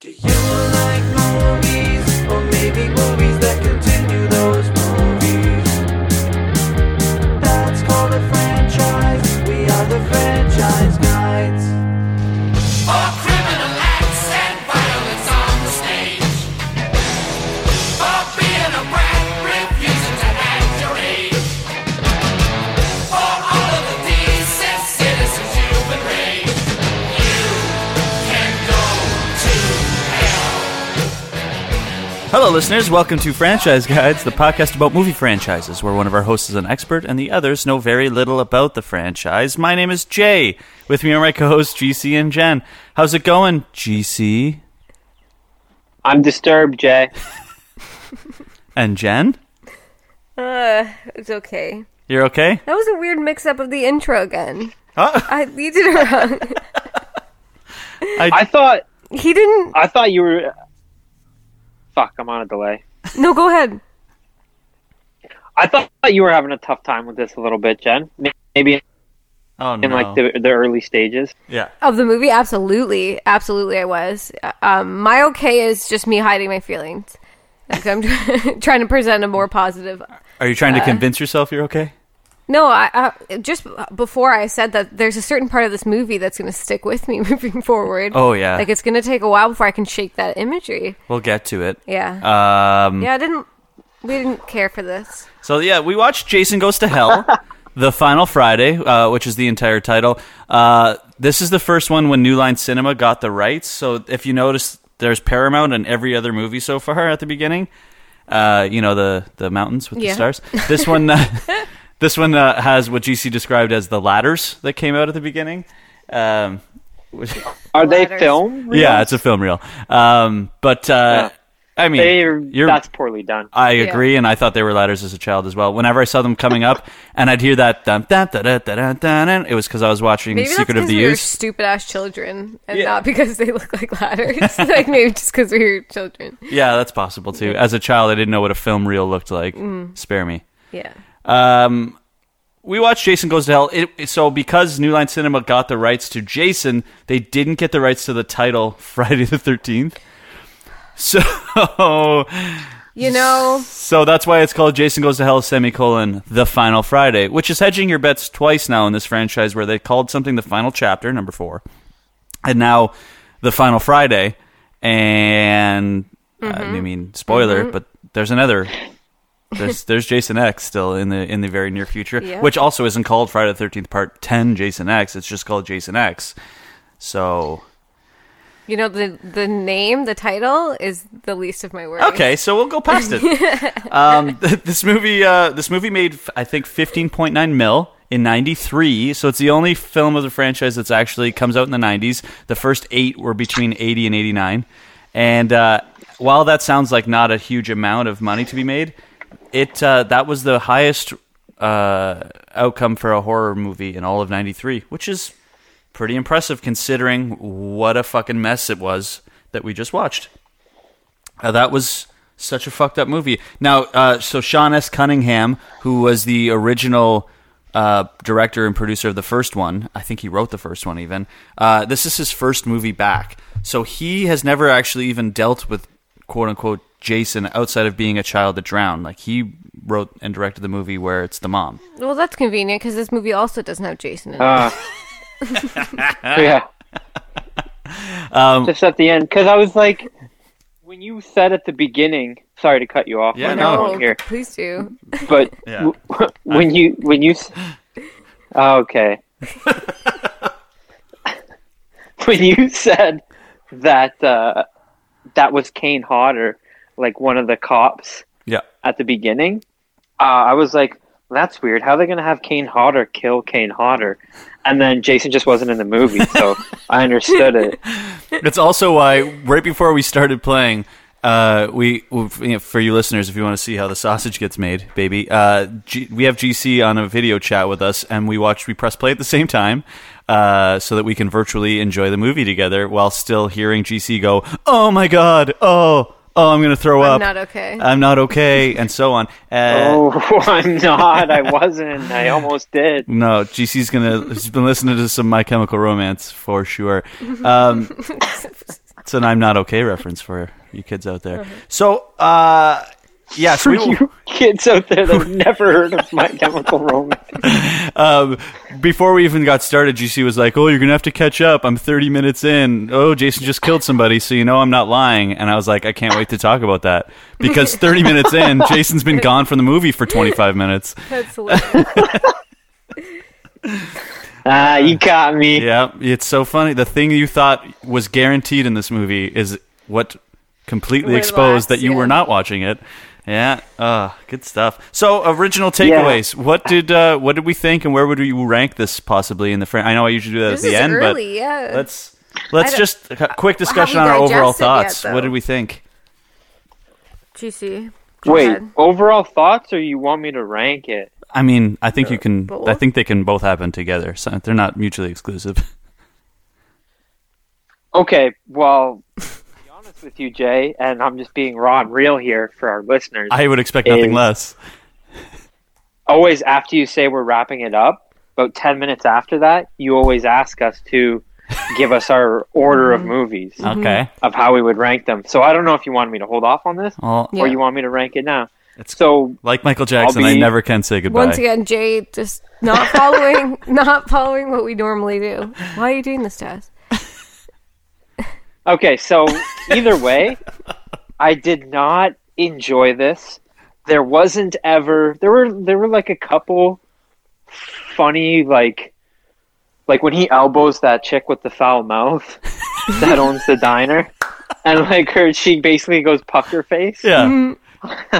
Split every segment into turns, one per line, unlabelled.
Do you like movies, or maybe movies that continue those movies? That's called a franchise. We are the franchise guides.
For criminal acts and violence on the stage. For being a brat, refusing to act your age. For all of the decent citizens you've been raised. You can go to hell.
Hello, listeners. Welcome to Franchise Guides, the podcast about movie franchises, where one of our hosts is an expert and the others know very little about the franchise. My name is Jay. With me are my co hosts, GC and Jen. How's it going, GC
I'm disturbed, Jay.
and Jen?
Uh, it's okay.
You're okay?
That was a weird mix-up of the intro again.
Huh?
I you did it wrong.
I thought
he didn't.
I thought you were. Fuck, I'm on a delay.
No, go ahead.
I thought you were having a tough time with this a little bit, Jen. May- Maybe
Oh,
in
no.
like the, the early stages.
yeah.
Of the movie, absolutely, absolutely, I was. Uh, Um, my okay is just me hiding my feelings. Like I'm trying to present a more positive.
Are you trying to convince yourself you're okay?
No, I, I just before I said that there's a certain part of this movie that's going to stick with me moving forward.
Oh, yeah.
like it's going to take a while before I can shake that imagery.
We'll get to it.
Yeah,
Um,
yeah. I didn't. We didn't care for this.
So yeah, we watched Jason Goes to Hell, The Final Friday, uh, which is the entire title. Uh, this is the first one when New Line Cinema got the rights. So if you notice, there's Paramount in every other movie so far at the beginning. Uh, you know the the mountains with the
Yeah.
stars. This one, uh, this one uh, has what GC described as the ladders that came out at the beginning. Um, which-
Are they
Letters.
film? reels?
yeah, it's a film reel. Um, but uh, I mean,
They're,
you're-
that's poorly done.
I agree, and I thought they were ladders as a child as well. Whenever I saw them coming up, and I'd hear that dun, dun, dun, dun, dun, dun, dun, dun, it was because I was watching
Maybe
Secret
that's
of the
we were
Youth.
stupid ass children, and
Yeah.
not because they look like ladders. like maybe just because we were children.
Yeah, that's possible too. As a child, I didn't know what a film reel looked like.
Mm.
Spare me.
Yeah,
Um, we watched Jason Goes to Hell. It, so because New Line Cinema got the rights to Jason, they didn't get the rights to the title Friday the Thirteenth. So,
you know,
so that's why it's called Jason Goes to Hell semicolon the Final Friday, which is hedging your bets twice now in this franchise where they called something the final chapter number four, and now the Final Friday, and uh, I mean spoiler, but there's another. There's there's Jason X still in the in the very near future,
Yeah.
which also isn't called Friday the Thirteenth Part Ten Jason X. It's just called Jason X. So
you know the the name, the title is the least of my worries.
Okay, so we'll go past it. um, th- this movie, uh, this movie made f- I think fifteen point nine mil in ninety three. So it's the only film of the franchise that's actually comes out in the nineties. The first eight were between eighty and eighty nine, and uh, while that sounds like not a huge amount of money to be made, it uh, that was the highest uh, outcome for a horror movie in all of ninety three, which is pretty impressive considering what a fucking mess it was that we just watched. Uh, that was such a fucked up movie. Now, uh, so Sean S. Cunningham, who was the original uh, director and producer of the first one, I think he wrote the first one even. Uh, this is his first movie back. So he has never actually even dealt with quote unquote Jason outside of being a child that drowned. Like he wrote and directed the movie where it's the mom.
Well, that's convenient because this movie also doesn't have Jason in it.
Uh,
Ah.
yeah.
Um,
Just at the end, because I was like, when you said at the beginning. Sorry to cut you off.
Yeah,
on that
no.
one here,
please do.
but
Yeah.
w- when you when you s- oh, okay when you said that uh, that was Kane Hodder like one of the cops
Yeah.
at the beginning uh, I was like that's weird how are they gonna have Kane Hodder kill Kane Hodder and then Jason just wasn't in the movie so I understood it
That's also why right before we started playing, uh, we we- you know, for you listeners, if you want to see how the sausage gets made, baby, uh, G- we have GC on a video chat with us, and we watched we press play at the same time, uh, so that we can virtually enjoy the movie together while still hearing GC go, "Oh my god, oh." Oh, I'm gonna throw
I'm
up.
not okay."
I'm not okay, and so on. Uh,
oh I'm not I wasn't I almost did
no, GC's gonna. He's been listening to some My Chemical Romance for sure. Um, It's an I'm not okay reference for you kids out there. So, uh, yeah, so
For
we,
you kids out there that have never heard of My Chemical Romance.
um, before we even got started, GC was like, "Oh, you're gonna have to catch up. I'm 30 minutes in. Oh, Jason just killed somebody, so you know I'm not lying." And I was like, "I can't wait to talk about that because 30 minutes in, Jason's been gone from the movie for 25 minutes."
That's hilarious.
Ah, you got me.
Yeah, it's so funny. The thing you thought was guaranteed in this movie is what completely
We're
exposed
last,
that you
yeah.
were not watching it. Yeah, uh, good stuff. So, original takeaways. What did uh, what did we think, and where would you rank this possibly in the frame? I know I usually do that
This
at the
is
end,
early,
but
yeah.
let's let's
don't-
just a quick discussion on
haven't
our overall
digested yet,
thoughts. what
though.
did we think?
GC.
Wait,
Chad.
overall thoughts, or you want me to rank it?
I mean, I think you can.
Both?
I think they can both happen together. So they're not mutually exclusive.
Okay, well, to be honest with you, Jay, and I'm just being raw and real here for our listeners.
I would expect nothing
Is-
less.
always after you say we're wrapping it up, about 10 minutes after that, you always ask us to give us our order of movies
Okay.
of how we would rank them. So I don't know if you wanted me to hold off on this
Well,
Yeah.
or you want me to rank it now.
It's-
so
like Michael Jackson, I
be-
never can say goodbye.
Once again, Jay just not following, not following what we normally do. Why are you doing this to us?
Okay, so either way, I did not enjoy this. There wasn't ever there were there were like a couple funny like like when he elbows that chick with the foul mouth that owns the diner and like her she basically goes pucker face.
yeah,
Mm-hmm.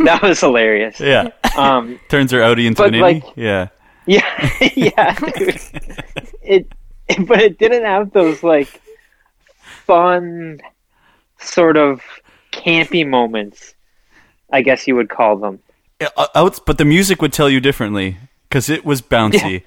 That was hilarious.
yeah.
Um
turns her Audi into
But,
an innie.
like-
yeah,
Yeah, yeah. dude. It, it, but it didn't have those like fun, sort of campy moments. I guess you would call them.
Yeah, uh, outs- but the music would tell you differently because it was bouncy.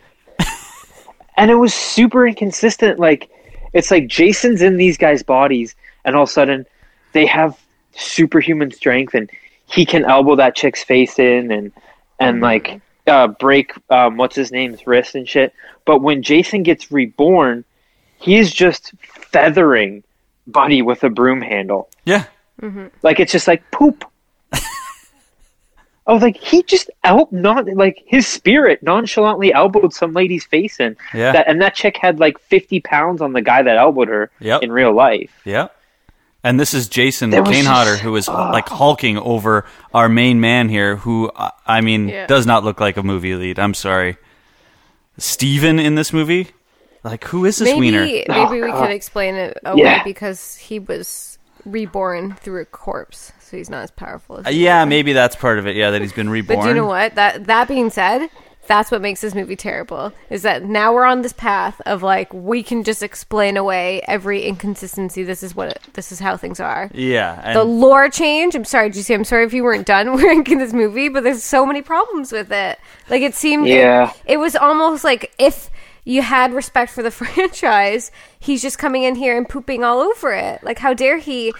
And it was super inconsistent. Like, it's like Jason's in these guys' bodies, and all of a sudden, they have superhuman strength, and he can elbow that chick's face in, and and like uh, break um, what's his name's wrist and shit. But when Jason gets reborn, he's just feathering Buddy with a broom handle.
Yeah,
Like it's just like poop. I was like, he just out not like his spirit nonchalantly elbowed some lady's face in.
Yeah.
That, and that chick had like fifty pounds on the guy that elbowed her
Yep.
in real life.
yeah. And this is Jason
There was
Kanehotter,
just-
who is like hulking over our main man here, who I- I mean
Yeah.
does not look like a movie lead. I'm sorry, Steven in this movie. Like, who is this
Maybe,
wiener?
maybe we could explain it away
Uh, Yeah.
because he was reborn through a corpse, so he's not as powerful. As
Yeah, maybe that's part of it. Yeah, that he's been reborn.
But do you know what? That that being said, that's what makes this movie terrible. Is that now we're on this path of like we can just explain away every inconsistency. This is what this is how things are.
Yeah, and
The lore change. I'm sorry, GC. I'm sorry if you weren't done ranking this movie, but there's so many problems with it. Like it seemed,
Yeah.
it, it was almost like if you had respect for the franchise, he's just coming in here and pooping all over it. Like how dare he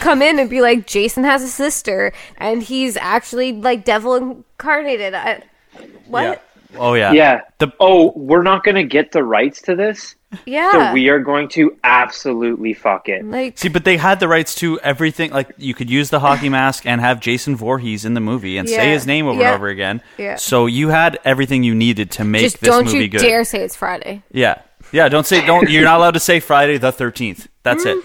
come in and be like Jason has a sister and he's actually like devil incarnated. I,
yeah.
what?
Oh yeah,
Yeah.
The
Oh, we're not gonna get the rights to this,
Yeah.
so we are going to absolutely fuck it.
like
See, but they had the rights to everything. Like you could use the hockey mask and have Jason Voorhees in the movie and say
Yeah.
his name over
Yeah.
and over again.
Yeah.
So you had everything you needed to make
just
this
don't
movie
you
good.
dare say it's Friday.
Yeah. Yeah. Don't say don't. You're not allowed to say Friday the Thirteenth. That's
Mm.
it.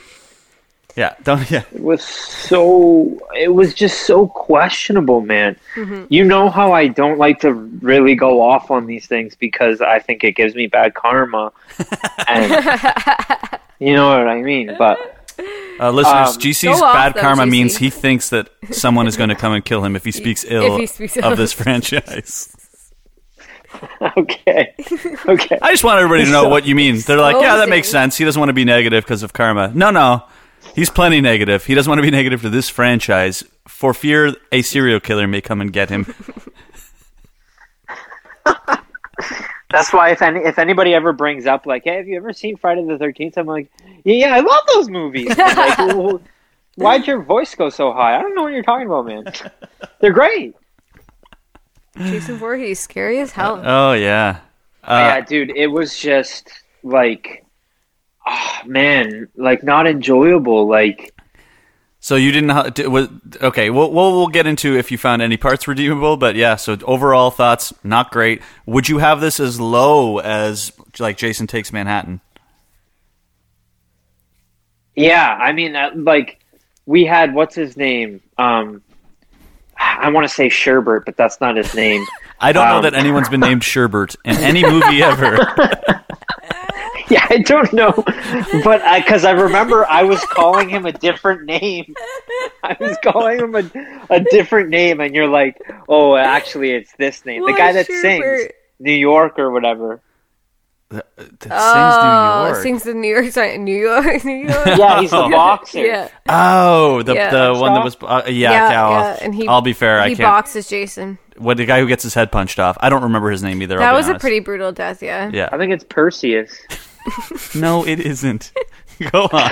Yeah. Don't. Yeah.
was so it was just so questionable man you know how i don't like to really go off on these things because i think it gives me bad karma and you know what i mean but
Uh, listeners,
Um,
GC's
go off,
bad
though,
karma
GC.
means he thinks that someone is going to come and kill him if he speaks ill
if he speaks
of
ill.
this franchise.
okay okay
I just want everybody to know what you mean. They're like, yeah, that makes
Exposing.
sense. He doesn't want to be negative because of karma. No, no. He's plenty negative. He doesn't want to be negative to this franchise for fear a serial killer may come and get him.
that's why if any if anybody ever brings up like hey have you ever seen friday the 13th i'm like yeah, yeah i love those movies I'm like, "Well, why'd your voice go so high i don't know what you're talking about man they're great
Jason Voorhees, scary as hell. Uh,
Oh, yeah.
yeah, dude, it was just like ah, man, like not enjoyable. Like
So you didn't. ha- d- Was, okay, we'll, we'll we'll get into if you found any parts redeemable, but yeah. So overall thoughts, not great. Would you have this as low as like Jason Takes Manhattan?
Yeah, I mean, uh, like we had what's his name? Um, I want to say Sherbert, but that's not his name.
I don't
Um.
know that anyone's been named Sherbert in any movie ever.
yeah, I don't know, but because I remember I was calling him a different name. I was calling him a, a different name, and you're like, oh, actually, it's this name. the
Why
guy that
Sherbert?
sings New York or whatever.
Oh,
Uh, sings New York.
sings the New York, sorry, New York, New York.
Yeah, he's the
Oh.
boxer.
yeah,
oh, the
Yeah.
the one that was.
Boxed
Uh, yeah,
Yeah,
okay, I'll,
yeah, and he-
I'll be fair. I
he
can't.
boxes Jason.
What the guy who gets his head punched off? I don't remember his name either.
That
I'll be
was a
honest.
pretty brutal death. Yeah.
I
Yeah.
think it's Perseus.
No, it isn't. Go on.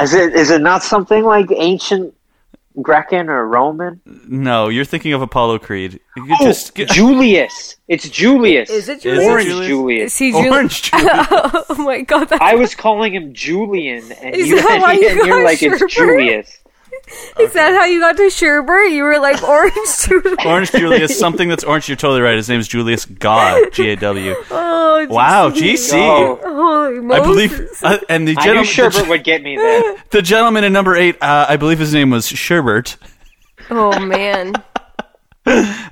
Is it is it not something like ancient Grecan or Roman?
No, you're thinking of Apollo Creed. You
Oh,
could just get,
Julius. It's Julius.
Is it
it
Julius?
Orange
Julius?
Julius.
Is he Julius?
Orange Julius.
oh my god, that's
I was calling him Julian, and,
Is
you,
that why
and
you
you're
got
like,
Sherbert?
it's Julius.
Is that how you got to Sherbert? You were like orange Sherbert.
Orange Julius, something that's orange. You're totally right. His name's Julius God, G A W.
Oh,
Wow,
geez.
GC.
Oh,
Holy
I
Moses.
believe, uh, and the
I knew
gentleman,
Sherbert would get me there.
the, the gentleman in number eight, uh, I believe his name was Sherbert.
Oh man.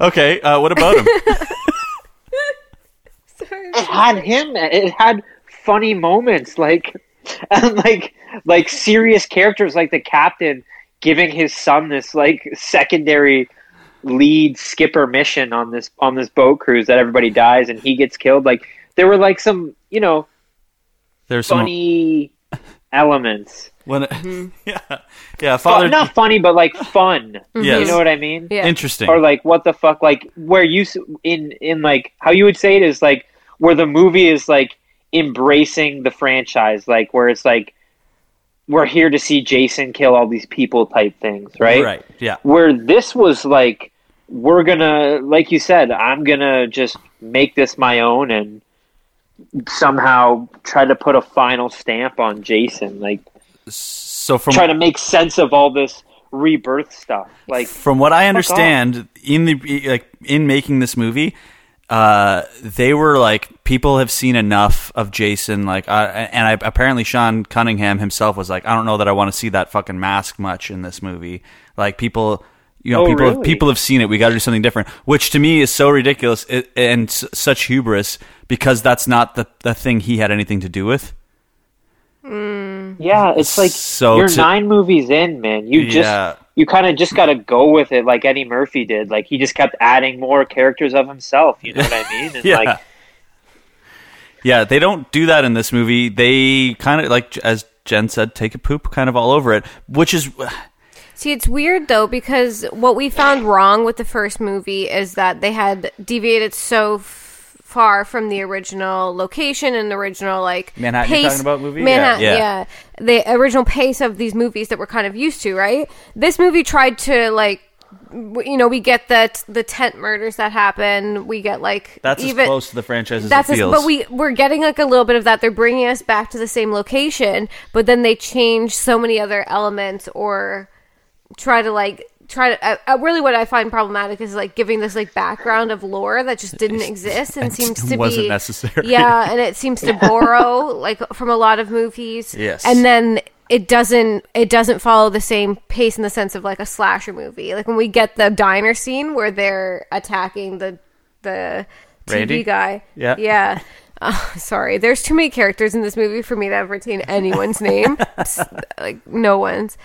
Okay, uh, what about him?
Sorry.
It had him. It had funny moments, like and like like serious characters, like the captain giving his son this like secondary lead skipper mission on this on this boat cruise that everybody dies and he gets killed. Like there were like some you know
There's some
funny elements.
when-
Mm-hmm.
yeah, yeah, father.
not funny, but like fun.
Yes.
You know what I mean?
Yeah.
Interesting.
or like what the fuck like where you s- in in like how you would say it is like where the movie is like embracing the franchise like where it's like we're here to see jason kill all these people type things right
Right. Yeah.
where this was like we're gonna like you said i'm gonna just make this my own and somehow try to put a final stamp on jason like
So from
try to make sense of all this rebirth stuff like
from what I understand, in the like in making this movie, uh, they were like people have seen enough of Jason. Like, uh, and I, apparently Sean Cunningham himself was like, I don't know that I want to see that fucking mask much in this movie. Like people. You know,
Oh,
people have,
really?
people have seen it. We got to do something different, which to me is so ridiculous i- and s- such hubris because that's not the the thing he had anything to do with.
Yeah, it's like
So
you're
to-
nine movies in, man. You just
Yeah.
you kind of just got to go with it, like Eddie Murphy did. Like he just kept adding more characters of himself. You know what I mean? And like
yeah, they don't do that in this movie. They kind of like as Jen said, take a poop kind of all over it, which is
See, it's weird though because what we found wrong with the first movie is that they had deviated so f- far from the original location and the original like
Manhattan, you're
pace.
talking about movie?
Manhattan,
Yeah.
yeah.
Yeah.
the original pace of these movies that we're kind of used to, right? This movie tried to like. w- You know, we get that the tent murders that happen. We get like
that's
even
as close to the franchise as
that's
it
as-
feels.
but we we're getting like a little bit of that they're bringing us back to the same location but then they change so many other elements or try to like try to uh, uh, really what i find problematic is like giving this like background of lore that just didn't exist and
It
seems to
wasn't
be
necessary.
yeah and it seems to borrow like from a lot of movies
Yes.
and then it doesn't it doesn't follow the same pace in the sense of like a slasher movie like when we get the diner scene where they're attacking the the TV
Randy?
guy
Yeah.
yeah. Oh, sorry. There's too many characters in this movie for me to ever retain anyone's name. Psst, like no one's.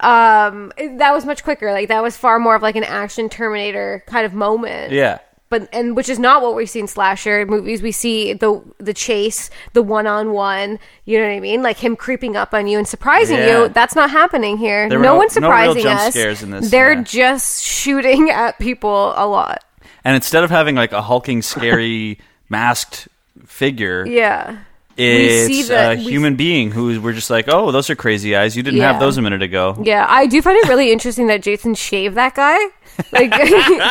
Um, it- that was much quicker. Like that was far more of like an action Terminator kind of moment.
yeah.
But and which is not what we've seen slasher movies. We see the the chase, the one on one. You know what I mean? Like him creeping up on you and surprising
Yeah.
you. That's not happening here.
There
No,
were no-
one's
no real
surprising
jump
us.
scares in this,
They're
yeah.
just shooting at people a lot.
And instead of having like a hulking, scary, masked figure,
Yeah. We see
It's
the-
a
we-
human being who we're just like, oh, those are crazy eyes. You didn't
Yeah.
have those a minute ago.
Yeah, I do find it really interesting that Jason shaved that guy. Like,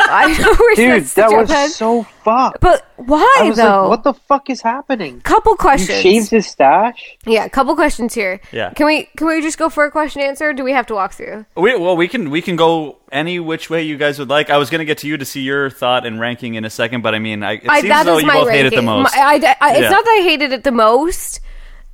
I know we're
Dude,
such
that was
jugheads,
so fucked.
but why
I was
though?
like, what the fuck is happening?
couple
You
questions.
shaved his stash?
Yeah, a couple questions here.
Yeah.
Can we can we just go for a question answer? Or do we have to walk through?
We, well, we can we can go any which way you guys would like. I was going to get to you to see your thought and ranking in a second, but I mean, I, it
I,
seems as
that
though
is
you
my
both
ranking.
hate it the most.
My- I- I- it's
Yeah.
not that I hated it the most.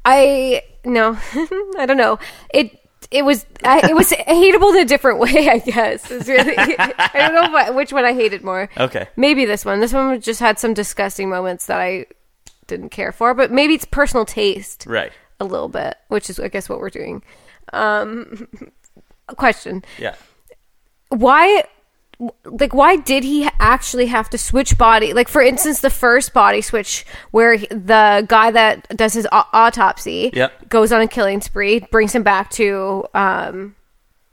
I no, I don't know. It it was I, it was hateable in a different way. I guess it's really I don't know what, which one I hated more.
okay.
Maybe this one. This one just had some disgusting moments that I didn't care for, but maybe it's personal taste
Right.
a little bit, which is I guess what we're doing. Um, question:
Yeah.
Why, like, why did he actually have to switch body? Like, for instance, the first body switch where he- the guy that does his au- autopsy
Yep.
goes on a killing spree, brings him back to um,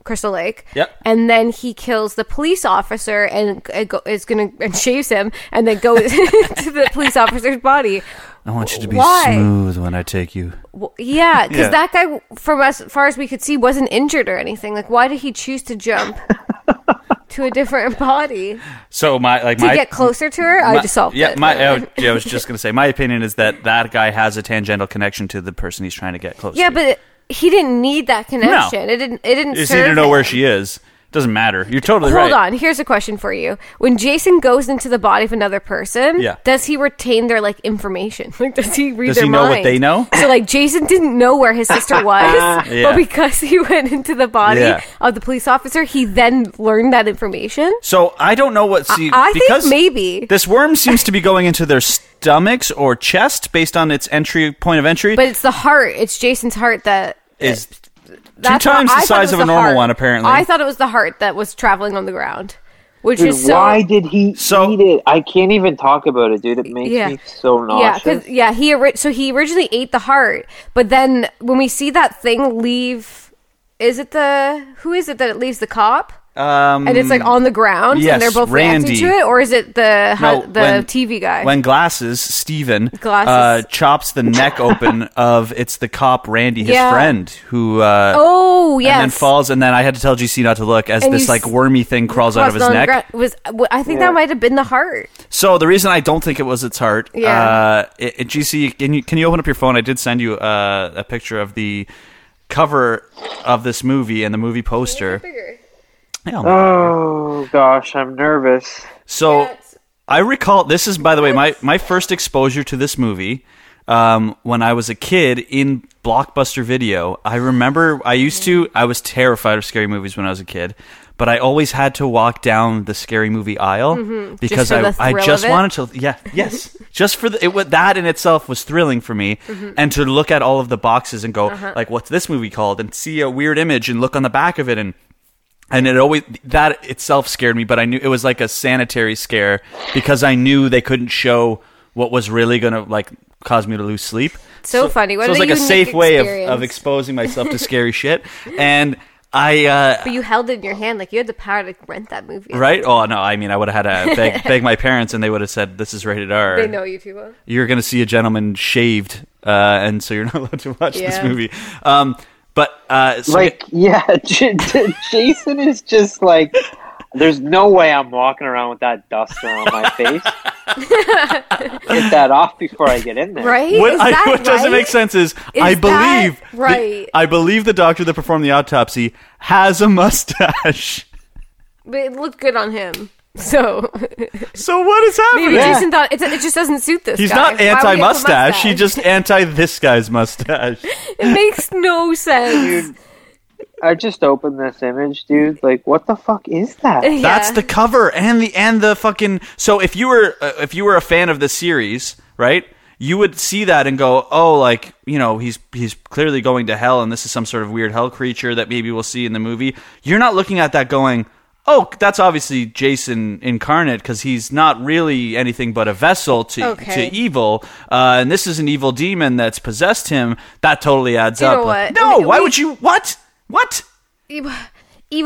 Crystal Lake,
Yep.
and then he kills the police officer and, and go, is gonna and shaves him, and then goes to the police officer's body.
I want you to
be Why?
smooth when I take you.
Well, yeah, because
Yeah.
that guy, from as far as we could see, wasn't injured or anything. Like, why did he choose to jump to a different body
So my like
to
my
get closer to her? I
my-
just solved
yeah,
it.
my I, yeah, I was just gonna say my opinion is that that guy has a tangential connection to the person he's trying to get close.
yeah,
to.
but it, he didn't need that connection. It didn't. It didn't.
you just
serve
need to know
him.
where she is. Doesn't matter. You're totally
Hold
right.
on. Here's a question for you. When Jason goes into the body of another person,
Yeah.
does he retain their like information? Like, does he read
Does
their
he know what
mind?
they know?
So, like, Jason didn't know where his sister was,
Yeah.
but because he went into the body
Yeah.
of the police officer, he then learned that information.
So I don't know what. See,
I think
because
maybe.
this worm seems to be going into their stomachs or chest based on its entry point of entry.
But it's the heart. It's Jason's heart that
is
that's
Two times
what-
the
I thought it
size
was
of a
the
normal
heart.
one, apparently.
I thought it was the heart that was traveling on the ground, which
Dude,
is so.
why did he
So-
eat it? I can't even talk about it, dude. It makes
Yeah.
me so
yeah,
nauseous.
'cause- yeah, he ori- so he originally ate the heart, but then when we see that thing leave, is it the who is it that it leaves the cop
um,
and it's like on the ground
yes,
and they're both
Randy.
reacting to it, or is it the
no,
hu- the
when-
TV guy?
when glasses Steven,
Glasses.
Uh, chops the neck open of it's the cop Randy, his
Yeah.
friend, who uh,
oh yes,
and then falls, and then I had to tell GC not to look as
And you
this like
s-
wormy thing crawls out of
Crossed
his
on the
neck.
ground. was I think
Yeah.
that might have been the heart.
So the reason I don't think it was its heart,
Yeah.
uh, it, it- GC, can you can you open up your phone? I did send you uh, a picture of the cover of this movie and the movie poster. Yeah.
oh gosh, I'm nervous.
So
That's-
I recall this is by the way my my first exposure to this movie um, when I was a kid in Blockbuster Video. I remember I used to I was terrified of scary movies when I was a kid, but I always had to walk down the scary movie aisle because
Mm-hmm. for
I
the
I
thrill
just
of it?
wanted to yeah yes just for the, it wa- that in itself was thrilling for me
Mm-hmm.
and to look at all of the boxes and go
Uh-huh.
like what's this movie called and see a weird image and look on the back of it and and it always that itself scared me but i knew it was like a sanitary scare because i knew they couldn't show what was really going to like cause me to lose sleep
So funny.
so
What
it was
a
like a
unique
safe way of,
experience.
of exposing myself to scary shit and i uh
But you held it in your hand, like you had the power to rent that movie.
Right? Oh no! I mean, I would have had to beg, beg my parents, and they would have said, "This is rated R."
They know you too well.
you're going to see a gentleman shaved, uh, and so you're not allowed to watch this
Yeah.
movie. Um, but uh, so
Like, yeah, J- J- Jason is just like, there's no way I'm walking around with that duster on my face. get that off before I get in there.
Right?
what,
Is
I-
that
what doesn't
right?
make sense is, I
that
believe the-
right?
I believe the doctor that performed the autopsy has a mustache.
But it looked good on him. So
So what is
maybe
happening?
Jason thought it, it just doesn't suit this
He's
guy.
not
Why would he have a
anti-mustache. He just anti this guy's mustache.
It makes no sense.
Dude, I just opened this image, dude. Like, what the fuck is that?
That's
Yeah.
the cover and the and the fucking. So if you were uh, if you were a fan of the series, right? You would see that and go, "Oh, like you know, he's he's clearly going to hell, and this is some sort of weird hell creature that maybe we'll see in the movie." You're not looking at that going, "Oh, that's obviously Jason incarnate because he's not really anything but a vessel to
Okay.
to evil, uh, and this is an evil demon that's possessed him." That totally adds
You
up.
know
Like,
what?
No,
We-
why
we-
would you? What? What?
Evo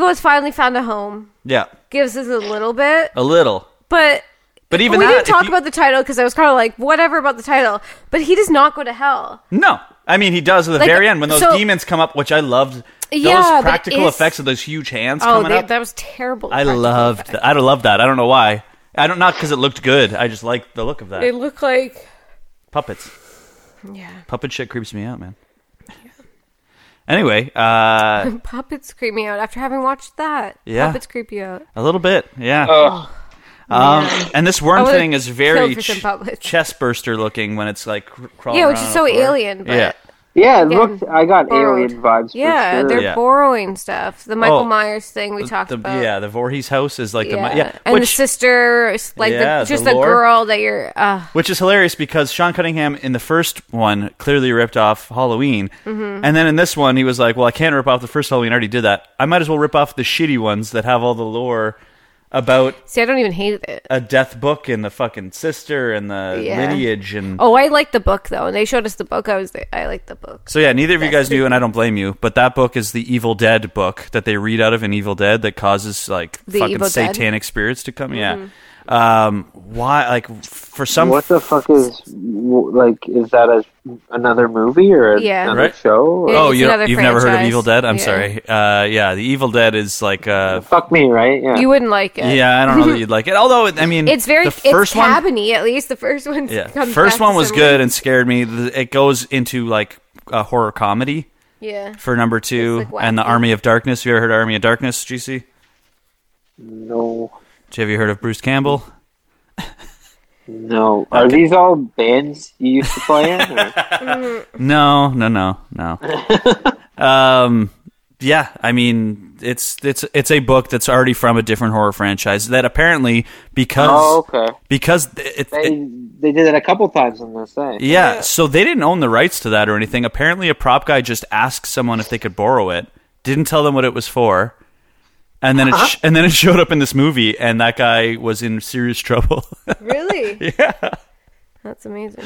has finally found a home.
Yeah,
Gives us a little bit,
a little.
but
But even
we
that,
didn't
if
talk
you-
about the title because I was kind of like, whatever about the title. But he does not go to hell.
no. I mean, he does at the
Like,
very end when those
so-
demons come up, which I loved.
Yeah, but
those
it
practical
is-
effects of those huge hands
Oh,
coming
they-
up.
that was terrible.
I
practical
loved.
effect.
That. I love that. I don't know why. I don't not because it looked good. I just liked the look of that.
They look like
Puppets.
yeah,
Puppet shit creeps me out, man. Anyway, uh,
puppets creep me out. After having watched that,
Yeah.
puppets creep you out.
a little bit, yeah.
Ugh.
um, and this worm
would've
thing is very
killed for some puppets.
chest burster looking when it's like cr- crawling.
Yeah, which
around
is
on
so
the floor.
alien, but-
yeah,
Yeah, it
Again,
looked. I got
borrowed.
alien vibes.
Yeah,
for sure.
they're
Yeah.
borrowing stuff. The Michael
Oh,
Myers thing we talked
the,
about.
yeah, the Voorhees house is like the
Yeah.
the yeah,
and the
which
sister, it's like
Yeah,
the, just
the
the,
lore.
girl that you're. Uh,
which is hilarious because Sean Cunningham in the first one clearly ripped off Halloween,
Mm-hmm.
and then in this one he was like, "Well, I can't rip off the first Halloween. I already did that. I might as well rip off the shitty ones that have all the lore about
see, I don't even hate it.
a death book and the fucking sister and the
Yeah.
lineage and."
Oh, I like the book though, and they showed us the book. I was, like, I like the book.
So yeah, neither of you guys
That's
knew, and I don't blame you. But that book is the Evil Dead book that they read out of in Evil Dead that causes like
The
fucking
Evil Dead? Mm-hmm.
satanic spirits to come. Yeah, um, why? Like f- for some
what the fuck is w- like? Is that a, another movie or a-
Yeah.
another
Right.
show? Or-
Yeah.
Oh,
It's
you
another
have never heard of
franchise.
Evil Dead? I'm
Yeah.
sorry. Uh, yeah, the Evil Dead is like, uh,
Fuck me, right? Yeah.
You wouldn't like it.
yeah, I don't know that you'd like it. Although, I mean,
it's very
the first
it's
one,
cabiny. At least the first one.
yeah, first one was good and scared me. The- It goes into like a horror comedy
yeah,
for number two,
It's, like,
and the
wacky.
Army of Darkness. Have you ever heard of Army of Darkness, GC?
no,
Have you heard of Bruce Campbell?
no. Are these all bands you used to play in? or- Mm-hmm.
No, no, no, no. um, yeah, I mean, it's it's it's a book that's already from a different horror franchise that apparently because
oh, okay.
because it,
They,
it
they did it a couple times. I'm gonna say.
Yeah, so they didn't own the rights to that or anything. Apparently, a prop guy just asked someone if they could borrow it, didn't tell them what it was for, and then it
Uh-huh.
sh- and then it showed up in this movie, and that guy was in serious trouble.
Uh-huh. really. yeah, that's amazing.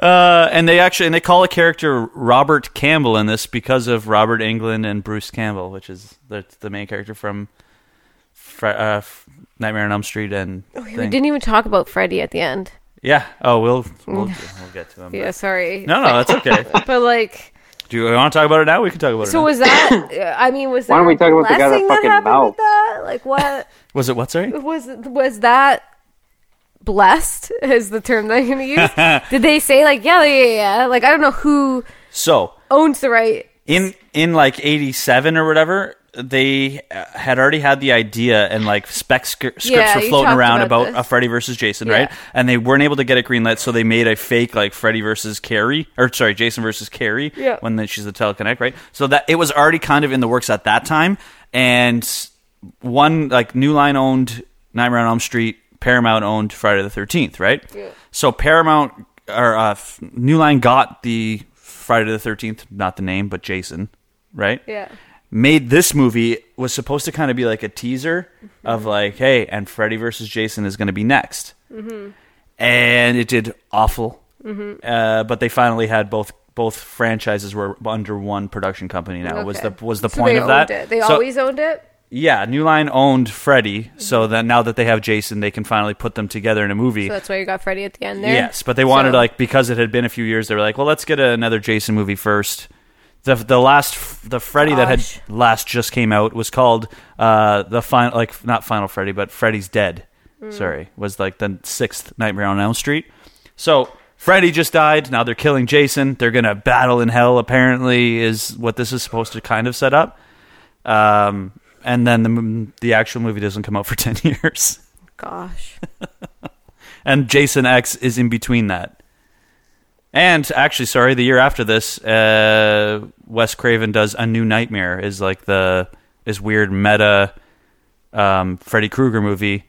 uh, and they actually and they call a character Robert Campbell in this because of Robert England and Bruce Campbell, which is the, the main character from Fri uh, Nightmare on Elm Street and
We
thing.
Oh, didn't even talk about Freddy at the end.
yeah. Oh, we'll we'll,
Mm.
we'll get to him.
Yeah, sorry.
No, no, that's okay.
But like,
Do you want to talk about it now? We can talk about it.
so
now.
was that? uh, I mean, was
Why
there
don't we
a
talk about the guy that
blessing
fucking
happened
mouth?
With that? Like, what
was it what? Sorry.
was was that? Blessed is the term that I'm going to use. Did they say like yeah, yeah, yeah, yeah? Like I don't know who
So
owns the right.
in in like 87 or whatever they uh, had already had the idea and like spec scr- scripts
Yeah,
were
you
floating
talked
around
about
about,
this.
a freddy versus jason
Yeah.
right and they weren't able to get it greenlit so they made a fake like freddy versus carrie or sorry jason versus carrie
Yeah.
when the, she's the teleconnect right so that it was already kind of in the works at that time and one like new line owned nightmare on elm street paramount owned friday the 13th right so paramount or uh, f- new line got the friday the 13th not the name but jason right
Yeah.
made this movie was supposed to kind of be like a teaser
Mm-hmm.
of like hey and freddy versus jason is going to be next
Mm-hmm.
and it did awful uh, but they finally had both both franchises were under one production company now Uh, was the
Okay.
was the
So
point
they
of that
owned it. They
So-
always owned it.
yeah, New Line owned Freddy, so that now that they have Jason, they can finally put them together in a movie.
So that's why you got Freddy at the end there.
yes, but they wanted
So-
like because it had been a few years, they were like, well, let's get another Jason movie first. The the last the Freddy
Gosh.
that had last just came out was called uh the final like not Final Freddy but Freddy's Dead.
Mm.
Sorry, was like the sixth Nightmare on Elm Street. So. Freddy just died. Now they're killing Jason. They're gonna battle in hell. Apparently, is what this is supposed to kind of set up. Um, and then the m- the actual movie doesn't come out for ten years,
gosh,
and Jason X is in between that. And actually, sorry, the year after this, uh, Wes Craven does A New Nightmare is like the this weird meta um, Freddy Krueger movie,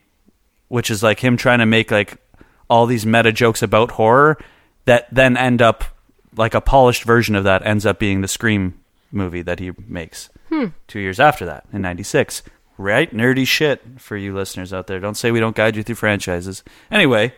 which is like him trying to make like all these meta jokes about horror that then end up like a polished version of that ends up being the Scream movie that he makes two years after that in '96. Right, nerdy shit for you listeners out there. Don't say we don't guide you through franchises. Anyway,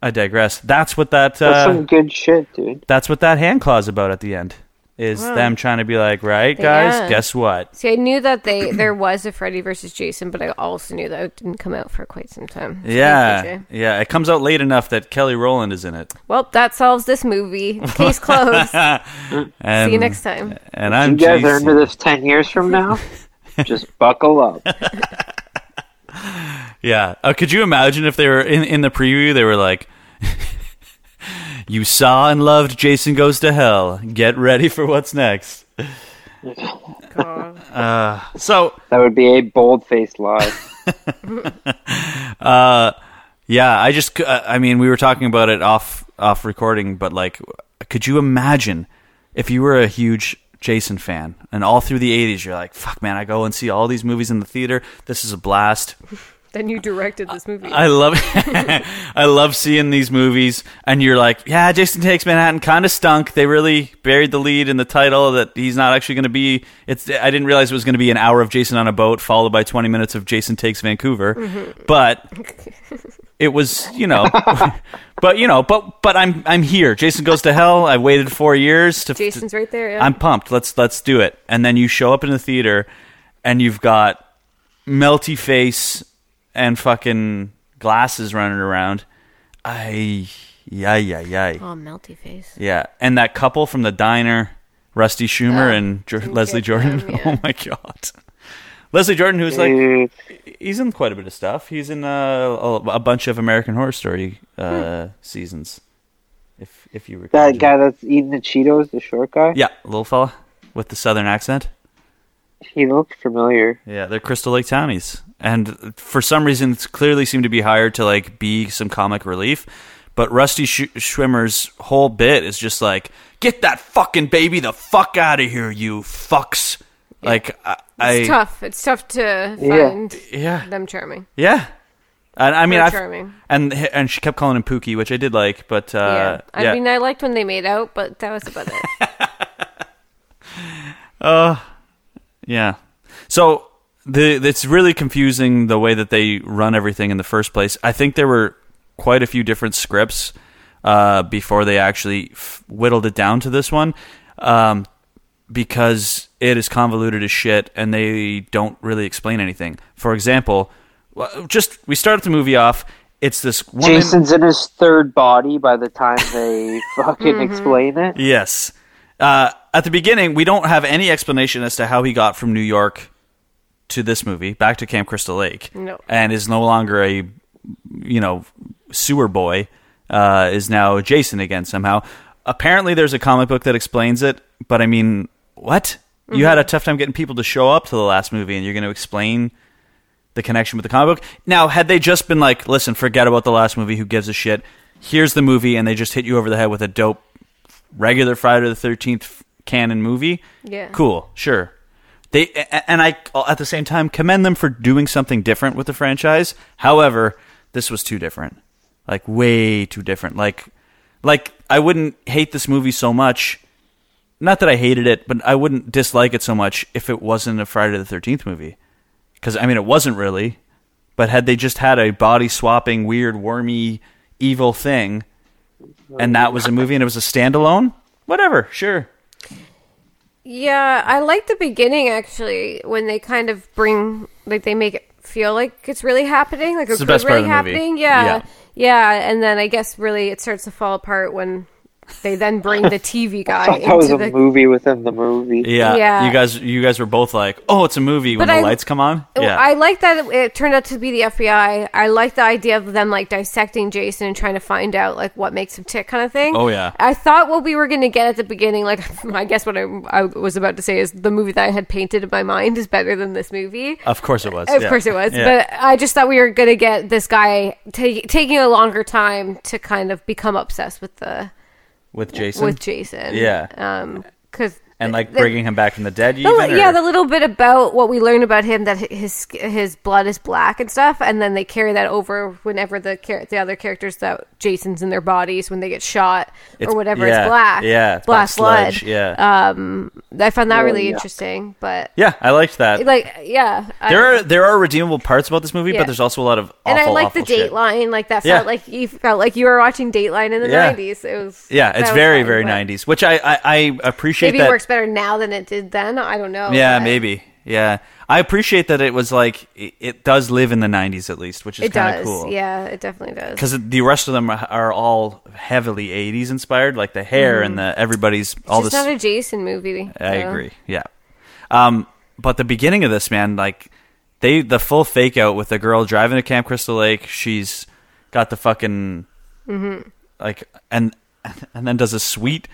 I digress. That's what that. Uh,
That's some good shit, dude.
that's what that hand claw's about at the end. is them trying to be like, right, guys,
Yeah.
guess what?
See, I knew that they there was a Freddy versus Jason, but I also knew that it didn't come out for quite some time. So
Yeah,
thank you, Jay.
yeah. It comes out late enough that Kelly Rowland is in it.
Well, that solves this movie. Case closed.
And,
See
Um,
you next time.
And I'm
You guys are
Jason.
into this ten years from now. Just buckle up.
Yeah. Uh, could you imagine if they were in, in the preview? They were like, "You saw and loved Jason Goes to Hell. Get ready for what's next." Uh, So
That would be a bold-faced lie.
yeah, I just c- uh, I mean we were talking about it off off recording, but like, could you imagine if you were a huge Jason fan and all through the '80s you're like, "Fuck, man, I go and see all these movies in the theater. This is a blast."
Then you directed this movie.
I love I love seeing these movies and you're like, yeah, Jason Takes Manhattan kind of stunk. They really buried the lead in the title that he's not actually going to be it's I didn't realize it was going to be an hour of Jason on a boat followed by 20 minutes of Jason Takes Vancouver. But it was, you know, but you know, but but I'm I'm here. Jason goes to hell. I waited 4 years to
Jason's right there. Yeah.
I'm pumped. Let's let's do it. And then you show up in the theater, and you've got melty face and fucking glasses running around. I yeah yeah yeah
oh, melty face.
yeah. And that couple from the diner, Rusty Schumer and jo- Leslie Jordan.
them, yeah.
Oh my god. Leslie Jordan, who's like,
Mm,
he's in quite a bit of stuff. He's in uh, a, a bunch of American Horror Story uh,
Hmm.
seasons. If if you recall,
that guy that's eating the Cheetos, the short guy.
yeah, little fella with the southern accent.
He looked familiar.
Yeah, they're Crystal Lake Townies. And for some reason, it's clearly seemed to be hired to like be some comic relief. But Rusty Sh- Schwimmer's whole bit is just like, get that fucking baby the fuck out of here, you fucks. Like, I, I
It's tough. It's tough to
Yeah.
find
yeah,
them charming.
yeah. And I mean,
Her
I
charming.
and and she kept calling him Pookie, which I did like, but uh,
yeah.
yeah,
I mean, I liked when they made out, but that was about it.
Yeah. So the it's really confusing the way that they run everything in the first place. I think there were quite a few different scripts uh, before they actually f- whittled it down to this one, um, because it is convoluted as shit, and they don't really explain anything. For example, w- just we start the movie off. It's this woman.
Jason's in his third body by the time they fucking
Mm-hmm.
explain it.
Yes. Uh, at the beginning, we don't have any explanation as to how he got from New York to this movie, back to Camp Crystal Lake,
No.
and is no longer a, you know, sewer boy. Uh, is now Jason again somehow. Apparently, there's a comic book that explains it, but I mean, what? You had a tough time getting people to show up to the last movie, and you're going to explain the connection with the comic book. Now, had they just been like, listen, forget about the last movie, who gives a shit? Here's the movie, and they just hit you over the head with a dope regular Friday the Thirteenth canon movie.
Yeah.
cool, sure. They a- a- and I at the same time commend them for doing something different with the franchise. However, this was too different, like way too different. Like, like I wouldn't hate this movie so much. Not that I hated it, but I wouldn't dislike it so much if it wasn't a Friday the Thirteenth movie. Because I mean, it wasn't really. But had they just had a body swapping, weird, wormy, evil thing, and that was a movie and it was a standalone, whatever, sure.
Yeah, I like the beginning actually when they kind of bring like they make it feel like it's really happening, like
It's
a
the best
coup really
part of the movie.
happening. Yeah.
Yeah.
yeah, and then I guess really it starts to fall apart when they then bring the TV guy
I thought that was
into
a
the.
movie within the movie.
Yeah,
Yeah.
you guys, you guys were both like, "Oh, it's a movie." When
But
the
I-
lights come on,
Well,
yeah,
I like that it, it turned out to be the FBI. I like the idea of them like dissecting Jason and trying to find out like what makes him tick, kind of thing.
Oh, yeah.
I thought what we were going to get at the beginning, like I guess what I, I was about to say is the movie that I had painted in my mind is better than this movie.
of course it was.
Of
yeah.
course it was,
Yeah.
but I just thought we were gonna get this guy ta- taking a longer time to kind of become obsessed with the
with Jason
with Jason.
Yeah.
um, because
and like bringing him back from the dead, even, or-
yeah, the little bit about what we learn about him that hi- his sk- his blood is black and stuff, and then they carry that over whenever the char- the other characters that Jason's in their bodies when they get shot
It's-
or whatever
yeah,
it's black,
yeah, it's
black Uh, blood.
yeah,
I found that really
yeah.
interesting, but
yeah, I liked that.
like yeah, I-
there are there are redeemable parts about this movie,
Yeah.
but there's also a lot of awful,
and I like the
awful shit.
Dateline. Like that
Yeah.
felt like you felt like you were watching Dateline in the
Yeah.
nineties. It was
Yeah,
that
it's
was
very
fun,
very
but
90s, which I I, I appreciate
Maybe
that
works better now than it did then. I don't know.
Yeah,
but
maybe. Yeah, I appreciate that it was like it, it does live in the '90s at least, which is
It
kind of
does.
cool.
Yeah, it definitely does.
because the rest of them are, are all heavily '80s inspired, like the hair and the everybody's all
Mm-hmm. it's
this.
just not a Jason movie.
I
so.
agree. Yeah. Um, but the beginning of this, man, like they the full fake out with the girl driving to Camp Crystal Lake. She's got the fucking
Mm-hmm.
like and and then does a sweet.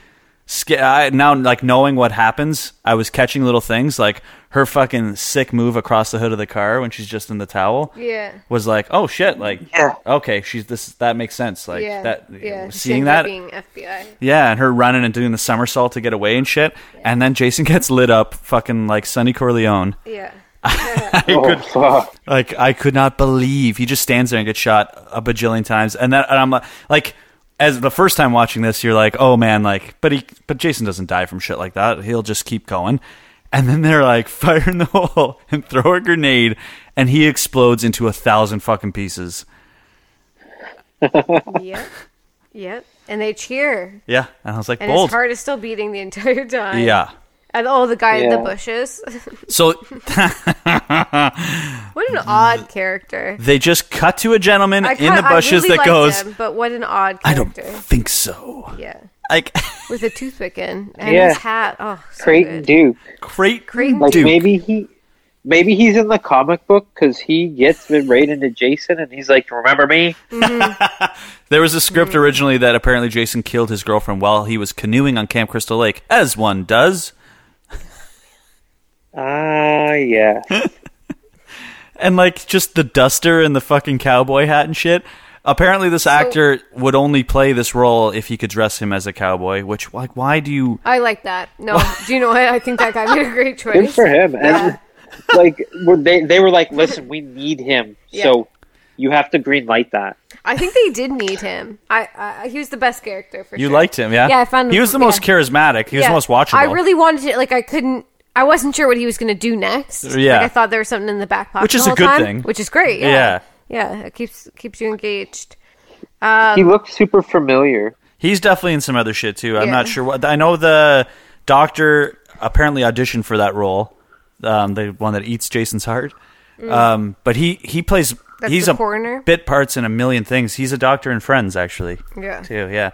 Sk- I, now, like knowing what happens, I was catching little things like her fucking sick move across the hood of the car when she's just in the towel.
Yeah.
was like, oh shit, like
Yeah.
okay, she's this that makes sense. Like
yeah.
that,
yeah. she
seeing
ends up
that
being FBI.
yeah, and her running and doing the somersault to get away and shit. And then Jason gets lit up, fucking like Sonny Corleone.
Yeah.
I
Oh,
could,
fuck.
like I could not believe he just stands there and gets shot a bajillion times. And that, and I'm like, like, as the first time watching this, you're like, oh man, like, but he, but Jason doesn't die from shit like that. He'll just keep going. And then they're like, fire in the hole and throw a grenade, and he explodes into a thousand fucking pieces.
yep. Yep. And they cheer.
Yeah, and I was like,
And
bold.
his heart is still beating the entire time.
yeah.
And oh, the guy in the
Yeah.
bushes.
So
what an odd character.
they just cut to a gentleman
I
in
ca-
the
I
bushes
really
that
liked
goes.
him, but what an odd
I don't
character.
think so.
yeah.
Like
With a toothpick in and
Yeah.
his hat. Oh, so
Creighton
good.
Duke.
Crate
Creighton
Like
Duke.
maybe he, maybe he's in the comic book because he gets right into Jason and he's like, "Remember me?"
There was a script originally that apparently Jason killed his girlfriend while he was canoeing on Camp Crystal Lake, as one does.
Ah, yeah.
Hmm?
And like just the duster and the fucking cowboy hat and shit. Apparently this actor would only play this role if he could dress him as a cowboy, which like why do you
I like that. No, do you know what? I think that guy made a great choice.
Good for him. And like, were they they were like, "Listen, we need him, so you have to green light that."
I think they did need him. I, I he was the best character for
you
sure.
liked him, yeah?
Yeah, I found
He
him-
was the most
yeah.
charismatic. He was
Yeah.
the most watchable.
I really wanted to like I couldn't I wasn't sure what he was going to do next.
Yeah.
like, I thought there was something in the back pocket,
Which is
the
a
whole
good
time,
thing.
which is great.
Yeah.
Yeah, yeah, it keeps keeps you engaged. Um,
he looked super familiar.
He's definitely in some other shit too. I'm
Yeah.
not sure what. I know the doctor apparently auditioned for that role, um, the one that eats Jason's heart. Um, but he he plays.
Mm. That's
he's
the
a
coroner?
bit parts in a million things. He's a doctor in Friends actually
Yeah,
too. Yeah,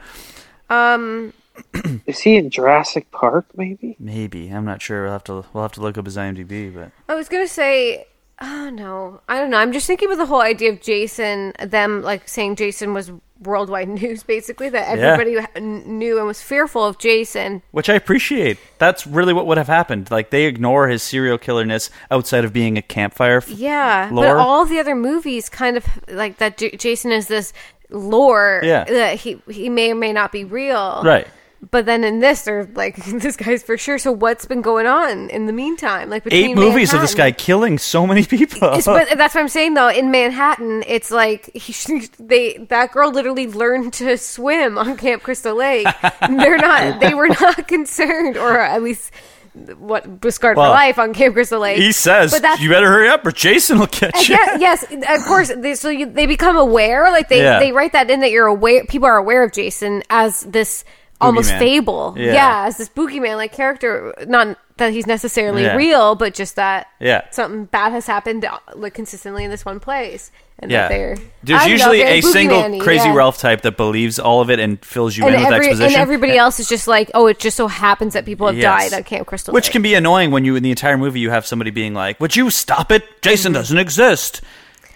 Is he in Jurassic Park? Maybe.
maybe I'm not sure. We'll have to we'll have to look up his IMDb. But
I was gonna say, oh no, I don't know. I'm just thinking about the whole idea of Jason, them like saying Jason was worldwide news, basically that everybody ha- kn- knew and was fearful of Jason.
which I appreciate. That's really what would have happened. Like they ignore his serial killerness outside of being a campfire. f-
Yeah,
Lore?
but all the other movies kind of like that. J- Jason is this lore
Yeah.
that he he may or may not be real,
Right.
But then in this, they're like, this guy's for sure. So what's been going on in the meantime? Like
Eight
between
movies of this guy
Manhattan-
killing so many people.
It's- but that's what I'm saying though. In Manhattan, it's like he, she- they that girl literally learned to swim on Camp Crystal Lake. they're not. They were not concerned, or at least what was scarred
Well,
for life on Camp Crystal Lake.
he says,
But that's Uh,
"You better hurry up, or Jason will catch you."
yeah, yes, of course. They, so you, they become aware, like they
Yeah.
they write that in that you're aware. People are aware of Jason as this almost
Boogeyman.
fable,
Yeah.
yeah. as this boogeyman like character. Not that he's necessarily
Yeah.
real, but just that
Yeah.
something bad has happened uh, like consistently in this one place, and that they're
There's
I don't know,
usually
very
a single
boogeyman-y,
crazy
yeah.
Ralph type that believes all of it and fills you
And,
in with
every, and
exposition.
everybody else is just like, oh, it just so happens that people have
Yes.
died at Camp Crystal,
Which
Lake.
can be annoying when you in the entire movie you have somebody being like, "Would you stop it? Jason doesn't exist."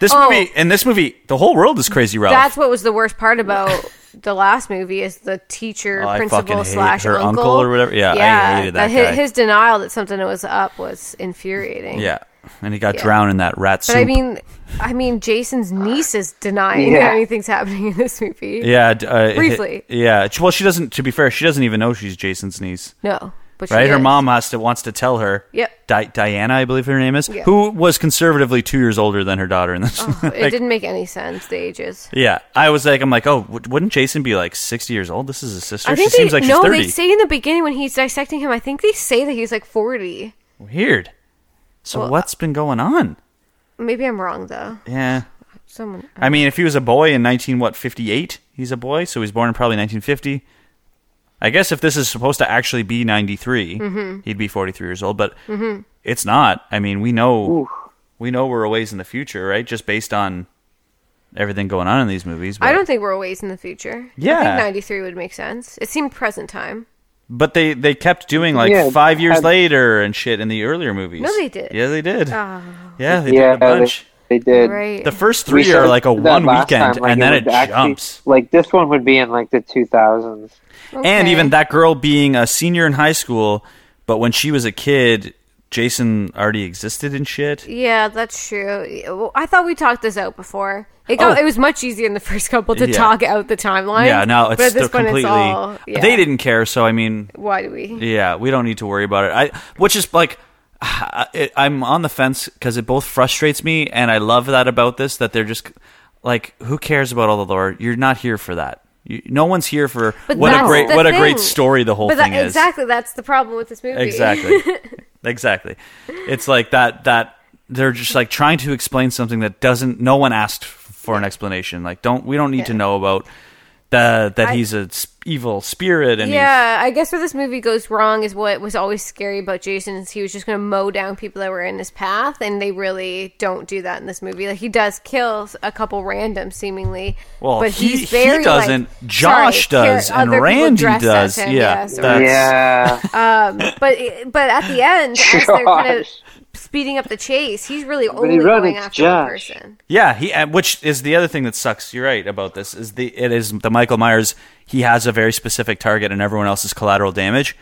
This
Mm-hmm. Oh.
movie in this movie, the whole world is crazy Ralph.
That's what was the worst part about the last movie is the teacher,
Oh, I fucking
principal
hate
slash
her uncle or whatever. Yeah, I hated that
hi-
guy.
His, denial that something was up was infuriating.
yeah, and he got
Yeah.
drowned in that rat soup.
but I mean, I mean, Jason's niece is denying
Yeah.
that anything's happening in this movie.
yeah, d- uh, it-
Briefly.
yeah. Well, she doesn't. To be fair, she doesn't even know she's Jason's niece.
No, but she
right? Her
is.
mom has to wants to tell her.
Yep.
Di- Diana, I believe her name is,
Yeah. Oh,
who was conservatively two years older than her daughter in this.
It
Like,
didn't make any sense. The ages.
Yeah, I was like, I'm like, oh, w- wouldn't Jason be like 60 years old? This is his sister.
I
She
think
seems
they,
like she's
no.
30.
They say in the beginning when he's dissecting him, I think they say that he's like forty.
Weird. So
Well,
what's been going on?
Maybe I'm wrong though.
Yeah,
Someone.
I mean, if he was a boy in 19 what 58, he's a boy, so he's born in probably 1950. I guess if this is supposed to actually be 93,
Mm-hmm.
he'd be 43 years old, but it's not. I mean, we know we know we're a ways in the future, right? Just based on everything going on in these movies. But,
I don't think we're a ways in the future. I
Yeah.
think 93 would make sense. It seemed present time.
but they they kept doing like
Yeah,
5 years
had-
later and shit in the earlier movies.
No, they did.
Yeah, they did.
Ah,
yeah, they
yeah,
did a bunch.
They, they did.
right.
The first
We
3 are
said
like a
that
one
last
weekend
time, like,
and then it
would actually-
jumps.
Like this one would be in like the 2000s.
And
Okay.
even that girl being a senior in high school, but when she was a kid, Jason already existed and shit.
Yeah, that's true. Well, I thought we talked this out before. It got,
Oh.
it was much easier in the first couple to
Yeah.
talk out the timeline.
Yeah, no, it's
but at
still
this point,
completely.
It's all, yeah.
They didn't care, so I mean,
Why do we?
yeah, we don't need to worry about it. I, which is like, it, I'm on the fence because it both frustrates me and I love that about this that they're just like, who cares about all the lore? You're not here for that. You, no one's here for
But
what a
that's
great
the
what a
thing.
great story the whole
But that,
thing is.
exactly, that's the problem with this movie.
Exactly. exactly. It's like that that they're just like trying to explain something that doesn't no one asked for an explanation. Like don't we don't need to know about the that
I-
he's a s- evil spirit and he's-
yeah, I guess where this movie goes wrong is what was always scary about Jason is he was just going to mow down people that were in his path, and they really don't do that in this movie. Like he does kill a couple random, seemingly.
Well,
but
he-
he's
he
very
doesn't.
Like,
Josh
sorry,
does,
char-
and
other people
Randy
dressed
does.
as him,
Yeah,
yes, or-
that- That's-
yeah.
but but at the end, as they're kind of
Josh.
speeding up the chase, he's really only
run,
going
it's
after one
Josh.
person.
Yeah, he and which is the other thing that sucks. You're right about this. Is the it is the Michael Myers. He has a very specific target, and everyone else is collateral damage.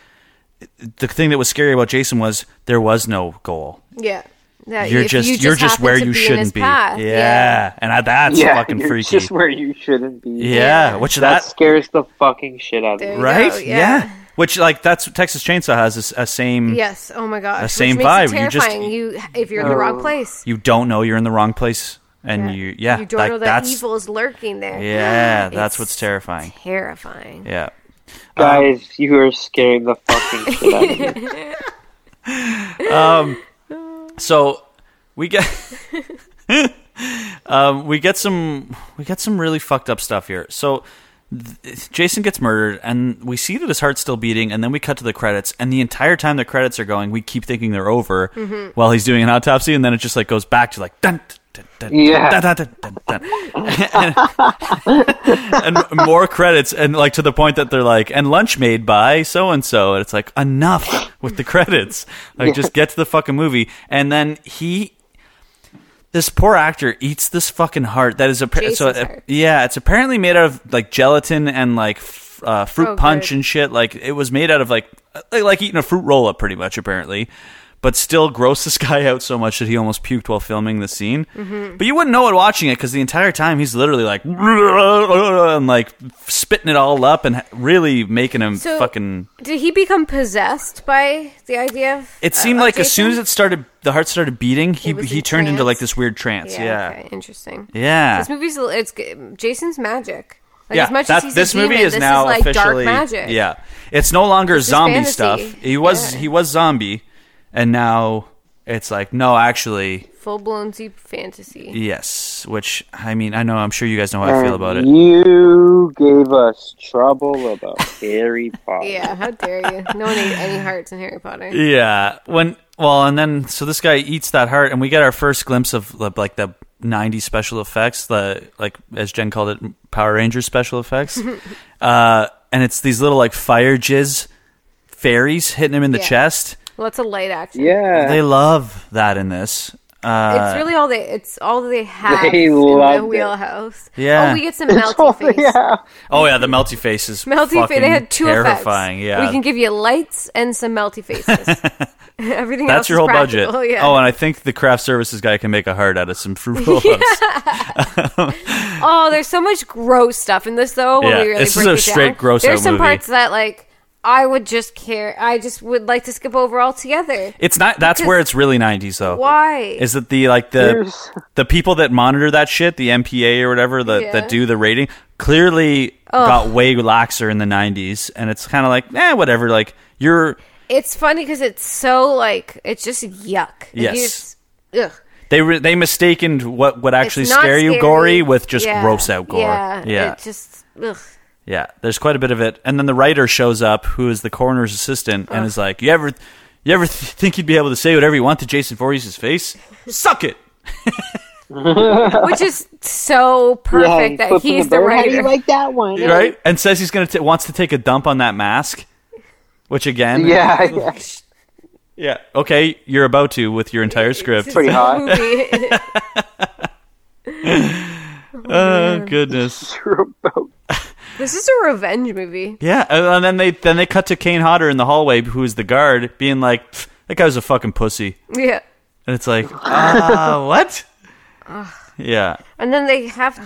The thing that was scary about Jason was there was no goal.
Yeah. That
you're
if
just, you're just
happen
where
to
you
be in his
shouldn't be.
path,
Yeah. and I, that's
yeah,
fucking
you're
freaky.
Just where you shouldn't be.
yeah, which
That
that
scares the fucking shit out of me.
There you
right?
go,
yeah. which like that's Texas Chainsaw has this, a same.
Yes. Oh my gosh. Which
same
makes
vibe.
it
You just-
terrifying. You if you're in the wrong place.
You don't know you're in the wrong place, and you yeah,
You don't
like,
know that
that's
evil is lurking there.
yeah, that's
It's
what's terrifying.
Terrifying.
Yeah. Um,
Guys, you are scaring the fucking shit out of me.
So we get um, we get some we get some really fucked up stuff here. So th- Jason gets murdered, and we see that his heart's still beating, and then we cut to the credits, and the entire time the credits are going, we keep thinking they're over while he's doing an autopsy, and then it just like goes back to like dun. dun, dun,
Yeah.
dun, dun, dun, dun, dun. and, and more credits and like to the point that they're like and lunch made by so and so and it's like enough with the credits like just get to the fucking movie and then he this poor actor eats this fucking heart that is apparently so
Jason's
uh,
heart.
yeah it's apparently made out of like gelatin and like f- uh, fruit
Oh,
punch
good.
and shit like it was made out of like like, like eating a fruit roll up pretty much apparently but still grossed this guy out so much that he almost puked while filming the scene
Mm-hmm.
but you wouldn't know it watching it because the entire time he's literally like and like spitting it all up and really making him
So-
fucking
Did he become possessed by the idea of?
it seemed
uh,
like as
Jason?
soon as it started the heart started beating he
It was
he
in
turned into
trance?
like this weird trance yeah yeah,
Okay, interesting.
yeah.
This movie's a- it's g- Jason's magic. Like,
yeah,
as much
that-
as he's
this
a
movie
demon,
is
this
now
is like
officially
dark magic.
Yeah, it's no longer
is
zombie
fantasy.
stuff. He was
Yeah.
he was zombie, and now it's like no, actually
full blown deep fantasy.
yes. Which I mean, I know I'm sure you guys know how I feel about it.
You gave us trouble about Harry Potter.
Yeah, how dare you? No one ate any hearts in Harry Potter.
Yeah, when well, and then so this guy eats that heart, and we get our first glimpse of li- like the '90s special effects, the like as Jen called it, Power Rangers special effects, uh, and it's these little like fire jizz fairies hitting him in the
Yeah.
chest.
Well, it's a light action.
Yeah.
They love that in this. Uh,
It's really all they. It's all they have
They
in
loved
the
it.
wheelhouse.
Yeah.
Oh, we get some melty face.
yeah.
oh yeah, the melty face is
Melty face.
fucking
They had two
terrifying.
effects.
Yeah,
We can give you lights and some melty faces. Everything else
that's your
is
whole
practical,
budget.
Yeah.
Oh, and I think the craft services guy can make a heart out of some fruit roll-ups.
Oh, there's so much gross stuff in this though. When
Yeah,
we really
this is
break
a
it
straight
down.
gross
There's
out
some
movie.
parts that like I would just care. I just would like to skip over altogether.
It's not. That's
Because-
where it's really '90s though.
Why?
is that the like the
There's-
the people that monitor that shit, the MPA or whatever that
Yeah.
that do the rating, clearly got way laxer in the '90s, and it's kind of like, eh, whatever. Like you're,
It's funny because it's so like it's just yuck. Like, you
Yes.
just- ugh.
they re- they mistaken what would actually
It's not
scare you
scary.
gory with just
Yeah.
gross out gore.
Yeah.
Yeah,
It just ugh.
Yeah, there's quite a bit of it, and then the writer shows up, who is the coroner's assistant, and is like, "You ever, you ever th- think you'd be able to say whatever you want to Jason Voorhees' face? Suck it."
which is so perfect that he's the writer.
like that one?
right? And says he's gonna t- wants to take a dump on that mask, which again,
Yeah, yeah.
yeah, okay, you're about to with your entire script.
pretty hot.
Movie.
Oh goodness,
You're about-
this is a revenge movie.
yeah. And and then they then they cut to Kane Hodder in the hallway, who is the guard, being like, "Pfft, "That guy was a fucking pussy,"
Yeah.
and it's like, "Ah, what?" Yeah,
And then they have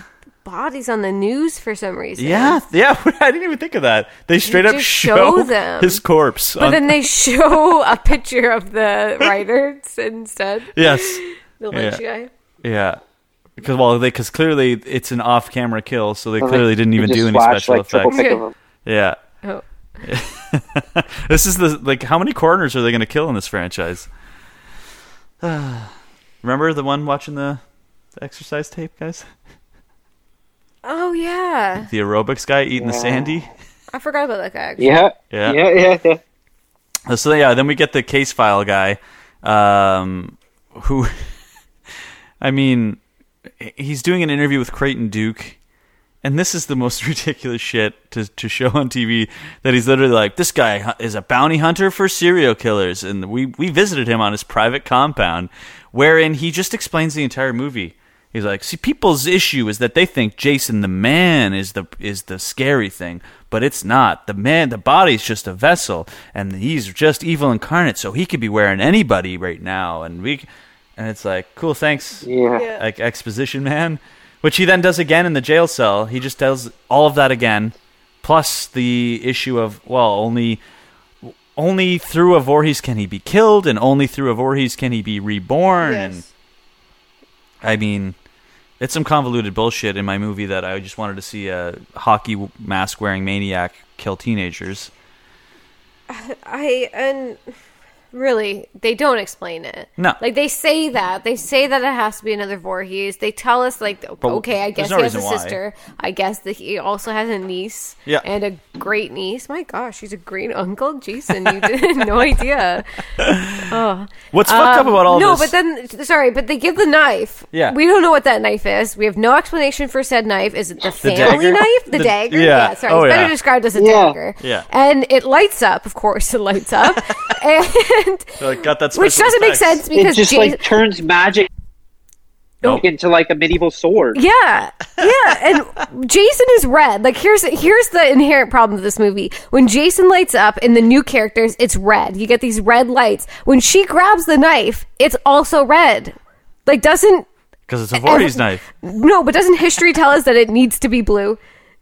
bodies on the news for some reason.
yeah, yeah. I didn't even think of that. They straight up
just
show,
show them.
his corpse.
But
on-
then they show a picture of the writer instead.
yes,
The lynch guy.
yeah. Because well, they because clearly it's an off-camera kill, so they
Like,
clearly didn't
you
even
just
do any
flash,
special
like, triple
effects.
pick of 'em.
Yeah.
Oh.
This is the like how many coroners are they going to kill in this franchise? Remember the one watching the, the exercise tape, guys?
Oh yeah.
The aerobics guy eating the sandy.
I forgot about that guy. Actually.
Yeah,
Yeah.
yeah, yeah, yeah.
Uh, So yeah, then we get the case file guy, um, who, I mean, he's doing an interview with Creighton Duke, and this is the most ridiculous shit to to show on TV. That he's literally like, this guy hu- is a bounty hunter for serial killers, and we we visited him on his private compound, wherein he just explains the entire movie. He's like, see, people's issue is that they think Jason the man is the is the scary thing, but it's not. The man, the body's just a vessel, and he's just evil incarnate, so he could be wearing anybody right now. And we, and it's like, cool, thanks,
Yeah.
like exposition man, which he then does again in the jail cell. He just does all of that again, plus the issue of well, only only through a Voorhees can he be killed, and only through a Voorhees can he be reborn, and. I mean, it's some convoluted bullshit in my movie that I just wanted to see a hockey mask wearing maniac kill teenagers.
I and really they don't explain it.
No.
Like they say that. They say that it has to be another Voorhees. They tell us like okay, I
there's
guess
no
he has a
reason why.
sister. I guess that he also has a niece.
Yeah.
And a great niece. My gosh, he's a great uncle, Jason. You did no idea. Oh. Um,
What's fucked up about all
no,
this?
but then sorry, but they give the knife.
Yeah.
we don't know what that knife is. We have no explanation for said knife. Is it the, family
dagger?
knife? The,
The-
dagger?
yeah.
sorry,
Oh,
it's better
yeah.
described as a
Yeah.
dagger.
Yeah.
and it lights up. Of course, it lights up, and
So it Uh, got that
which
special
doesn't make
effects.
sense
It
because
just
Jason.
like turns magic
Nope.
into like a medieval sword.
Yeah, yeah, and Jason is red. Like here's here's the inherent problem of this movie. When Jason lights up in the new characters, it's red. You get these red lights. When she grabs the knife, it's also red. Like doesn't
Because it's a Voorhees knife.
No, but doesn't history tell us that it needs to be blue?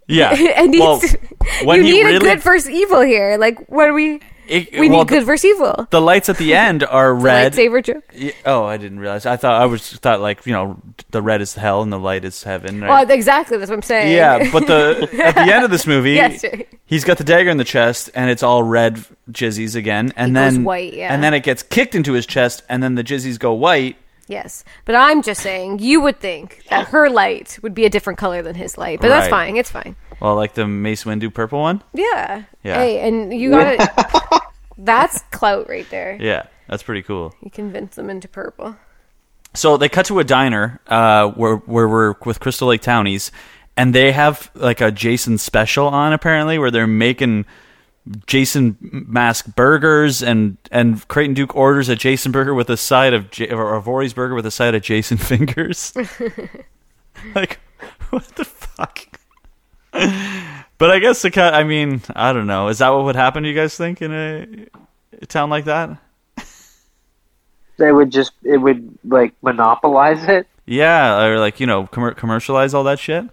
Yeah.
It needs
well,
to-
when
you
he
need
really,
a good versus evil here. Like what do we
it-
we
well,
need good
The,
versus evil.
the lights at the end are red.
Lightsaber joke.
Yeah, Oh, I didn't realize. I thought I was thought like you know the red is hell and the light is heaven. Right?
Well, exactly. That's what I'm saying.
Yeah, but the at the end of this movie,
Yes, right.
he's got the dagger in the chest, and it's all red jizzies again, and
goes
then
white, yeah.
and then it gets kicked into his chest, and then the jizzies go white.
yes. But I'm just saying, you would think that her light would be a different color than his light, but that's
Right.
fine. It's fine.
Well, like the Mace Windu purple one.
Yeah.
Yeah.
Hey, and you got it. That's clout right there.
Yeah, that's pretty cool.
You convince them into purple.
So they cut to a diner uh, where where we're with Crystal Lake Townies, and they have like a Jason special on apparently, where they're making Jason mask burgers, and and Creighton Duke orders a Jason burger with a side of J- or a Voorhees burger with a side of Jason fingers. like, what the fuck? but I guess the cut. I mean, I don't know. Is that what would happen? Do you guys think in a, a town like that?
They would just it would like monopolize it.
Yeah, or like you know, commer commercialize all that shit.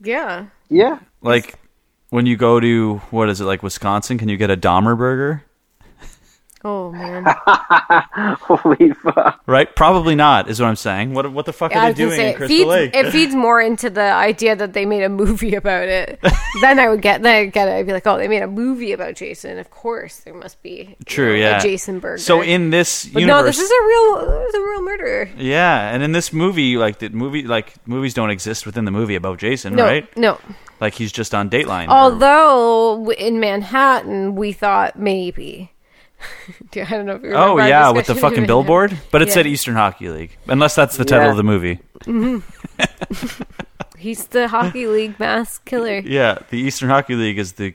Yeah.
Yeah.
like when you go to what is it like Wisconsin? Can you get a Dahmer burger?
Oh man.
Holy fuck!
right? Probably not, is what I'm saying. What what the fuck
I
are
was
they
gonna
doing
say,
in
it
Crystal
feeds,
Lake?
it feeds more into the idea that they made a movie about it. then I would get, then I would get it. I'd be like, oh, they made a movie about Jason. Of course, there must be you
True,
know,
yeah.
a Jason Burger.
So in this
but
universe,
no, this is a real, this is a real murderer.
yeah, and in this movie, like the movie, like movies don't exist within the movie about Jason,
No,
right?
no.
Like he's just on Dateline. or-
Although w- in Manhattan, we thought maybe. Dude, I don't know if you
oh
remember our
yeah, with the
discussion in
fucking
Manhattan.
billboard, but it
Yeah.
said Eastern Hockey League, unless that's the title
Yeah.
of the movie.
He's the hockey league mass killer.
Yeah, the Eastern Hockey League is the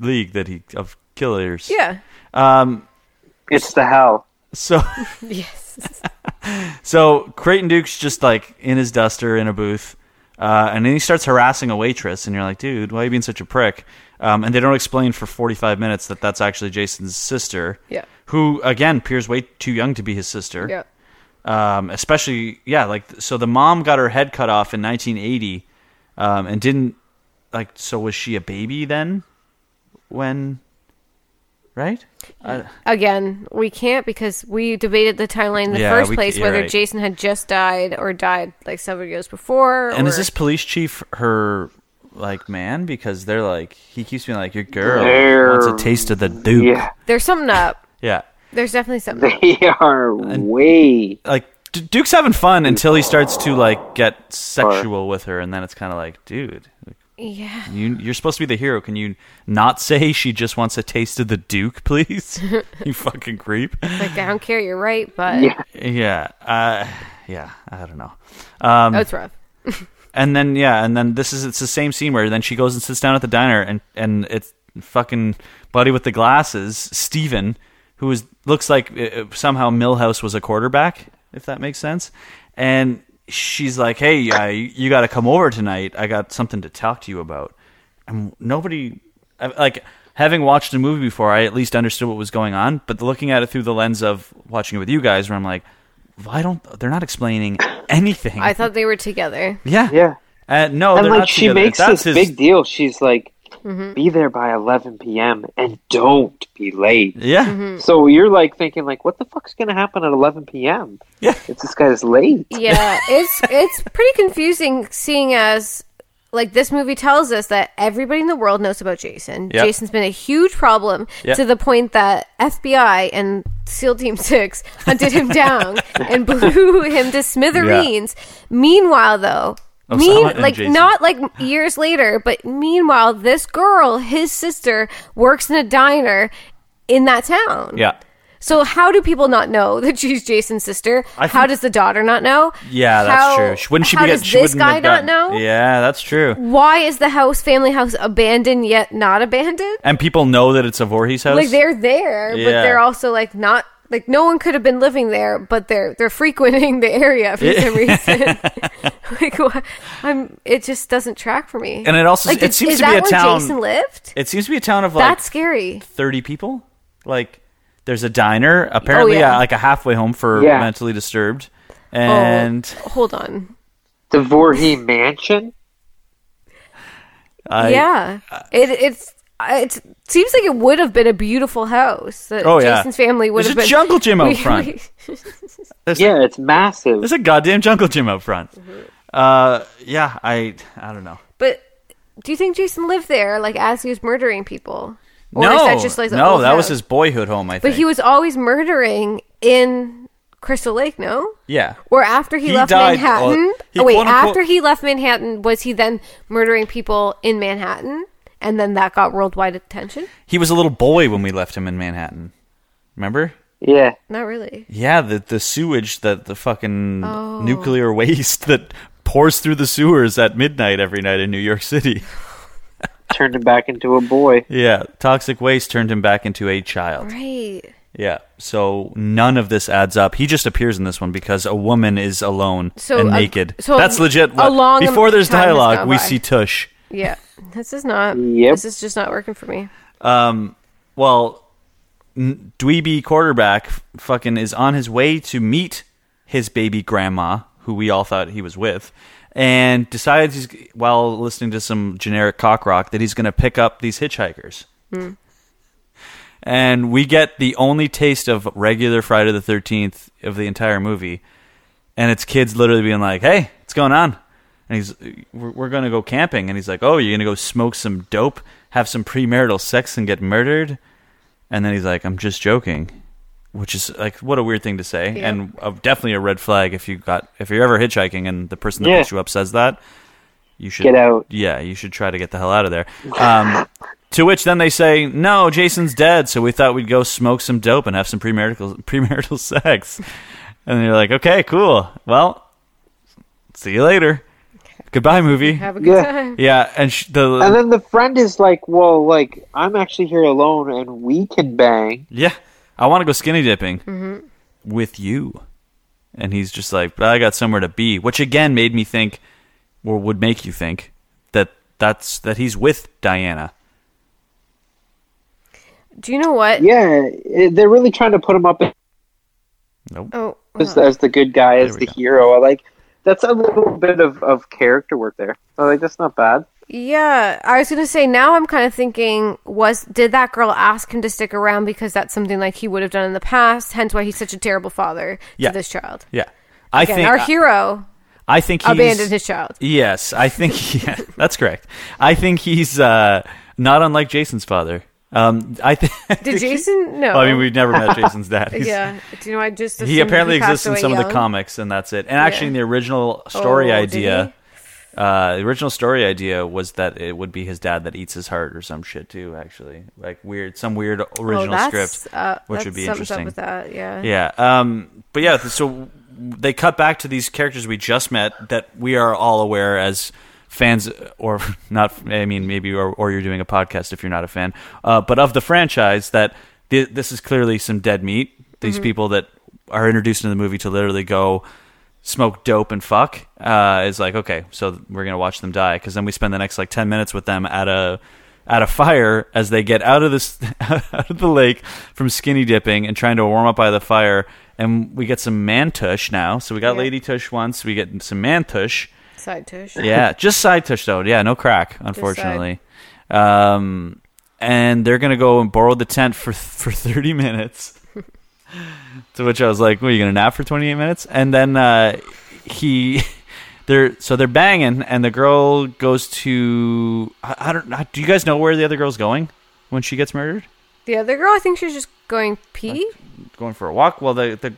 league that he of killers.
Yeah.
It's the hell.
So
Yes.
so Creighton Duke's just like in his duster in a booth, uh, and then he starts harassing a waitress, and you're like, dude, why are you being such a prick? Um, and they don't explain for 45 minutes that that's actually Jason's sister.
Yeah.
Who again appears way too young to be his sister.
yeah.
um, especially yeah like so the mom got her head cut off in 1980 um, and didn't like so was she a baby then when right
Again, we can't because we debated the timeline in the
Yeah,
first
we-
place
you're
whether
right.
Jason had just died or died like several years before.
and is
or-
this police chief her like man because they're like he keeps being like your girl
They're-
wants a taste of the duke
Yeah,
there's something up?
yeah
There's definitely something. up.
they are way.
like D- duke's having fun until he starts to like get sexual with her and then it's kind of like dude
Yeah.
You, you're supposed to be the hero. Can you not say she just wants a taste of the Duke, please? you fucking creep.
Like I don't care. You're right, but
Yeah.
Yeah. Uh, yeah. I don't know. Um,
that's rough.
and then yeah, and then this is it's the same scene where then she goes and sits down at the diner, and and it's fucking buddy with the glasses, Steven, who is looks like uh, uh, somehow Millhouse was a quarterback, if that makes sense, and she's like, hey, uh, you, you got to come over tonight. I got something to talk to you about, and nobody I- like. Having watched the movie before, I at least understood what was going on. But looking at it through the lens of watching it with you guys, where I'm like, why don't they're not explaining anything?
I thought they were together.
Yeah.
Yeah.
Uh, no,
and
they're
like
not
she
together.
makes
That's
this
his,
big deal. She's like, be there by 11 p.m. and don't be late.
Yeah.
Mm-hmm.
So you're like thinking like, what the fuck's gonna happen at 11 p.m.?
Yeah.
It's this guy's late.
Yeah, it's it's pretty confusing seeing as like this movie tells us that everybody in the world knows about Jason.
Yep.
Jason's been a huge problem
Yep.
to the point that FBI and SEAL Team Six hunted him down and blew him to smithereens. Meanwhile, though. Mean,
and
like
Jason.
not like years later, but meanwhile, this girl, his sister, works in a diner in that town.
Yeah.
So how do people not know that she's Jason's sister?
I
how
think-
does the daughter not know?
Yeah, that's
How-
true. She- Wouldn't she
how
be?
does
she
this
wouldn't
guy
have
not
gotten-
know?
Yeah, that's true.
Why is the house, family house, abandoned yet not abandoned?
And people know that it's a Voorhees house.
Like they're there, but
Yeah.
they're also like not like no one could have been living there, but they're they're frequenting the area for some reason. like wha- I'm, it just doesn't track for me.
And it also-
like,
it
is-
seems
is
to be
that
a
where
town-
Jason lived.
it seems to be a town of like
That's scary.
thirty people. Like there's a diner. Apparently,
Oh, yeah.
yeah, like a halfway home for
Yeah.
mentally disturbed. And
oh, hold on.
The Voorhees mansion.
I,
yeah, it it's it seems like it would have been a beautiful house. That
Oh, yeah.
Jason's family would
There's
have
a
been
jungle gym out
We-
front.
we-
Yeah, it's massive.
there's a goddamn jungle gym out front.
Mm-hmm.
Uh, yeah, I I don't know.
but do you think Jason lived there, like as he was murdering people? Or
no,
is that just like the
no,
old
that was
house?
his boyhood home. I think.
But he was always murdering in Crystal Lake, no?
yeah.
Or after he,
He
left
died-
Manhattan?
well, he
oh, wait,
quote-unquote-
after he left Manhattan, was he then murdering people in Manhattan? And then that got worldwide attention?
He was a little boy when we left him in Manhattan. Remember?
Yeah.
Not really.
Yeah, the the sewage that the fucking
Oh.
nuclear waste that pours through the sewers at midnight every night in New York City.
Turned him back into a boy.
Yeah, toxic waste turned him back into a child.
Right.
Yeah. So none of this adds up. He just appears in this one because a woman is alone
So
and
a-
naked.
so
That's legit.
a
what-
long
Before there's
time has
dialogue,
gone
we
by.
see tush.
Yeah. This is not.
Yep.
This is just not working for me.
Well, n- dweeby quarterback f- fucking is on his way to meet his baby grandma, who we all thought he was with, and decides he's g- while listening to some generic cock rock that he's going to pick up these hitchhikers. and we get the only taste of regular Friday the Thirteenth of the entire movie, and it's kids literally being like, "Hey, what's going on?" And he's, "We're, we're going to go camping," and he's like, "Oh, you're going to go smoke some dope, have some premarital sex, and get murdered?" And then he's like, "I'm just joking." Which is like what a weird thing to say, and uh, definitely a red flag if you got if you're ever hitchhiking and the person that
Yeah.
picks you up says that, you should
Get out.
Yeah, you should try to get the hell out of there. Um, to which then they say, "No, Jason's dead, so we thought we'd go smoke some dope and have some premarital premarital sex." And you're like, "Okay, cool. Well, see you later. Goodbye, movie."
Have a good
Yeah.
time.
Yeah, and sh- the
And then the friend is like, "Well, like I'm actually here alone, and we can bang."
yeah, I want to go skinny dipping
Mm-hmm.
with you. And he's just like, "But I got somewhere to be," which again made me think, or would make you think that that's that he's with Diana.
Do you know what?
Yeah, it- they're really trying to put him up
Oh,
as,
wow.
as the good guy, as
we
the
go.
hero. I like that's a little bit of, of character work there. I like that's not bad.
yeah. I was gonna say now I'm kind of thinking was did that girl ask him to stick around because that's something like he would have done in the past, hence why he's such a terrible father
Yeah.
to this child.
Yeah, I
Again,
think
our hero
I think he's,
abandoned his child.
Yes, I think yeah, that's correct. I think he's uh, not unlike Jason's father. Um, I think.
Did Jason? No.
Well, I mean, we've never met Jason's dad. He's-
yeah. Do you know? I just
He
assumed
apparently
passed
exists in
away
some of the
young.
comics, and that's it. And actually,
Yeah.
in the original story
Oh, did
idea, uh, the original story idea was that it would be his dad that eats his heart or some shit too. Actually, like weird, some weird
Oh,
original
that's,
script,
uh,
which
that's
would be
something's
interesting.
Up with that, yeah.
Yeah. Um, but yeah, so they cut back to these characters we just met that we are all aware as fans, or not, I mean, maybe, or, or you're doing a podcast if you're not a fan, uh, but of the franchise, that th- this is clearly some dead meat. These people that are introduced in the movie to literally go smoke dope and fuck uh, is like, okay, so we're going to watch them die. Because then we spend the next like 10 minutes with them at a. At a fire as they get out of this out of the lake from skinny dipping and trying to warm up by the fire, and we get some man tush now. So we got
Yeah.
lady tush once, we get some man tush.
Side tush.
Yeah, just side tush though. Yeah, no crack, unfortunately. Um, and they're gonna go and borrow the tent for for thirty minutes. to which I was like, "What are you gonna nap for twenty eight minutes?" And then uh, he, they're so they're banging, and the girl goes to I, I don't know. Do you guys know where the other girl's going when she gets murdered?
The other girl, I think she's just going pee.
Going for a walk. Well, the the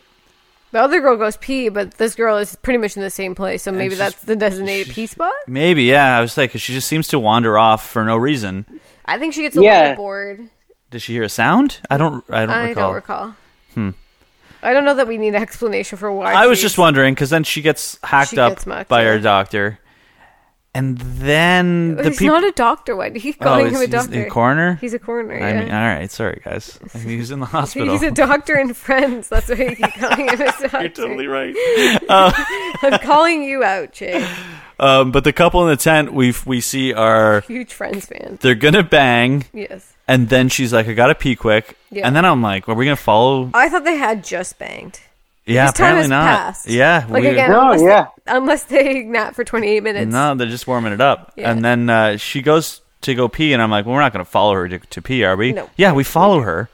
The other girl goes pee, but this girl is pretty much in the same place, so maybe
she's-
that's the designated pee spot.
Maybe, yeah. I was like, 'cause she just seems to wander off for no reason.
I think she gets a
Yeah.
little bored.
Did she hear a sound? I don't. I don't
I
recall.
don't recall. Hmm. I don't know that we need an explanation for why.
I was
she's-
just wondering because then she gets hacked
She
up
gets mucked,
by
yeah.
her doctor, and then the Oh,
He's
people.
not a doctor. Why do you keep calling him a doctor?
He's a coroner.
He's a coroner.
I
yeah.
mean, all right, sorry guys. He was in the hospital.
He's a doctor in Friends. That's why you keep calling him a doctor. You're
totally right.
I'm calling you out, Jay.
Um, but the couple in the tent we we see are
Huge Friends fan.
they're gonna bang,
Yes.
and then she's like, "I gotta pee quick,"
Yeah.
and then I'm like, "Are we gonna follow?"
I thought they had just banged.
Yeah,
His time
apparently
has
not.
passed.
Yeah,
Like
we-
again,
No,
unless
yeah.
They, unless they nap for 28 minutes.
No, they're just warming it up.
Yeah.
And then uh, she goes to go pee, and I'm like, well, we're not going to follow her to, to pee, are we?
No.
Yeah, we follow her,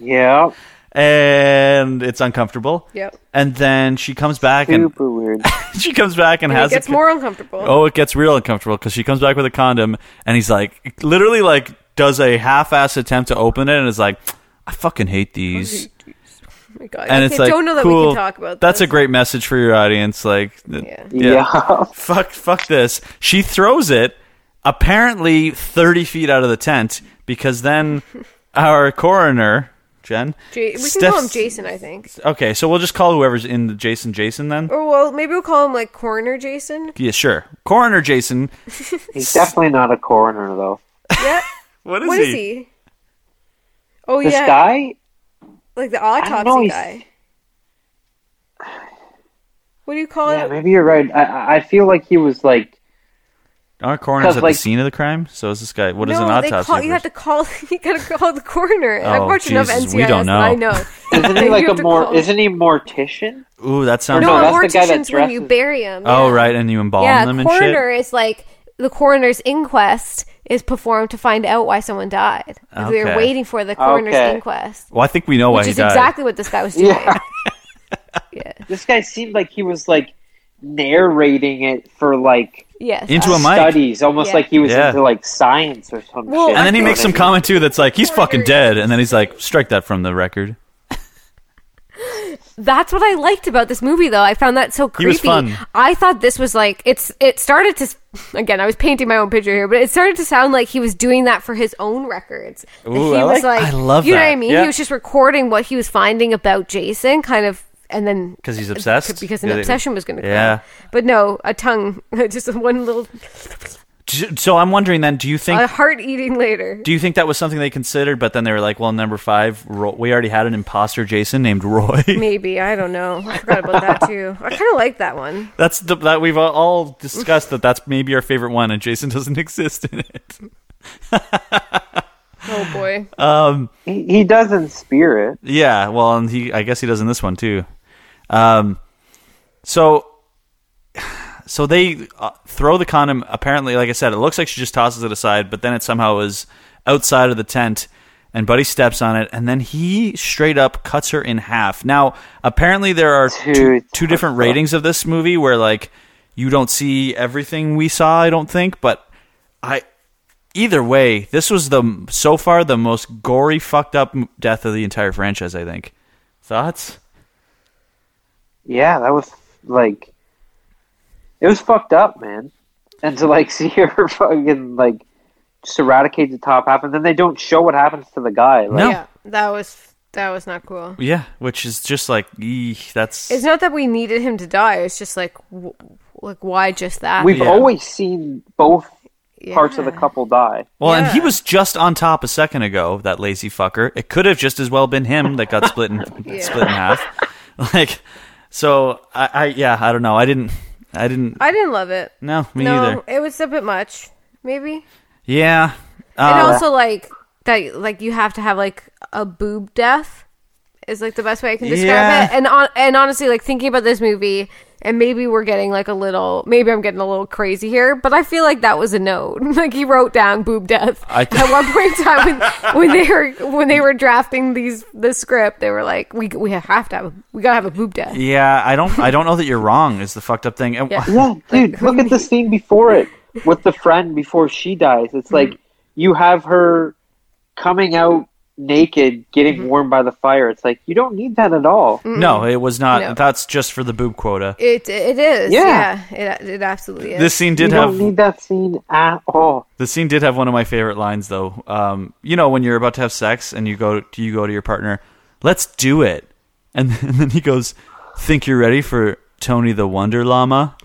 Yeah,
and it's uncomfortable.
Yep.
And then she comes back, and
super weird.
she comes back and,
And
has
it gets
a,
more uncomfortable.
Oh, it gets real uncomfortable because she comes back with a condom, and he's like, literally, like, does a half-ass attempt to open it, and is like, I fucking hate these.
Oh my God.
And
I
it's
can't-
like,
don't know that
cool.
we can talk about
That's a
this.
great message for your audience. Like,
Yeah.
yeah.
fuck fuck this she throws it apparently 30 feet out of the tent because then our coroner jen
Jay- we can call him
steps-
Jason, I think.
okay so we'll just call whoever's in the jason jason then
Or well, maybe we'll call him like Coroner Jason.
yeah sure coroner jason
He's definitely not a coroner though.
Yep.
what is,
what
he?
is he? Oh
This
yeah,
guy,
like the
don't know,
autopsy
he's-
guy. What do you call
yeah,
it?
maybe you're right. I- I, I feel like he was like,
our coroner's
'Cause,
at
like-
the scene of the crime so is this guy What is
no,
an
they
autopsy
call, you have to call. You gotta call the coroner. I've
Oh,
watched enough
Jesus,
NCIS.
we don't
that I
know.
know.
isn't he
You
like a
have to
more?
call-
Isn't he mortician?
ooh that sounds
No,
No, a
that's the guy that
mortician's when you
dresses-
bury him.
oh
yeah.
right and you embalm
Yeah,
them and shit
coroner is like the coroner's inquest. is performed to find out why someone died. Like, They
Okay.
were waiting for the coroner's
Okay.
inquest,
Well, I think we know why
which
he
is
died.
exactly what this guy was doing.
Yeah.
Yeah.
This guy seemed like he was like narrating it for like
Yes.
Into a mic.
studies, almost
Yeah.
like he was
Yeah.
into like science or some
Well,
shit.
I
and then he
feel
makes
like
some
he-
comment too that's like he's fucking
Reporters.
dead, and then he's like, strike that from the record.
That's what I liked about this movie, though. I found that so
He
creepy.
was fun.
I thought this was like it's. It started to again. I was painting my own picture here, but it started to sound like he was doing that for his own records. That
Ooh,
he
I
was
like-
like,
I love
You know
that.
what I mean?
Yeah.
He was just recording what he was finding about Jason, kind of, and then uh,
'Cause he's obsessed?
Because an
Yeah, they-
obsession was going to.
Yeah.
But no, a tongue, just one little,
J- So I'm wondering then, do you think
a heart eating later.
do you think that was something they considered, but then they were like, well, number five, Ro- we already had an imposter Jason named Roy.
Maybe I don't know. I forgot about that too. I kind of like that one.
that's the, that we've all discussed that that's maybe our favorite one, and Jason doesn't exist in it.
Oh boy.
he, he does in spirit.
Yeah, well, and he I guess he does in this one too. Um, so so they uh, throw the condom. Apparently, like I said, it looks like she just tosses it aside, but then it somehow is outside of the tent. And Buddy steps on it, and then he straight up cuts her in half. Now, apparently, there are two,
Dude.
two different ratings of this movie where, like, you don't see everything we saw, I don't think, but I either way, this was the so far the most gory, fucked up m- death of the entire franchise. I think. Thoughts?
Yeah, that was like it was fucked up, man. And to like see her fucking like just eradicate the top half, and then they don't show what happens to the guy. Like,
No.
Yeah, that was that was not cool.
Yeah, which is just like eeh, that's
It's not that we needed him to die. It's just like, w- like why just that?
We've
Yeah.
always seen both
Yeah.
parts of the couple die.
well, and he
yeah.
was just on top a second ago. That lazy fucker. It could have just as well been him that got split in split in half. Like, so I, I yeah, I don't know. I didn't. I didn't.
I didn't love it.
no, me
no,
neither.
it was a bit much. Maybe,
Yeah.
and
Uh,
also like that, like you have to have like a boob death is like the best way I can describe
Yeah.
it. And on and honestly, like thinking about this movie, and maybe we're getting like a little, maybe I'm getting a little crazy here, but I feel like that was a note. like he wrote down boob death
I-
at one point in time when, when they were when they were drafting these the script, they were like, we we have to have a, we gotta have a boob death.
yeah, I don't. I don't know that you're wrong. Is the fucked up thing? And-
Yeah.
Yeah, dude, look at the scene before it with the friend before she dies. It's like
Mm-hmm.
you have her coming out naked, getting warmed by the fire. It's like you don't need that at all.
No, it was not.
No.
That's just for the boob quota.
It it is.
Yeah.
Yeah. it, it absolutely is.
This scene
You
did
don't
have
need that scene at all.
The scene did have one of my favorite lines, though. Um, you know, when you're about to have sex and you go, you go to your partner, "Let's do it," and, and then he goes, "Think you're ready for Tony the Wonder Llama?"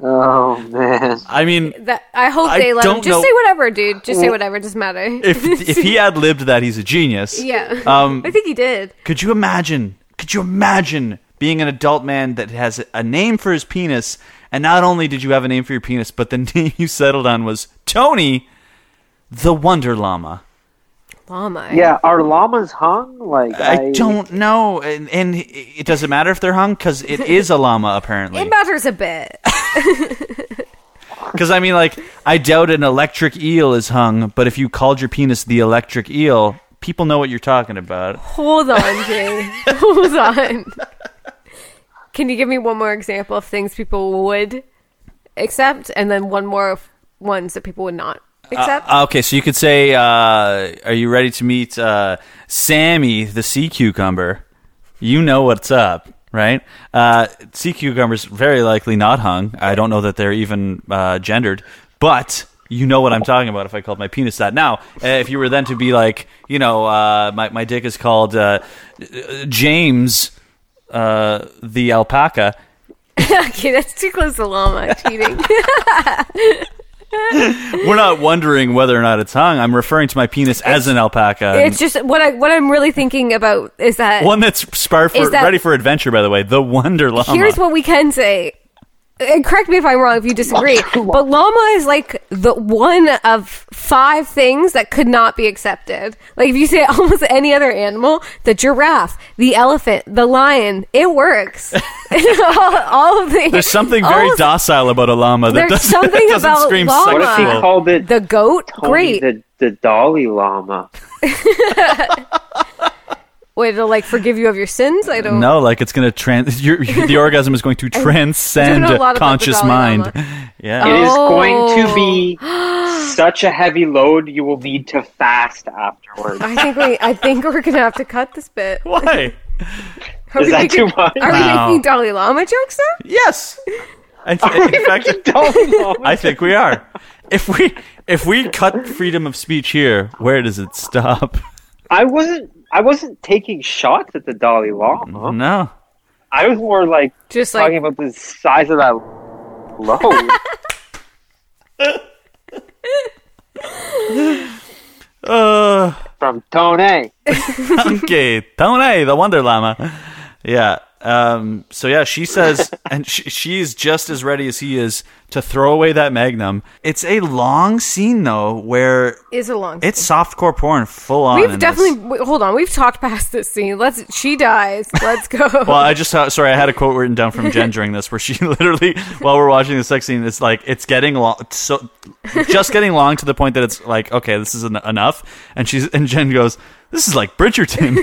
Oh man,
I mean,
that I hope
I
they let him
don't
just
know-
say whatever, dude. Just say whatever, doesn't matter.
if if he ad libbed that, he's a genius.
yeah.
Um,
I think he did.
Could you imagine? Could you imagine being an adult man that has a name for his penis, and not only did you have a name for your penis, but the name you settled on was Tony the Wonder Llama?
Llama.
yeah, are llamas hung? Like
I don't know, and, and it doesn't matter if they're hung because it is a llama
It
apparently.
matters a bit.
Because I mean, like, I doubt an electric eel is hung, but if you called your penis the electric eel, people know what you're talking about.
Hold on, Jay. Hold on. Can you give me one more example of things people would accept, and then one more of ones that people would not accept?
Okay, so you could say, uh, "Are you ready to meet uh, Sammy the sea cucumber?" You know what's up, right? Uh, sea cucumbers very likely not hung. I don't know that they're even uh, gendered, but you know what I'm talking about. If I called my penis that now, uh, if you were then to be like, you know, uh, my my dick is called uh, James uh, the alpaca.
okay, that's too close to llama cheating.
We're not wondering whether or not it's hung. I'm referring to my penis as an alpaca. and-
it's just what I what I'm really thinking about is that
One that's spar for,
Is that-
ready for adventure, by the way. The Wonder Llama.
Here's what we can say. and correct me if I'm wrong if you disagree, but llama is like the one of five things that could not be accepted. Like if you say almost any other animal, the giraffe, the elephant, the lion, it works. all, all of the
There's something very
almost
docile about a llama that
Oh, There's
doesn't,
something
doesn't
about
scream
llama.
What if he
sexual.
called it
the goat,
Tony
great.
the the Dalai Lama?
Way to like forgive you of your sins. I don't.
No, like it's going to trans. Your, your- the orgasm is going to transcend
lot about the
conscious
Dalai
mind.
It
Yeah.
is
Oh.
going to be such a heavy load. You will need to fast afterwards.
I think we. I think we're gonna have to cut this bit.
Why?
Are
Is
we
that too
making-
much?
Are we
Wow.
making Dalai Lama jokes now?
Yes. And in fact,
Dalai Lama.
I think we are. If we if we cut freedom of speech here, where does it stop?
I wasn't. I wasn't taking shots at the Dalai Lama.
No.
I was more like
Just
talking
like
about the size of that load.
Uh,
from Tone.
okay, Tony, the Wonder Llama. Yeah. Um, so yeah, she says, and she, she is just as ready as he is to throw away that Magnum. It's a long scene though, where
is a long.
it's softcore porn full on. in this.
We've definitely w hold on. We've talked past this scene. Let's. She dies. Let's go.
Well, I just uh, sorry, I had a quote written down from Jen during this where she literally, while we're watching the sex scene, it's like it's getting long, it's so just getting long to the point that it's like, okay, this is en- enough. And she's and Jen goes, "This is like Bridgerton."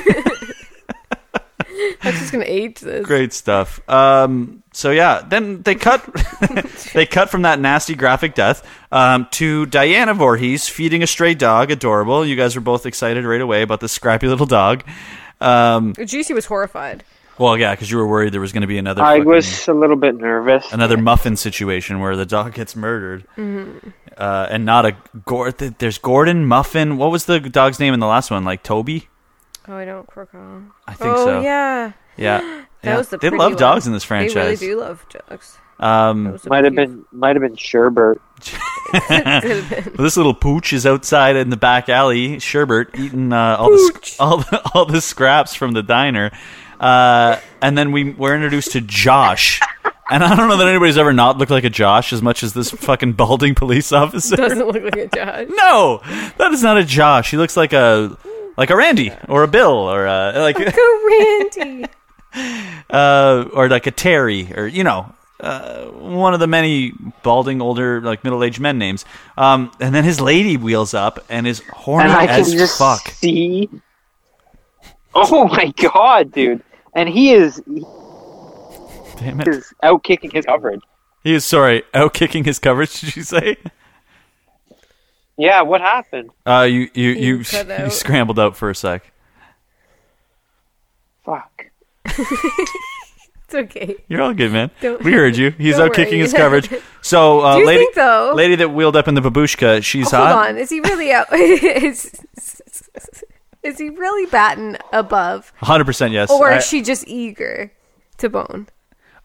I'm just gonna age this.
Great stuff. Um, so yeah, then they cut they cut from that nasty graphic death um, to Diana Voorhees feeding a stray dog. Adorable. You guys were both excited right away about this scrappy little dog. Um,
Juicy was horrified.
well, yeah, because you were worried there was going to be another.
I
fucking-
was a little bit nervous.
another muffin situation where the dog gets murdered,
Mm-hmm.
uh, and not a Gor- th- There's Gordon Muffin. What was the dog's name in the last one? Like Toby,
Oh, I don't recall.
I think
oh
so.
yeah,
yeah.
that
Yeah.
was the.
they
pretty
love
one.
dogs in this
They really
franchise.
do love dogs.
Um,
Might have been. Might have been Sherbert.
Well, this little pooch is outside in the back alley, Sherbert, eating uh, all, the
Pooch.
sc- all the all the scraps from the diner, uh, and then we we're introduced to Josh. And I don't know that anybody's ever not looked like a Josh as much as this fucking balding police officer.
Doesn't look like a dog.
no, that is not a Josh. He looks like a like a Randy or a Bill or a, like
Go Randy.
uh, or like a Terry or you know uh, one of the many balding older like middle aged men names. Um, and then his lady wheels up and is horny
and I can
as
just
fuck.
see. Oh my god, dude! And he is he
Damn it.
is out kicking his coverage.
He is sorry, out kicking his coverage, did you say?
Yeah, what happened?
Uh you you you,
cut
you
out.
scrambled out for a sec.
Fuck.
It's okay.
You're all good, man.
Don't-
we heard you. He's
don't
out kicking
worry.
his coverage. So uh
Do you
lady
think, though- Oh,
lady that wheeled up in the babushka, she's
Hold
hot.
on. Is he really out? is, is he really batting above,
Hundred percent yes.
or
I-
is she just eager to bone?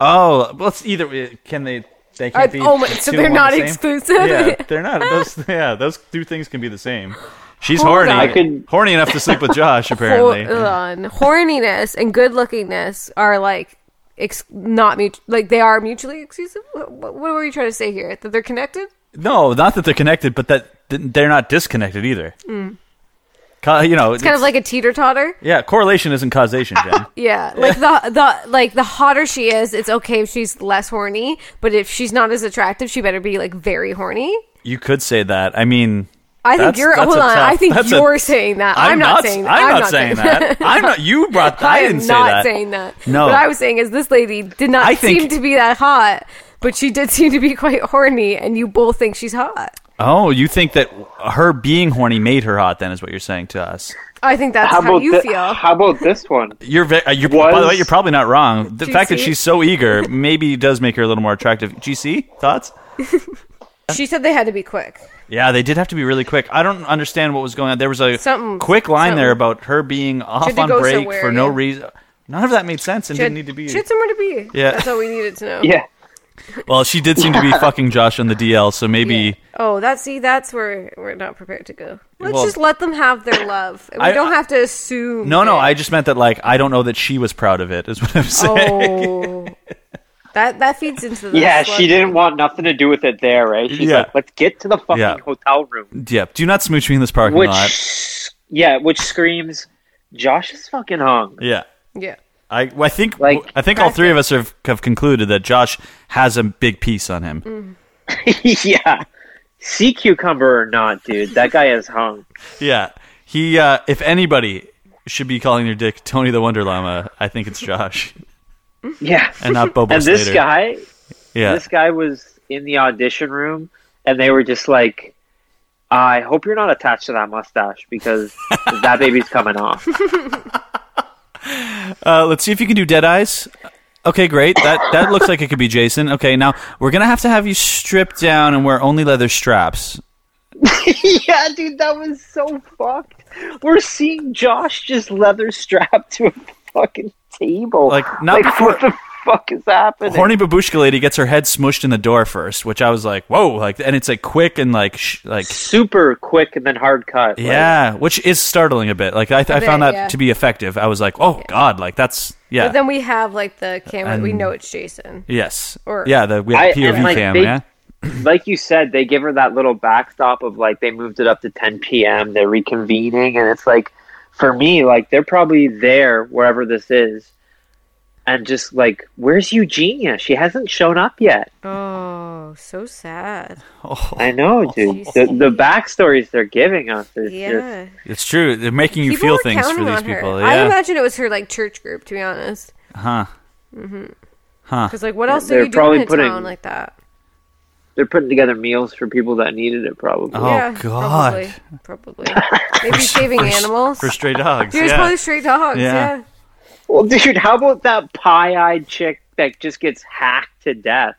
oh well it's either way can they they
Uh,
can't be
oh my!
the
So
two
they're
on
not
the same?
exclusive.
Yeah, they're not. Those yeah, those two things can be the same. She's
Hold
horny.
on. I uh,
could-
horny enough to sleep with Josh,
Hor-
apparently.
on. Horniness and good lookingness are like ex- not mut- like they are mutually exclusive. What, what were you trying to say here? That they're connected?
No, not that they're connected, but that th- they're not disconnected either. Co- you know, it's,
Hmm. Kind of like a teeter totter.
yeah, correlation isn't causation, Jen.
Yeah, like the the like the hotter she is, it's okay if she's less horny. But if she's not as attractive, she better be like very horny.
you could say that. I mean,
I think
That's-
you're.
that's
Hold
a
on.
tough-
I think
that's a-
you're saying that. Uh, I'm, not, saying. that.
I'm, not, saying that. I'm not. You brought. that. I,
I, am
didn't say
not
that.
saying that.
No.
What I was saying is this lady did not
I think-
seem to be that hot, but she did seem to be quite horny, and you both think she's hot.
Oh, you think that her being horny made her hot? Then is what you're saying to us.
I think that's
How
how,
about
you
thi-
feel.
How about this one?
You're. Ve- uh, you're by
Was-
the way, you're probably not wrong. The fact that
GC?
she's so eager maybe does make her a little more attractive. GC thoughts?
She said they had to be quick.
Yeah, they did have to be really quick. I don't understand what was going on. There was a
Something-
quick line
something.
there about her being off
had to
on
go
break
somewhere,
for no
yeah.
reason. None of that made sense and
She had,
didn't need to be.
she had somewhere to be.
Yeah.
That's all we needed to know.
Yeah,
Well, she did seem to be fucking Josh on the DL, so maybe.
Oh, that see, that's where we're not prepared to go. Let's
Well-
just let them have their love. And we
I-
don't have to assume.
No, no,
that-
I just meant that like I don't know that she was proud of it. Is what I'm saying.
Oh. That that feeds into the
Yeah,
slug
she didn't want nothing to do with it there, right? She's
Yeah.
like, let's get to the fucking
Yeah.
hotel room.
Yep. Do not smooch me in this parking
Which,
lot.
yeah, which screams, Josh is fucking hung.
Yeah.
Yeah.
I, well, I think
Like-
I think all three of us have, have concluded that Josh has a big piece on him.
yeah. Sea cucumber or not, dude, that guy is hung.
Yeah, he. Uh, if anybody should be calling their dick Tony the Wonder Llama, I think it's Josh
Yeah.
and not Bobo
And this
Slater.
guy,
yeah,
this guy was in the audition room, and they were just like, "I hope you're not attached to that mustache because that baby's coming off."
Uh, let's see if you can do Dead Eyes. Okay, great. That that looks like it could be Jason. Okay, now we're gonna have to have you stripped down and wear only leather straps.
yeah, dude, that was so fucked. We're seeing Josh just leather strapped to a fucking table.
Like, not before-
what the fuck is happening?
Horny babushka lady gets her head smushed in the door first, which I was like, whoa, like, and it's like quick and like sh- like
Super quick and then hard cut. like-
yeah, which is startling a bit. Like I, I
bit,
found that
yeah.
to be effective. I was like, oh god, like that's yeah,
But then we have like the camera. we
And-
know it's Jason.
yes,
or-
yeah, the we
I-
have
and,
POV
like,
cam,
they-
yeah.
like you said, they give her that little backstop of like they moved it up to 10 p.m. They're reconvening, and it's like for me, like they're probably there wherever this is, and just like, where's Eugenia? She hasn't shown up yet.
Oh, so sad.
Oh.
I know, dude.
geez.
The, the backstories they're giving us is just
Yeah.
It's true. They're making you
People
feel
were
things for
counting
these
on her.
people.
I
Yeah.
imagine it was her like church group, to be honest.
Huh.
Because like, what else
They're
are you
probably
doing in a
putting-
town like that?
they're putting together meals for people that needed it, probably.
Oh, God.
Probably. probably. Maybe saving animals.
For stray dogs.
There's
yeah.
probably stray dogs.
Yeah.
Yeah.
Well, dude, how about that pie-eyed chick that just gets hacked to death?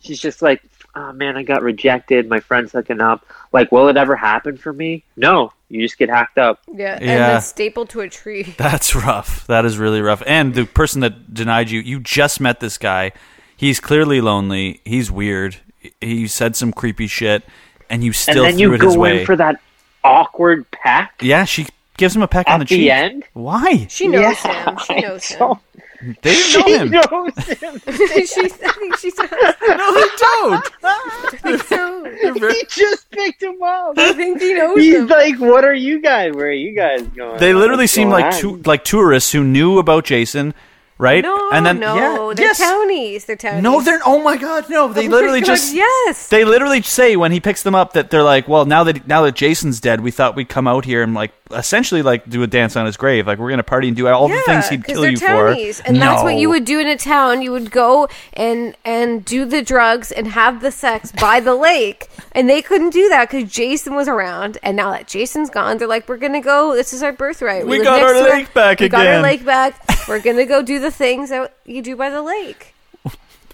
She's just like, "Oh man, I got rejected. My friend's hooking up. Like, will it ever happen for me? No, you just get hacked up.
yeah, And
Yeah.
then stapled to a tree.
That's rough. That is really rough. And the person that denied you, you just met this guy. He's clearly lonely. He's weird. He said some creepy shit, and you
And
still
then
threw
you
it his
go
way.
in for that awkward peck
yeah, she gives him a peck on
at
the
the,
cheek.
end.
Why?
She knows
Yeah,
him. She
I
knows him.
don't-
They didn't know him.
She knows him.
she, I think she does.
No, they don't.
So,
he just picked him up.
I think she knows
He's
him.
like, "What are you guys? Where are you guys going?
They literally
What's
seem
going
like
on?"
two, like tourists who knew about Jason, right?
No,
and then
no,
yeah,
they're
yes.
townies. They're townies.
No, they're. Oh my god, no! They
Oh my
literally
God,
just
yes.
they literally say when he picks them up that they're like, well, now that now that Jason's dead, we thought we'd come out here and like essentially like do a dance on his grave, like we're gonna party and do all the things he'd
'cause
kill
they're
you
townies,
for.
and that's what
No.
you would do in a town. You would go and and do the drugs and have the sex by the lake, and they couldn't do that because Jason was around. And now that Jason's gone, they're like, "We're gonna go. This is our birthright.
We
live
got
next
our
to
lake back
we got
again."
our lake back. We're gonna go do the things that you do by the lake."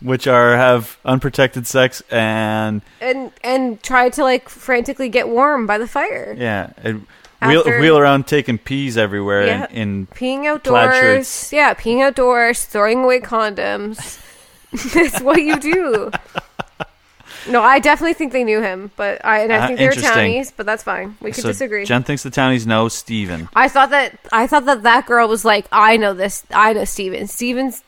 which are have unprotected sex and
And and try to like frantically get warm by the fire,
yeah, and wheel
After-
wheel around taking peas everywhere
Yeah.
in, in
peeing
shirts.
outdoors. Yeah, peeing outdoors, throwing away condoms. That's what you do. No, I definitely think they knew him, but I and I
Uh,
think they were
interesting.
townies, but that's fine. We could
so
disagree.
Jen thinks the townies know Steven.
I thought that I thought that that girl was like, I know this, I know Steven. Steven's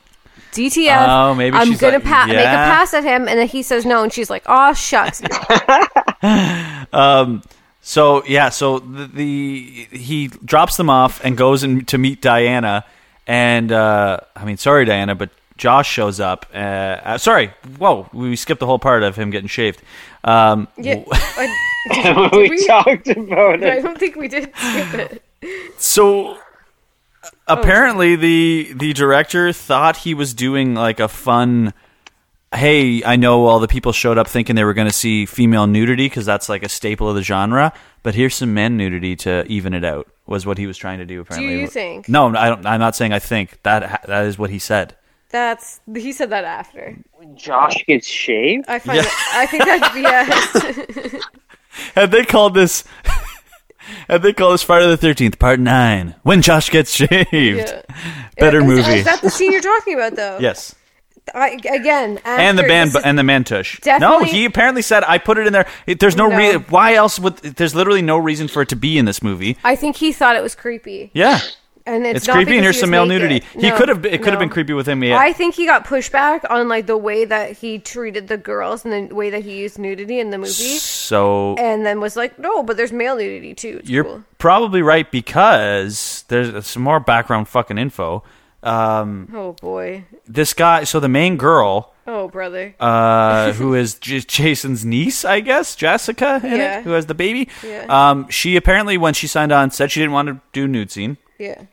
DTF.
Oh, maybe
I'm
she's
gonna
like,
pa- make a
yeah.
pass at him, and then he says no, and she's like, oh shucks.
So yeah, so the, the he drops them off and goes in to meet Diana, and uh, I mean, sorry, Diana, but Josh shows up. Uh, uh, sorry, whoa, we skipped the whole part of him getting shaved. Um,
Yeah, I,
we,
we-
talked about
I
it.
don't think we did skip it.
so apparently, the the director thought he was doing like a fun. Hey, I know all the people showed up thinking they were going to see female nudity because that's like a staple of the genre. But here's some men nudity to even it out. Was what he was trying to do.
Do
Apparently,
you think
No, I don't, I'm not saying I think that that is what he said.
that's he said that after?
Josh gets shaved.
I find that, I think that's BS.
Had they called this, had they called this Friday the Thirteenth Part Nine when Josh gets shaved,
Yeah.
better
Is-
movie.
Is that the scene you're talking about, though?
yes,
I, again, after,
and the band
this is-
and the mantush. No,
definitely-
he apparently said I put it in there. It- There's no,
No.
reason. Why else would? There's literally no reason for it to be in this movie.
I think he thought it was creepy.
Yeah,
and it's,
It's
not
creepy, and
because
here's
he
some
was
male
naked.
nudity. He
No,
could have. It could have
no.
been creepy with him. Yeah.
I think he got pushback on like the way that he treated the girls and the way that he used nudity in the movie,
so
and then was like, "No, but there's male nudity too." It's
You're
cool.
probably right because there's some more background fucking info. Um,
Oh boy.
this guy, so the main girl,
Oh brother.
uh, who is J- Jason's niece, I guess, Jessica, in
Yeah.
it, who has the baby.
Yeah.
Um, she apparently, when she signed on, said she didn't want to do nude scene,
yeah.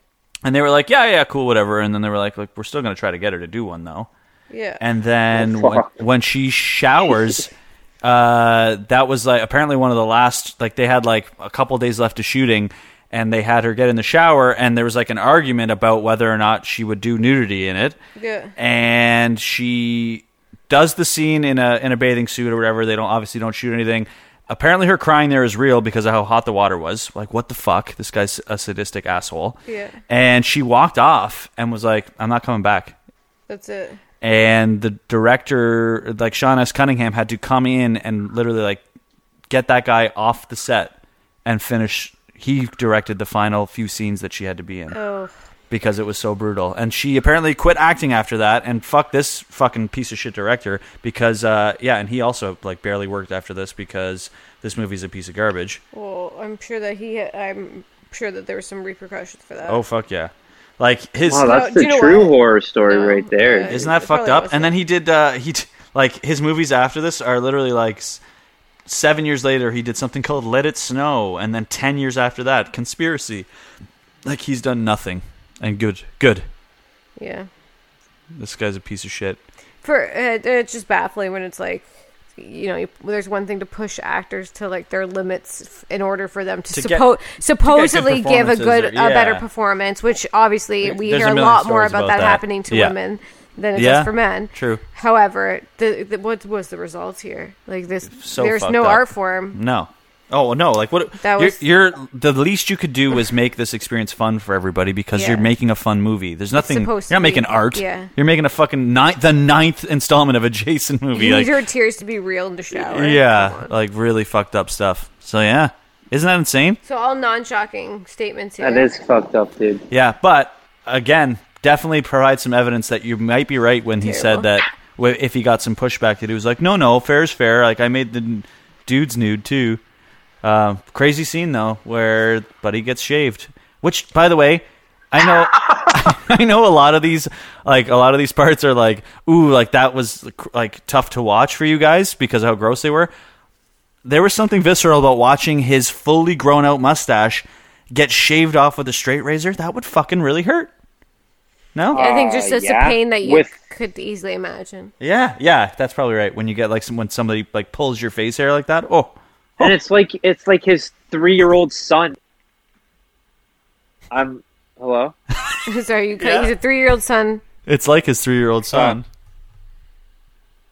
and they were like, "Yeah, yeah, cool, whatever." And then they were like, "Like, we're still gonna try to get her to do one though."
Yeah.
And then when,
Fuck.
when she showers, uh, that was like apparently one of the last. Like they had like a couple days left of shooting, and they had her get in the shower, and there was like an argument about whether or not she would do nudity in it.
Yeah.
And she does the scene in a in a bathing suit or whatever. They don't obviously don't shoot anything. Apparently, her crying there is real because of how hot the water was. Like, what the fuck? This guy's a sadistic asshole.
Yeah.
And she walked off and was like, "I'm not coming back."
That's it.
and the director like Sean S. Cunningham had to come in and literally like get that guy off the set and finish he directed the final few scenes that she had to be in
Oh.
because it was so brutal and she apparently quit acting after that and fuck this fucking piece of shit director because uh yeah and he also like barely worked after this because this movie's a piece of garbage
Well, I'm sure that he. I'm sure that there were some repercussions for that.
oh fuck yeah like his
Wow, that's
No, do
the
you know
true
what?
horror story
No,
right there.
uh,
Isn't that
It
fucked
probably
up?
was,
And
yeah.
then he did. Uh, he d- like his movies after this are literally like s- seven years later. He did something called Let It Snow, and then ten years after that, Conspiracy. Like he's done nothing. And good, good.
Yeah.
This guy's a piece of shit.
For it, it's just baffling when it's like. You know, you, there's one thing to push actors to like their limits f- in order for them to,
To get-
suppo- supposedly give a
performances
good,
or-
a better
yeah.
performance. Which obviously we
There's a
hear a,
million
lot more
stories
about,
about
that,
that.
happening to
Yeah.
women than it
Yeah.
does for men.
True.
However, the, the what was the result here? Like this,
So
there's
fucked
no
up.
art form.
No. Oh no! Like what?
That
you're,
was-
you're the least you could do was make this experience fun for everybody because
Yeah.
you're making a fun movie. There's nothing. You're
supposed
not
to be.
making art.
Yeah.
You're making a fucking ninth, the ninth installment of a Jason movie.
You
like,
need your tears to be real in the shower. Come
Yeah,
on.
like really fucked up stuff. So yeah, isn't that insane?
So all non-shocking statements here.
That is fucked up, dude.
Yeah, but again, definitely provide some evidence that you might be right when he said
Terrible.
that wh- if he got some pushback that he was like, no, no, fair is fair. Like I made the n- dudes nude too. Uh, crazy scene though, where Buddy gets shaved. Which, by the way, I know, I know a lot of these, like a lot of these parts are like, ooh, like that was like tough to watch for you guys because of how gross they were. there was something visceral about watching his fully grown out mustache get shaved off with a straight razor. That would fucking really hurt. No?
I think just
Uh,
it's
yeah.
a pain that you
With-
could easily imagine.
yeah, yeah, that's probably right. When you get like some, when somebody like pulls your face hair like that, oh,
And it's like it's like his three year old son. I'm hello?
Sorry, you cut-
Yeah.
he's a three-year-old son.
it's like his three year old son.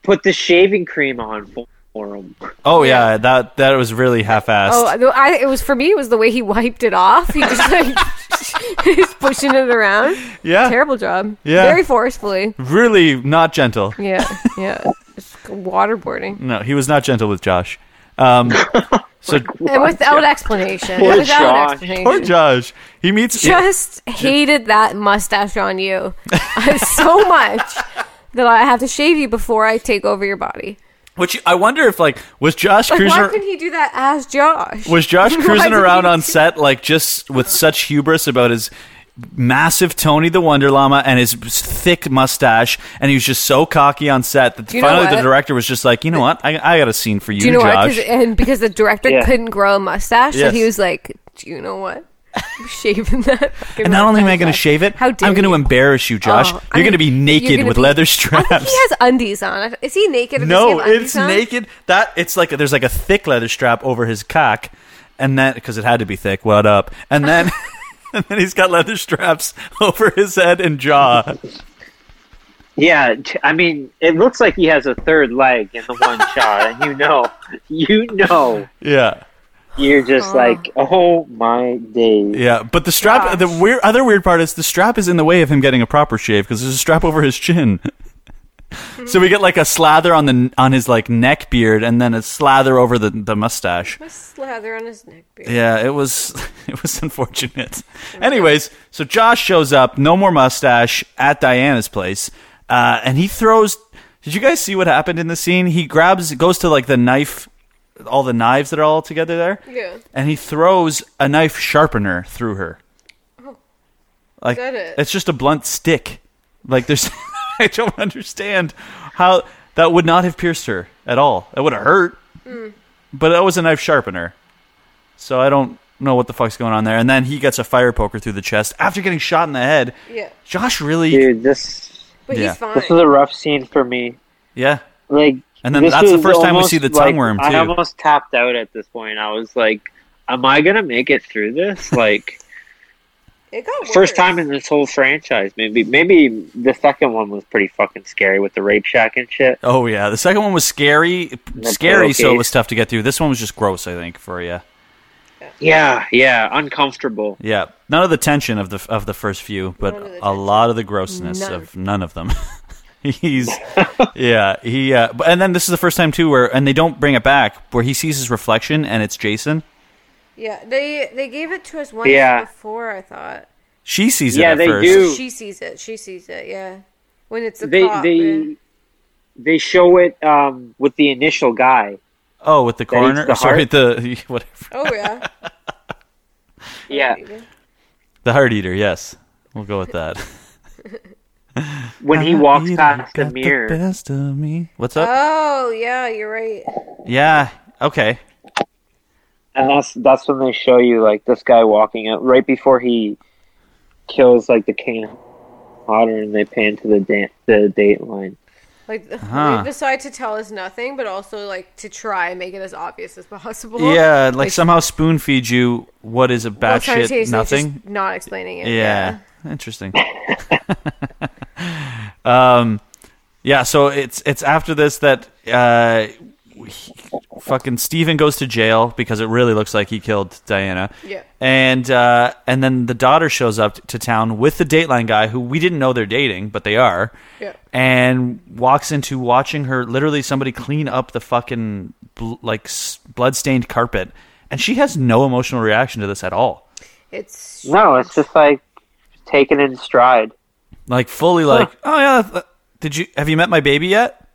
Put the shaving cream on for him.
oh yeah, that that was really half assed.
Oh, no, I, it was for me. It was the way he wiped it off. He just like he's pushing it around.
yeah,
Terrible job.
Yeah.
Very forcefully.
really not gentle.
Yeah. Yeah. It's waterboarding
No, he was not gentle with Josh. Um, so
and without explanation.
Poor
without
Josh.
explanation.
poor Josh. He meets
just hated that mustache on you so much that I have to shave you before I take over your body.
which I wonder if like was Josh
Like,
Cruiser
why couldn't he do that as Josh?
Was Josh
Why
cruising
did
around
he
on
do-
set like just with such hubris about his massive Tony the Wonder Llama and his thick mustache, and he was just so cocky on set that
you know
finally the
what?
director was just like, you know what, I, I got a scene for you,
Do you know why?
Josh.
'Cause- And because the director
Yeah.
couldn't grow a mustache, so he
Yes.
was like, "Do you know what? I'm shaving that." fucking
and not only am I going to
mustache
shave it,
How
I'm
dare
going to
you.
embarrass you,
off."
Josh.
Oh, I
you're going to
mean,
be
you're
naked
gonna
with
be-
leather
I think
straps.
he has undies on. Is he naked? Or
No,
does he have
it's
undies on?
naked. That it's like there's like a thick leather strap over his cock, and then because it had to be thick. What up? And then and then he's got leather straps over his head and jaw.
Yeah, t- I mean, it looks like he has a third leg in the one shot, and you know, you know,
Yeah.
you're just like, oh my days.
Yeah, but the strap,
Gosh.
the weird, other weird part is the strap is in the way of him getting a proper shave because there's a strap over his chin. So we get like a slather on the on his like neck beard, and then a slather over the the mustache.
A slather on his neck beard.
Yeah, it was it was unfortunate. Anyways, so Josh shows up, no more mustache at Diana's place, uh, and he throws. Did you guys see what happened in the scene? He grabs, goes to like the knife, all the knives that are all together there.
Yeah.
And he throws a knife sharpener through her. Like
that it?
it's just a blunt stick. Like there's, I don't understand how that would not have pierced her at all. That would have hurt, but that was a knife sharpener. So I don't know what the fuck's going on there. And then he gets a fire poker through the chest after getting shot in the head.
Yeah.
Josh really,
Dude, this
But
Yeah.
he's fine.
this is a rough scene for me.
yeah.
Like,
And then
this
that's the
was
first time we
almost
see the
like-
tongue worm, too.
I almost tapped out at this point. I was like, "Am I gonna make it through this?" Like,
it got worse.
first time in this whole franchise. Maybe, maybe the second one was pretty fucking scary with the rape shack and shit.
Oh yeah, the second one was scary,
The
scary. So it
pillowcase.
was tough to get through. This one was just gross, I think, for you.
Yeah, yeah, uncomfortable.
Yeah, none of the tension of the of the first few, but
None of the
a lot of the grossness
None.
of none of them. He's yeah he uh, but- and then this is the first time too where and they don't bring it back where he sees his reflection and it's Jason.
Yeah, they they gave it to us once
Yeah.
before. I thought
She sees it
Yeah,
at
they
first.
do. Ooh.
she sees it. She sees it. Yeah, when it's a
They
cop.
they
yeah.
they show it um, with the initial guy.
Oh, with the
eats
coroner.
the
Sorry,
heart?
the whatever
Oh yeah.
Yeah,
Uh, the heart eater. Yes, we'll go with that.
when he
Heart
walks
eater,
past
got
the mirror.
best of me. What's up?
Oh yeah, you're right.
yeah. Okay.
and that's that's when they show you like this guy walking up right before he kills like the king of otter and they pan to the da- the date line
Like
Huh.
they decide to tell us nothing, but also like to try and make it as obvious as possible.
yeah, like, somehow spoon feed you what is a
While simultaneously
batshit
just
nothing.
not explaining it.
Yeah. Interesting. um yeah, so it's it's after this that uh he- fucking Steven goes to jail because it really looks like he killed Diana.
Yeah.
And uh and then the daughter shows up t- to town with the Dateline guy who we didn't know they're dating, but they are.
Yeah.
And walks into watching her literally somebody clean up the fucking bl- like s- blood-stained carpet and she has no emotional reaction to this at all.
It's
no it's just like taken in stride
like fully like oh yeah th- did you have you met my baby yet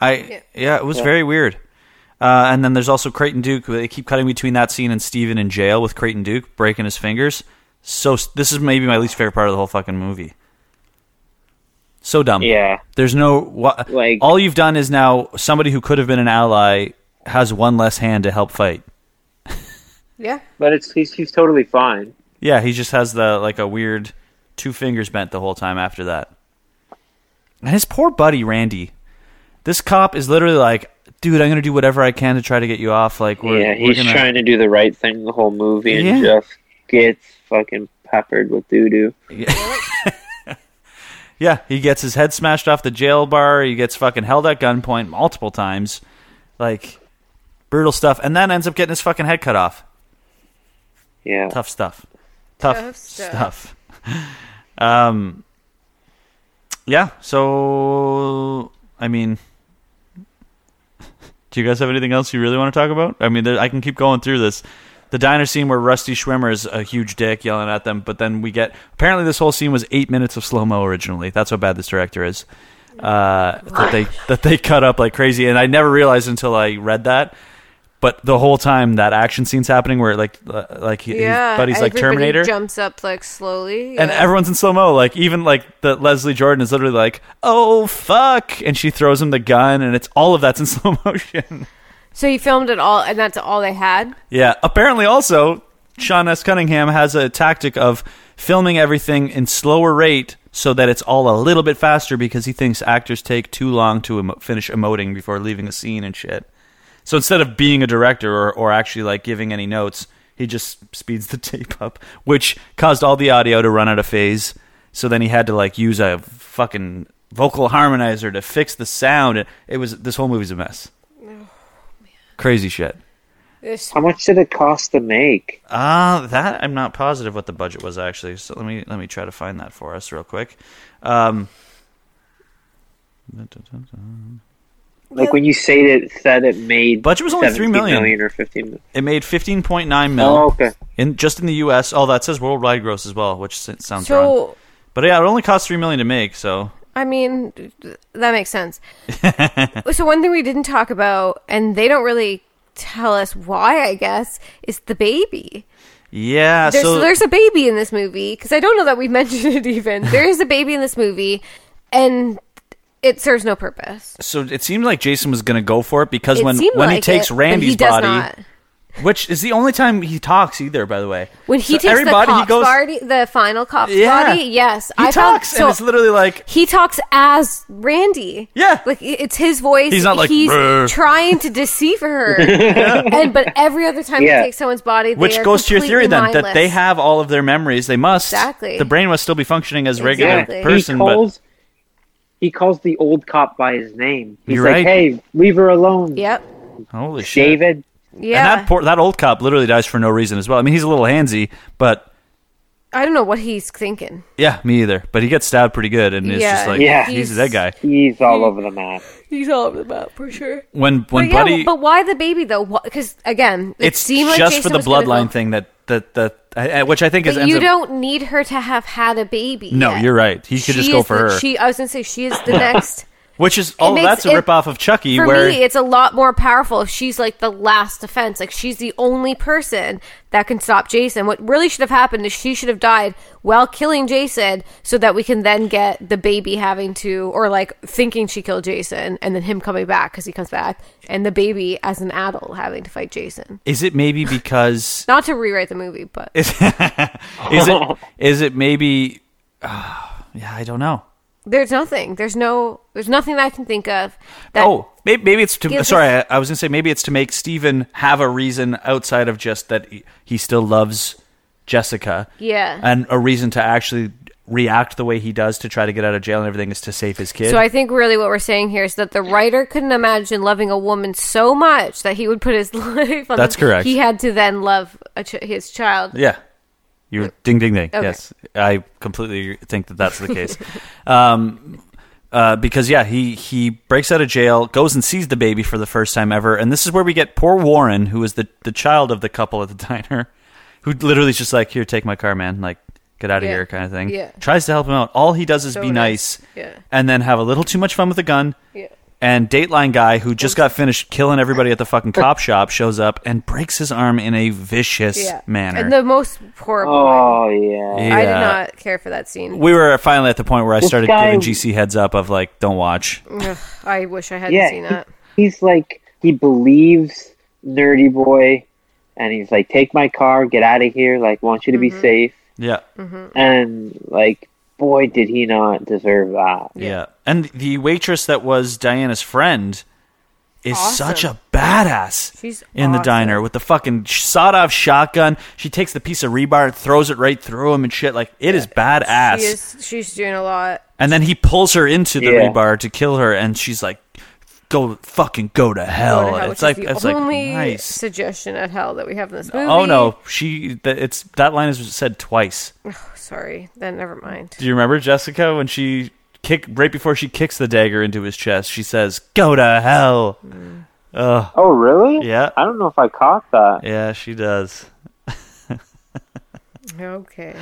i yeah, it was very weird uh, and then there's also creighton duke they keep cutting between that scene and steven in jail with creighton duke breaking his fingers so s- this is maybe my least favorite part of the whole fucking movie so dumb
yeah
there's no wha-
Like-
all you've done is now somebody who could have been an ally has one less hand to help fight
yeah.
but it's he's, he's totally fine
Yeah, he just has the like a weird two fingers bent the whole time after that. And his poor buddy Randy. This cop is literally like, dude, I'm gonna do whatever I can to try to get you off. Like, we're,
yeah
we're
he's
gonna-
trying to do the right thing the whole movie and
Yeah.
just gets fucking peppered with doo-doo
Yeah, he gets his head smashed off the jail bar. He gets fucking held at gunpoint multiple times, like brutal stuff. And then ends up getting his fucking head cut off.
yeah
Tough stuff. Tough,
Tough
stuff.
stuff.
um. Yeah. So I mean, do you guys have anything else you really want to talk about? I mean, there, I can keep going through this. The diner scene where Rusty Schwimmer is a huge dick yelling at them, but then we get apparently this whole scene was eight minutes of slow mo originally. That's how bad this director is. Uh, that they that they cut up like crazy, and I never realized until I read that. But the whole time that action scene's happening, where like uh, like he,
Yeah.
his buddy's like
everybody
Terminator,
jumps up like slowly.
and
yeah.
everyone's in slow mo. Like even like the Leslie Jordan is literally like, "Oh fuck," and she throws him the gun, and it's all of that's in slow motion.
So he filmed it all, and that's all they had.
yeah. Apparently, also Sean S. Cunningham has a tactic of filming everything in slower rate so that it's all a little bit faster because he thinks actors take too long to emo- finish emoting before leaving a scene and shit. So instead of being a director or, or actually like giving any notes, he just speeds the tape up, which caused all the audio to run out of phase. So then he had to like use a fucking vocal harmonizer to fix the sound. It was this whole movie's a mess. Crazy shit.
This
how much did it cost to make
Ah, that I'm not positive what the budget was actually. So let me let me try to find that for us real quick. Um,
Like when you say that it said it made
Budget was only
17
3 million.
million or fifteen. Million.
It made 15.9 mil
Oh, okay.
in just in the U.S. Oh, that says worldwide gross as well, which s- sounds wrong.
So,
But yeah, it only cost three million to make. So
I mean, that makes sense. so, one thing we didn't talk about, and they don't really tell us why, I guess, is the baby.
yeah,
There's,
so
there's a baby in this movie, because I don't know that we've mentioned it even. There is a baby in this movie, and it serves no purpose.
so it seemed like Jason was gonna go for it because
It
when
seemed
when he
like
takes
it, but
Randy's
he does
body,
not.
which is the only time he talks either, by the way.
When
So
he takes the
everybody- he
cop's
goes-
body, the final cop's
Yeah.
body, yes,
he
I found-
talks, and it's literally like
he talks as Randy.
Yeah.
like i- it's his voice.
He's not like,
he's
"Brr."
trying to deceive her. And but every other time
Yeah.
he takes someone's body, they
which
are
goes to your theory
completely
then that
mindless.
they have all of their memories. They must
Exactly.
The brain must still be functioning as a regular
Yeah,
Exactly.
person,
he
but
calls. He calls the old cop by his name. He's
You're right.
like, "Hey, leave her alone,
Yep.
holy shit!
David."
And
Yeah.
that poor, that old cop literally dies for no reason as well. I mean, he's a little handsy, but
I don't know what he's thinking.
yeah, me either. But he gets stabbed pretty good, and it's
Yeah,
just like
Yeah.
he's, that guy.
He's
Hmm.
all over the map.
He's all about for sure.
When when
But yeah,
Buddy,
but why the baby though? Because again, it
it's
seemed like
just
Jason
for the
was gonna
bloodline
go-
thing that that that I- I- which I think is
But
ends
you
up-
don't need her to have had a baby.
No,
yet.
you're right. He should
She
just go
is
for
the-
her.
She, I was gonna say she is the next.
which is oh
makes
that's a
it-
ripoff of Chucky
for
where
me, it's a lot more powerful if she's like the last defense. Like she's the only person that can stop Jason. What really should have happened is she should have died while killing Jason, so that we can then get the baby having to or like thinking she killed Jason, and then him coming back because he comes back, and the baby as an adult having to fight Jason.
is it maybe because
Not to rewrite the movie, but
is it is it maybe ah, yeah I don't know
there's nothing. There's no. There's nothing that I can think of. That
oh maybe, maybe it's to
Gives us-
sorry I, I was gonna say maybe it's to make Steven have a reason outside of just that he, he still loves Jessica
Yeah.
and a reason to actually react the way he does to try to get out of jail and everything is to save his kid
So I think really what we're saying here is that the writer couldn't imagine loving a woman so much that he would put his life on.
That's
the-
correct.
He had to then love a ch- his child.
Yeah. You're ding ding ding.
Okay.
Yes. I completely think that that's the case. um uh, because yeah, he he breaks out of jail, goes and sees the baby for the first time ever, and this is where we get poor Warren, who is the the child of the couple at the diner, who literally is just like, "Here, take my car, man. Like, get out of
Yeah.
here," kind of thing.
Yeah.
Tries to help him out. All he does is
So
be nice,
nice. Yeah.
and then have a little too much fun with a gun.
Yeah.
And Dateline guy who just got finished killing everybody at the fucking cop shop shows up and breaks his arm in a vicious manner.
And the most horrible.
Oh yeah.
I did
Yeah.
not care for that scene.
We were finally at the point where I started
guy-
giving GC heads up of like, don't watch.
Ugh, I wish I hadn't
yeah,
seen
he-
that.
he's like he believes nerdy boy, and he's like, "Take my car, get out of here. Like, want you to
Mm-hmm.
be safe."
Yeah,
And like, boy, did he not deserve that.
yeah. And the waitress that was Diana's friend is
Awesome.
such a badass.
She's
in the
awesome.
diner with the fucking sawed-off shotgun. She takes the piece of rebar and throws it right through him and shit. Like it is badass.
She is, she's doing a lot.
And then he pulls her into the
Yeah.
rebar to kill her, and she's like, "Go fucking go to hell."
Go to hell,
Oh, it's
which
like
is
it's
the
like
only
nice.
suggestion at hell that we have in this movie.
Oh no, she. That, it's that line is said twice.
Sorry. Then never mind.
Do you remember Jessica when she kick right before she kicks the dagger into his chest? She says, "Go to hell."
Oh, really?
Yeah.
I don't know if I caught that.
Yeah, she does.
Okay.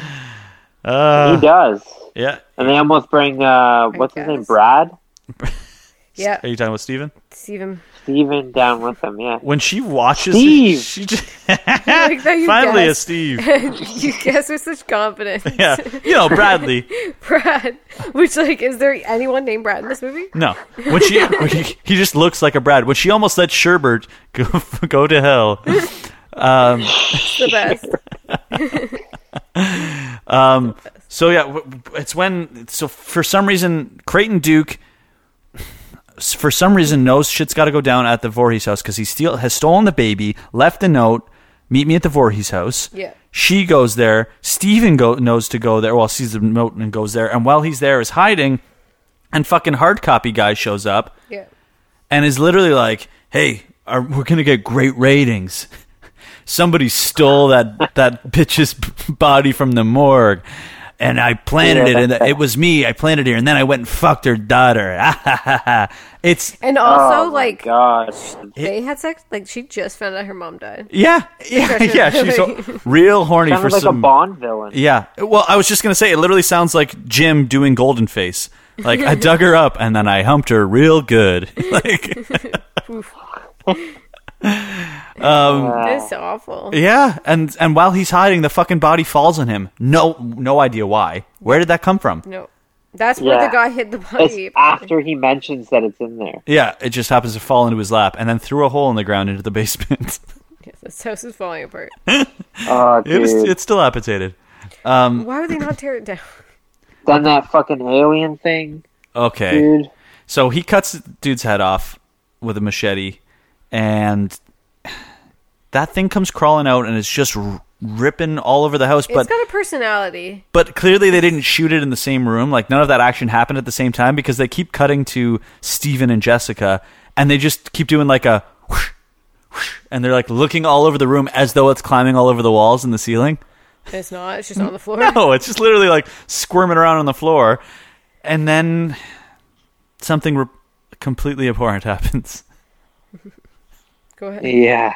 he does,
Yeah.
and they almost bring uh, what's his name,
guess.
Brad,
Yeah.
Are you talking about Steven?
Steven.
Steven down with him. Yeah.
When she watches,
Steve!
she just
Like that you
finally a
guessed.
Steve.
you guess with such confidence.
Yeah, you know Bradley.
Brad. Which like is there anyone named Brad in this movie?
No, when she when he, he just looks like a Brad. When she almost let Sherbert go go to hell.
It's the best.
So yeah, w- w- it's when so for some reason Creighton Duke s- for some reason knows shit's got to go down at the Voorhees house because he steal has stolen the baby, left the note. Meet me at the Voorhees house.
Yeah.
She goes there. Steven go, knows to go there. Well, sees the note and goes there. And while he's there, is hiding. And fucking hard copy guy shows up
Yeah.
and is literally like, "Hey, are, we're gonna get great ratings. Somebody stole that that bitch's b- body from the morgue." and I planted
Yeah,
it, and
that's-
it was me. I planted her, and then I went and fucked her daughter. it's
And
Oh
also,
my
like,
God.
they had sex. Like, she just found out her mom died.
yeah, yeah, yeah. She's so- real horny
Sounded
for
like
some
a Bond villain.
Yeah. Well, I was just gonna say it literally sounds like Jim doing Golden Face. Like I dug her up and then I humped her real good. like
That's awful.
yeah, and and while he's hiding, the fucking body falls on him. No, no idea why. Where did that come from?
No. That's where
Yeah.
the guy hid the body.
It's ah. after he mentions that it's in there.
Yeah, it just happens to fall into his lap and then threw a hole in the ground into the basement.
Yes, this house is falling apart.
Oh,
it
dude.
was it's still appetited. Mm.
Why would they not tear it down?
Done that fucking alien thing,
Okay.
dude.
So he cuts the dude's head off with a machete, and that thing comes crawling out, and it's just r- ripping all over the house. But
it's got a personality.
but clearly they didn't shoot it in the same room. Like none of that action happened at the same time because they keep cutting to Steven and Jessica, and they just keep doing like a, whoosh, whoosh, and they're like looking all over the room as though it's climbing all over the walls and the ceiling.
It's not. It's just on the floor.
No, it's just literally like squirming around on the floor, and then something re- completely abhorrent happens.
Go ahead.
Yeah.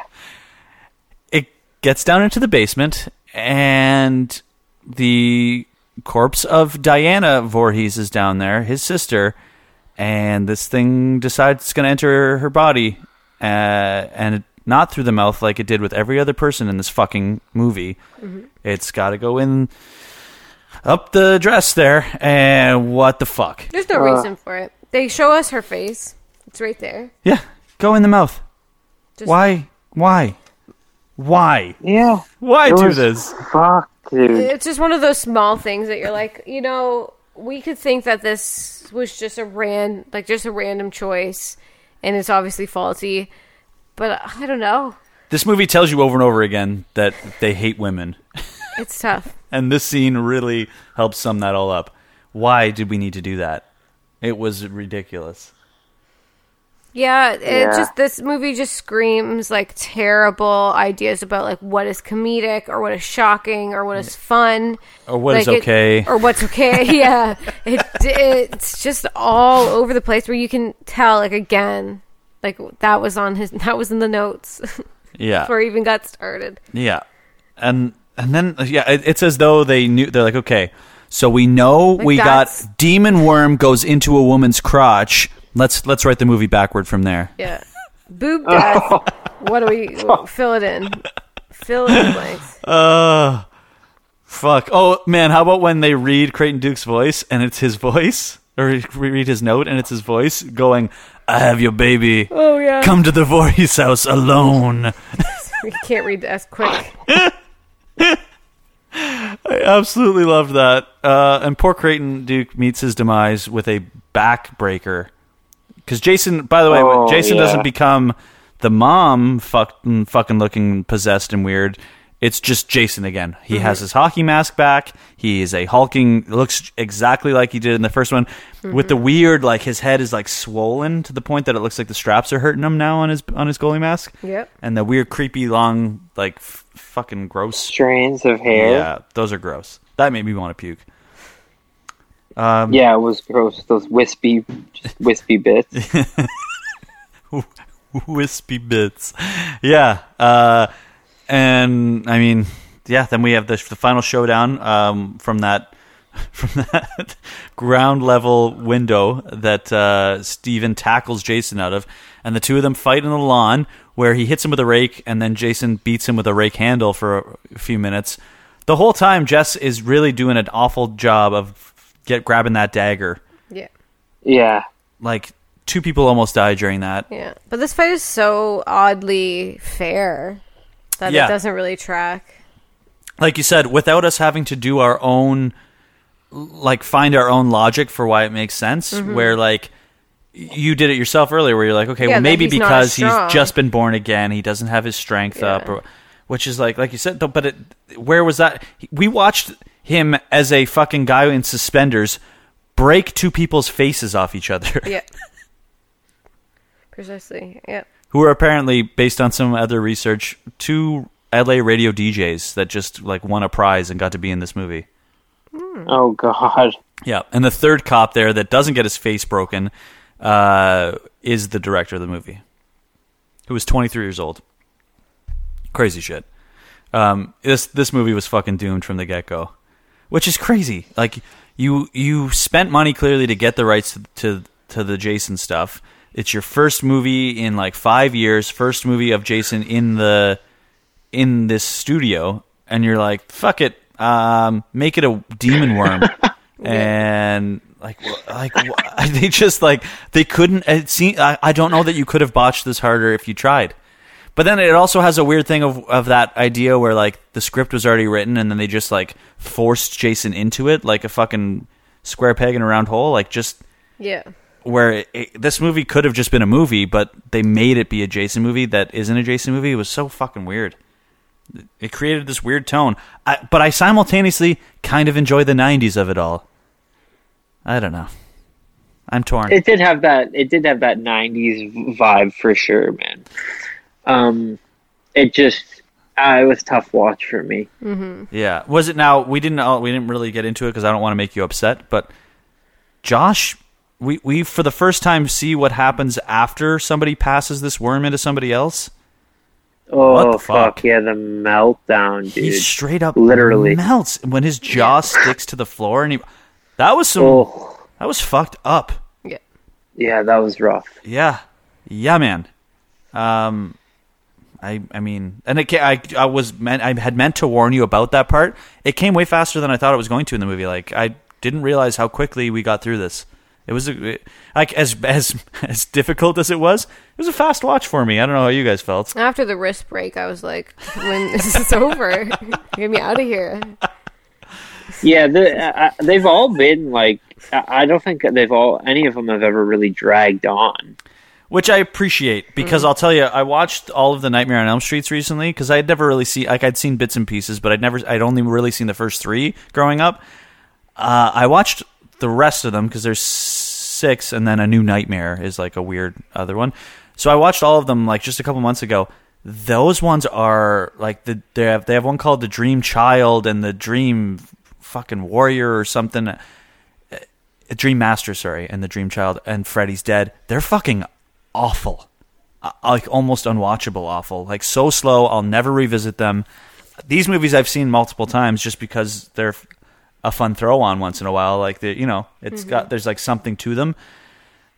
it gets down into the basement and the corpse of Diana Voorhees is down there, his sister, and this thing decides it's going to enter her body uh, and not through the mouth like it did with every other person in this fucking movie. It's got to go in up the dress there and what the fuck?
There's no
Uh.
reason for it. They show us her face. It's right there.
Yeah, go in the mouth.
Just-
Why? Why? Why?
Yeah.
Why
It
do
was-
this?
Fuck, dude.
It's just one of those small things that you're like, you know, we could think that this was just a ran, like just a random choice, and it's obviously faulty. But I don't know.
This movie tells you over and over again that they hate women.
It's tough.
And this scene really helps sum that all up. Why did we need to do that? It was ridiculous.
Yeah, it
Yeah.
just this movie just screams like terrible ideas about like what is comedic or what is shocking or what is fun
Or what is
Like, it-
okay.
or what's okay. yeah, it, it's just all over the place where you can tell like again, like that was on his that was in the notes
yeah.
before he even got started.
yeah. And and then yeah, it, it's as though they knew they're like, okay, so we know we
that's-
got demon worm goes into a woman's crotch. Let's let's write the movie backward from there.
Yeah, boob death.
Oh.
what do we fill it in? Fill in the blanks.
Uh fuck. Oh man, how about when they read Creighton Duke's voice and it's his voice? Or re- read his note and it's his voice going, I have your baby.
Oh yeah,
Come to the Voorhees house alone.
we can't read that quick.
I absolutely loved that. Uh, and poor Creighton Duke meets his demise with a backbreaker. Because Jason, by the way,
Oh,
Jason
yeah.
doesn't become the mom fucking, fucking looking possessed and weird. It's just Jason again. He
Mm-hmm.
has his hockey mask back. He is a hulking, looks exactly like he did in the first one, with
Mm-hmm.
the weird like his head is like swollen to the point that it looks like the straps are hurting him now on his on his goalie mask.
Yep.
And the weird, creepy, long, like f- fucking gross
Strands of hair.
yeah, those are gross. That made me want to puke.
Yeah, it was gross. Those wispy, just wispy bits.
Wispy bits. Yeah. Uh, and I mean, yeah. Then we have the, the final showdown um, from that from that ground level window that uh, Steven tackles Jason out of, and the two of them fight in the lawn where he hits him with a rake, and then Jason beats him with a rake handle for a few minutes. The whole time, Jess is really doing an awful job of get grabbing that dagger.
Yeah.
Yeah.
Like two people almost die during that.
Yeah, but this fight is so oddly fair that
Yeah.
it doesn't really track.
like you said, without us having to do our own, like find our own logic for why it makes sense.
Mm-hmm.
Where like you did it yourself earlier, where you're like, okay,
Yeah,
well,
that
maybe
he's not
because he's
strong.
just been born again, he doesn't have his strength up,
Yeah.
or, which is like, like you said, though, but it, where was that? We watched him as a fucking guy in suspenders break two people's faces off each other,
Yeah, precisely. Yeah,
who are apparently, based on some other research, two LA radio DJs that just like won a prize and got to be in this movie.
Oh God.
Yeah, and the third cop there that doesn't get his face broken uh, is the director of the movie, who was 23 years old. Crazy shit. Um, this this movie was fucking doomed from the get go, which is crazy. Like you you spent money clearly to get the rights to, to to the Jason stuff. It's your first movie in like five years, first movie of Jason in the in this studio, and you're like, fuck it, um, make it a demon worm, and like wha- like wha- they just like they couldn't. It seem, I, I don't know that you could have botched this harder if you tried. But then it also has a weird thing of of that idea where like the script was already written and then they just like forced Jason into it like a fucking square peg in a round hole like just
Yeah.
where it, it- this movie could have just been a movie but they made it be a Jason movie that isn't a Jason movie it was so fucking weird. It created this weird tone. I, but I simultaneously kind of enjoy the 90s of it all. I don't know. I'm torn.
It did have that. It did have that '90s vibe for sure, man. Um, it just uh, it was a tough watch for me.
Yeah. Was it now? We didn't. all we didn't really get into it because I don't want to make you upset. But Josh, we we for the first time see what happens after somebody passes this worm into somebody else.
Oh
the
fuck?
fuck?
yeah, the meltdown,
He
dude.
straight up
literally.
melts when his jaw sticks to the floor, and he. That was some.
oh
That was fucked up.
Yeah.
yeah, that was rough.
Yeah, yeah, man. Um, I I mean, and it, ca- I I was meant I had meant to warn you about that part. It came way faster than I thought it was going to in the movie. Like I didn't realize how quickly we got through this. It was a, it- like as as as difficult as it was. It was a fast watch for me. I don't know how you guys felt.
After the wrist break, I was like, when this is over, get me out of here.
Yeah, the, uh, uh, they've all been like. I I don't think that they've all any of them have ever really dragged on.
which I appreciate because I'll tell you, I watched all of the Nightmare on Elm Streets recently because I had never really seen like I'd seen bits and pieces, but I'd never I'd only really seen the first three growing up. Uh, I watched the rest of them because there's six, and then a new Nightmare is like a weird other one. So I watched all of them like just a couple months ago. Those ones are like the they have they have one called the Dream Child and the Dream fucking Warrior or something. Dream Master, sorry, and the Dream Child and Freddy's Dead, they're fucking awful. Uh, Like almost unwatchable awful. Like so slow, I'll never revisit them. These movies I've seen multiple times just because they're f- a fun throw on once in a while. Like they, you know, it's got there's like something to them.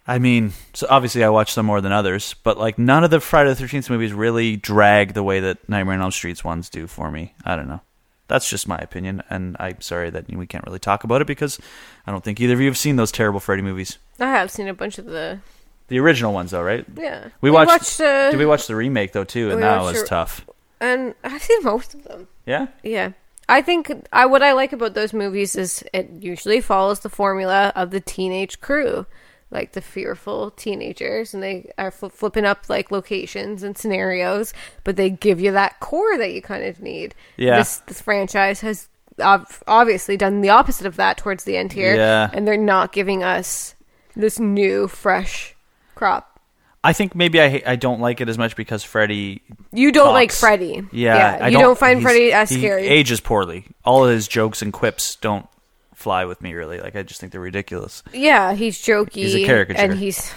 I mean, so obviously I watch some more than others, but like none of the Friday the Thirteenth movies really drag the way that Nightmare on Elm Street's ones do for me. I don't know. That's just my opinion, and I'm sorry that we can't really talk about it because I don't think either of you have seen those terrible Freddy movies.
I have seen a bunch of the.
The original ones, though, right?
Yeah.
We watched.
uh,
did we watch the remake though too? And
we
that
watched
was
the-
tough.
and I've seen most of them.
Yeah.
Yeah. I think I what I like about those movies is it usually follows the formula of the teenage crew, like the fearful teenagers, and they are fl- flipping up like locations and scenarios, but they give you that core that you kind of need.
Yeah.
This this franchise has ob- obviously done the opposite of that towards the end here.
Yeah.
And they're not giving us this new fresh crop.
I think maybe I ha- I don't like it as much because Freddy.
You don't like
talks.
Freddy.
Yeah. I
you don't, find
he's-
Freddy as
he
scary.
Ages poorly. All of his jokes and quips don't fly with me really. Like I just think they're ridiculous.
Yeah, he's jokey.
He's a caricature.
and he's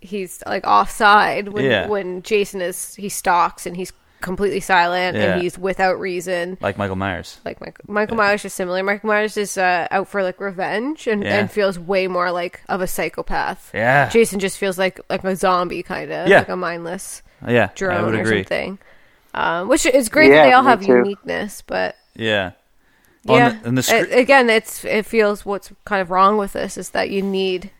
he's like offside when
Yeah.
when Jason is he stalks and he's completely silent
Yeah.
and he's without reason.
Like Michael Myers.
Like Michael, Michael Myers is similar. Michael Myers is uh, out for like revenge and,
Yeah.
and feels way more like of a psychopath.
Yeah.
Jason just feels like like a zombie kind of
Yeah.
like a mindless
Yeah. I
drone
would
or
agree.
something. Um, which is great that
Yeah,
they all
me
have
too.
uniqueness, but
Yeah. On
yeah.
the- and the scr-
A- again, it's it feels what's kind of wrong with this is that you need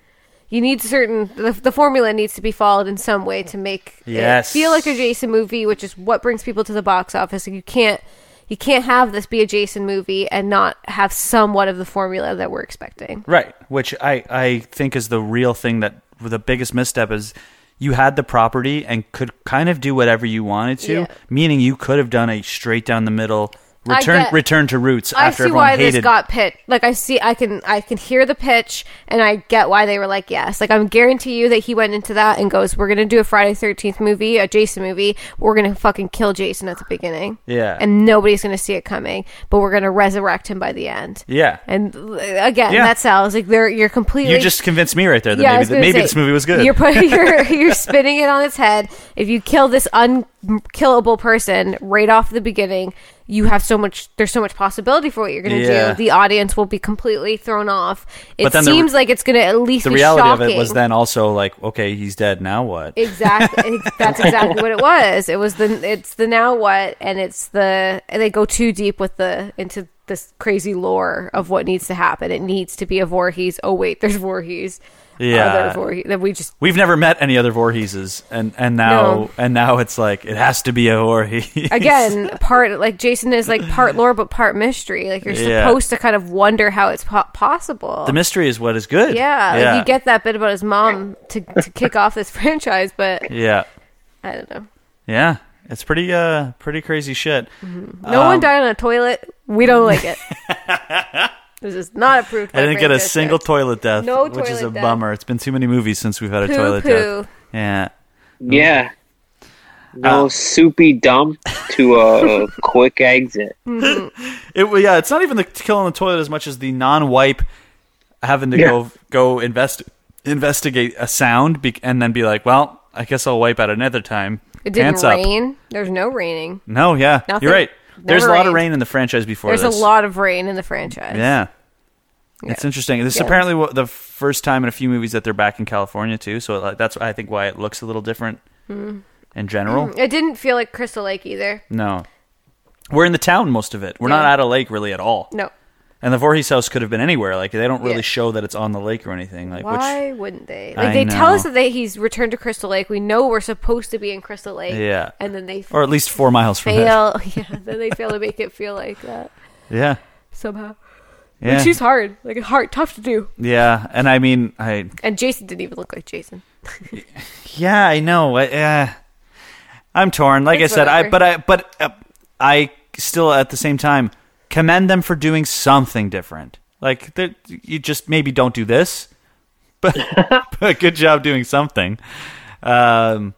you need certain the, the formula needs to be followed in some way to make
Yes.
it feel like a Jason movie, which is what brings people to the box office. And you can't you can't have this be a Jason movie and not have somewhat of the formula that we're expecting.
Right, which I I think is the real thing that the biggest misstep is you had the property and could kind of do whatever you wanted to,
Yeah.
meaning you could have done a straight down the middle Return
get-
return to roots
I
after
see
everyone
why
hated
this got pitched. Like I see, I can, I can hear the pitch, and I get why they were like, yes. Like I'm guarantee you that he went into that and goes, "We're gonna do a Friday Thirteenth movie, a Jason movie. We're gonna fucking kill Jason at the beginning,
Yeah.
and nobody's gonna see it coming, but we're gonna resurrect him by the end."
Yeah.
And uh, again,
Yeah.
that sounds like they're you're completely
You just convinced me right there that
I
maybe
was
that,
gonna
maybe
say,
this movie was good.
You're putting you're, you're spinning it on its head. If you kill this unkillable person right off the beginning, you have so much. There's so much possibility for what you're going to
Yeah.
do. The audience will be completely thrown off. It
But then the re-
seems like it's going to at least
the
be
reality
shocking.
of it was then also like, okay, he's dead. Now what?
Exactly. ex- That's exactly what it was. It was the it's the now what, and it's the and they go too deep with the into this crazy lore of what needs to happen. It needs to be a Voorhees. Oh wait, there's Voorhees.
Yeah.
Other Voorhees that we just
We've never met any other Voorheeses, and and now
No.
and now it's like it has to be a Voorhees.
again part like jason is like part lore but part mystery like you're
Yeah.
supposed to kind of wonder how it's po- possible
the mystery is what is good.
yeah,
yeah,
Like you get that bit about his mom to, to kick off this franchise but
yeah,
i don't know
yeah. It's pretty uh pretty crazy shit.
no
Um,
one died on a toilet we don't like it this is not approved by
I didn't get a
franchise
single
guys.
toilet death,
No
which is a
toilet death.
bummer. It's been too many movies since we've had a toilet
Poo-poo.
death. Yeah.
Yeah.
Uh,
No soupy dump to a quick exit.
It well, yeah, it's not even the kill on the toilet as much as the non-wipe having to
Yeah.
go go invest investigate a sound be, and then be like, well, I guess I'll wipe out another time.
it didn't
Pants up.
rain there's no raining
No, yeah,
Nothing.
you're right. There's a lot of
rained.
rain in the franchise before
there's
this.
a lot of rain in the franchise
Yeah. It's interesting. This is
Yeah.
apparently what, the first time in a few movies that they're back in California too. So like, that's I think why it looks a little different
Hmm.
in general.
it didn't feel like crystal lake either
No, we're in the town most of it. We're not
Yeah.
at a lake really at all.
no
And the Voorhees house could have been anywhere. Like they don't really
Yeah.
show that it's on the lake or anything. Like
Why wouldn't they?
I
Like they tell us
know.
that they, he's returned to Crystal Lake. We know we're supposed to be in Crystal Lake.
Yeah.
and then they
which, or at least four miles from it.
fail. yeah, then they fail to make it feel like that
Yeah,
somehow.
yeah,
She's hard, like hard, tough to do.
yeah. And I mean, I
And Jason didn't even look like Jason.
yeah, I know. I, uh, I'm torn. Like
It's
I said, I
whatever.
but I but uh, I still at the same time commend them for doing something different. Like they're- you just maybe don't do this, but but good job doing something. Um,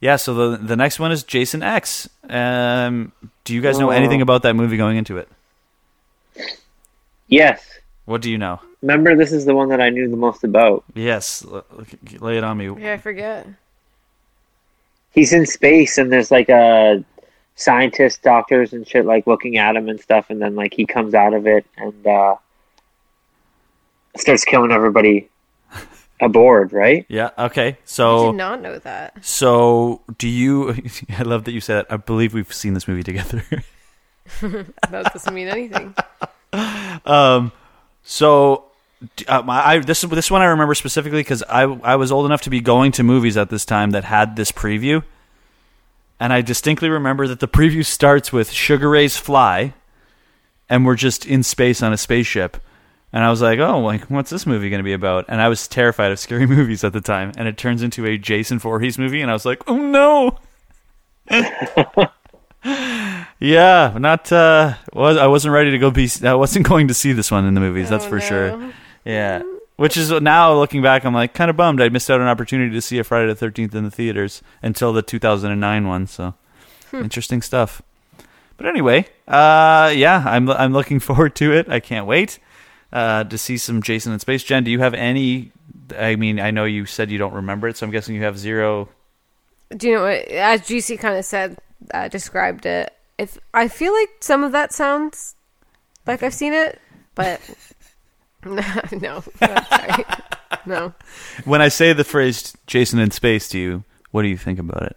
yeah. So the the next one is Jason X. Um, do you guys
Oh.
know anything about that movie going into it?
Yes.
What do you know?
Remember, this is the one that I knew the most about.
Yes, l- l- lay it on me.
Yeah, I forget.
He's in space, and there's like a scientist, doctors, and shit like looking at him and stuff, and then like he comes out of it and uh, starts killing everybody aboard, right?
Yeah. Okay.
I
So
did not know that.
So, do you? I love that you said. that. I believe we've seen this movie together.
That doesn't mean anything.
so, d- um, I this this one I remember specifically because I I was old enough to be going to movies at this time that had this preview, and I distinctly remember that the preview starts with Sugar Ray's fly, and we're just in space on a spaceship. And I was like, "Oh, like what's this movie going to be about?" And I was terrified of scary movies at the time, and it turns into a Jason Voorhees movie, and I was like, "Oh no!" Yeah, not uh was I wasn't ready to go be I wasn't going to see this one in the movies, that's for sure. Yeah. Which is now looking back I'm like kind of bummed I missed out on an opportunity to see a Friday the 13th in the theaters until the 2009 one, so interesting stuff. But anyway, uh yeah, I'm I'm looking forward to it. I can't wait uh to see some Jason in Space Jen. Do you have any I mean, I know you said you don't remember it, so I'm guessing you have zero
Do you know what? As GC kind of said, uh, described it. If I feel like some of that sounds like I've seen it, but no, no, I'm sorry, no.
when I say the phrase Jason in space to you, what do you think about it?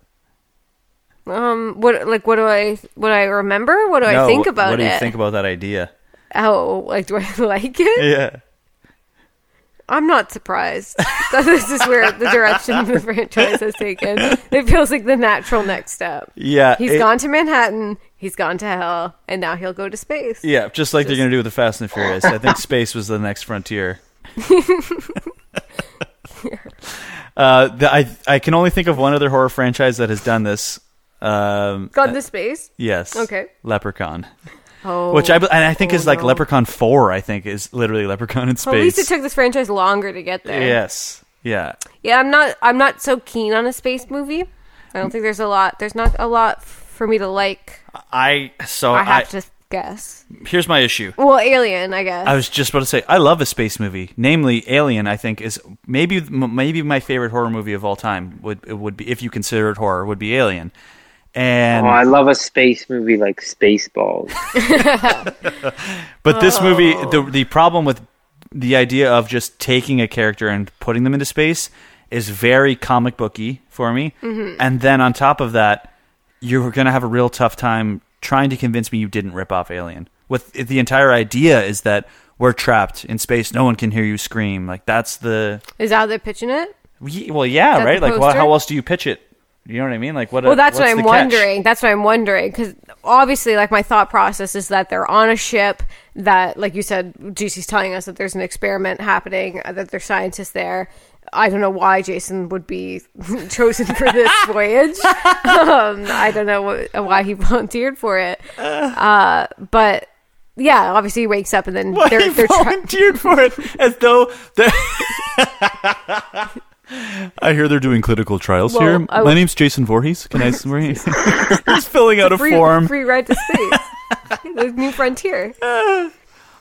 Um, what like what do I what do I remember? What do I think about
What do
it?
you think about that idea?
Oh, like do I like it?
Yeah.
I'm not surprised. So this is where the direction the franchise has taken. It feels like the natural next step.
Yeah.
He's
it-
gone to Manhattan. He's gone to hell, and now he'll go to space.
Yeah, just like they're going to do with the Fast and the Furious. I think space was the next frontier. uh, the, I I can only think of one other horror franchise that has done this. Um,
Gone to space.
yes.
Okay.
Leprechaun.
Oh.
which I be- and I think
Oh,
is like
no.
Leprechaun Four. I think is literally Leprechaun in space.
Well, at least it took this franchise longer to get there.
yes, yeah.
Yeah, I'm not. I'm not so keen on a space movie. I don't think there's a lot. There's not a lot for me to like.
I so
I
Oh, I,
have to guess.
here's my issue.
Well, Alien, I guess.
I was just about to say I love a space movie, namely Alien. I think is maybe m- maybe my favorite horror movie of all time would it would be if you consider it horror would be Alien. And
Oh, I love a space movie like Spaceballs.
But this movie,
Oh.
the the problem with the idea of just taking a character and putting them into space is very comic booky for me.
Mm-hmm.
And then on top of that, you're going to have a real tough time trying to convince me you didn't rip off Alien. With the entire idea is that we're trapped in space, no one can hear you scream. Like that's the
Is that how they're pitching it?
Ye- well, yeah,
That's the
right. Like, well,
poster?
how else do you pitch it? You know what I mean? Like, what?
Well, that's what
what's
I'm
the catch?
wondering. That's what I'm wondering because obviously, like my thought process is that they're on a ship that, like you said, GC's telling us that there's an experiment happening uh, that there's scientists there. I don't know why Jason would be chosen for this voyage. Um, I don't know what, why he volunteered for it. Uh, but yeah, obviously he wakes up and then
Why
they're
he
they're tra-
volunteered for it as though the- I hear they're doing clinical trials
Well,
here.
I
My
w-
name's Jason Voorhees. Can I? He's filling out a
free
form.
free ride to space. the new frontier.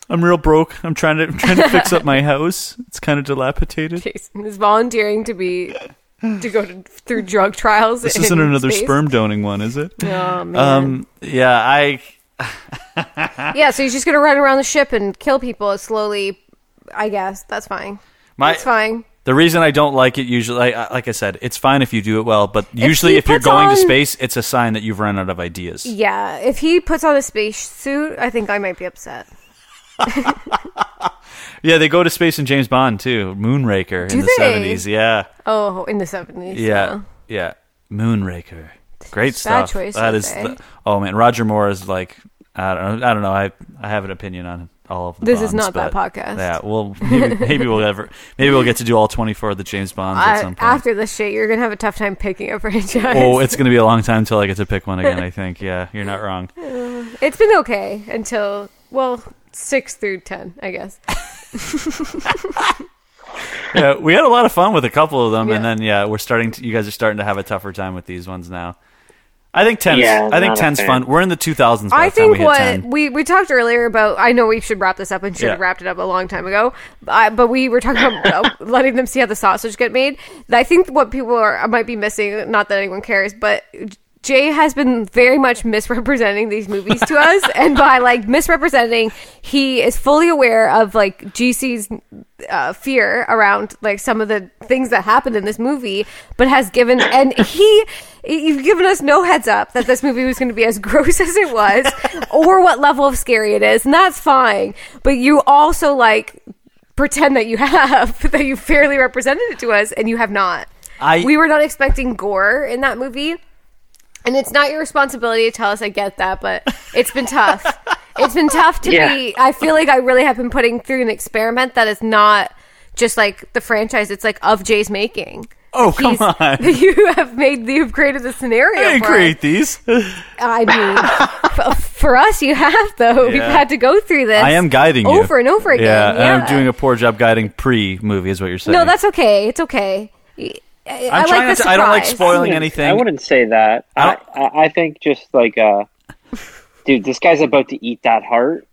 I'm real broke. I'm trying to I'm trying to fix up my house. It's kind of dilapidated.
Jason is volunteering to be to go to, through drug trials.
This isn't another sperm doning one, is it?
Oh, man.
Um. Yeah. I.
yeah, so he's just gonna run around the ship and kill people slowly. I guess that's fine.
My.
That's fine.
The reason I don't like it usually, I, I- like I said, it's fine if you do it well, but usually
he
if you're
puts
going to
on-
space, it's a sign that you've run out of ideas.
Yeah, if he puts on a space suit, I think I might be upset.
Yeah, they go to space in James Bond too. Moonraker in
Do
the
they?
seventies. Yeah,
Oh, in the seventies.
yeah, yeah. Moonraker, great
Bad
stuff.
choice,
that
I'd
is.
say.
the- oh man, Roger Moore is like I don't know. I don't know. I I have an opinion on all of the
This is
Bonds,
not that
but-
podcast.
Yeah, well, maybe, maybe we'll ever maybe we'll get to do all twenty four of the James Bonds at
I,
some point.
after this shit, you're gonna have a tough time picking a franchise.
Oh, it's gonna be a long time until I get to pick one again. I think. Yeah, you're not wrong.
it's been okay until well six through ten, I guess.
Yeah, we had a lot of fun with a couple of them, and
Yeah.
then yeah, we're starting. To, you guys are starting to have a tougher time with these ones now. I think ten.
Yeah,
I think
not a
ten's
fan.
fun. We're in the two thousands.
I think
we hit
what
10.
we we talked earlier about. I know we should wrap this up and should have
Yeah.
wrapped it up a long time ago. Uh, but we were talking about uh, letting them see how the sausage get made. I think what people are might be missing. Not that anyone cares, but. Jay has been very much misrepresenting these movies to us, and by like misrepresenting, he is fully aware of like GC's uh, fear around like some of the things that happened in this movie, but has given and he you've given us no heads up that this movie was going to be as gross as it was or what level of scary it is, and that's fine. But you also like pretend that you have that you fairly represented it to us, and you have not.
I-
we were not expecting gore in that movie. And it's not your responsibility to tell us. I get that, but it's been tough. it's been tough to
Yeah.
be. I feel like I really have been putting through an experiment that is not just like the franchise. It's like of Jay's making.
Oh, come
He's-
on.
You have made. You've created the scenario.
I didn't
for
create
us.
these.
I mean, f- for us, you have though. We've
Yeah.
had to go through this.
I am guiding you
over and over again.
Yeah,
Yeah,
and I'm doing a poor job guiding pre-movie, is what you're saying.
No, that's okay. It's okay. I, I- I
I'm trying
like the
not to. I don't like
surprise.
I
spoiling
wouldn't-
anything.
I wouldn't say that.
I
I,
don't-
I, I think just like, uh, dude, this guy's about to eat that heart.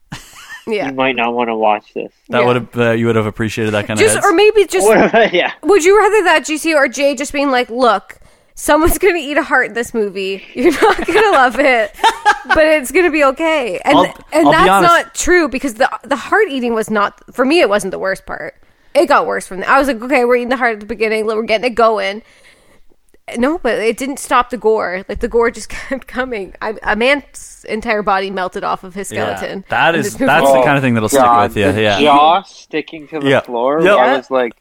You
Yeah.
might not want to watch this.
that
yeah.
would have uh, you would have appreciated that kind
Just
of.
or maybe just
What about- yeah.
Would you rather that GC or Jay just being like, look, someone's gonna eat a heart in this movie. You're not gonna love it, but it's gonna be okay. And
I'll- I'll
and
be
that's
honest.
not true because the the heart eating was not for me. It wasn't the worst part. It got worse from there. I was like, okay, we're eating the heart at the beginning. We're getting it going. No, but it didn't stop the gore. Like the gore just kept coming. I, a man's entire body melted off of his
Yeah.
skeleton.
That
in
is
this movie.
that's the kind of thing that'll
God,
stick with you.
Oh, the
Yeah.
Jaw sticking to the
Yeah.
floor.
Yeah.
I was like,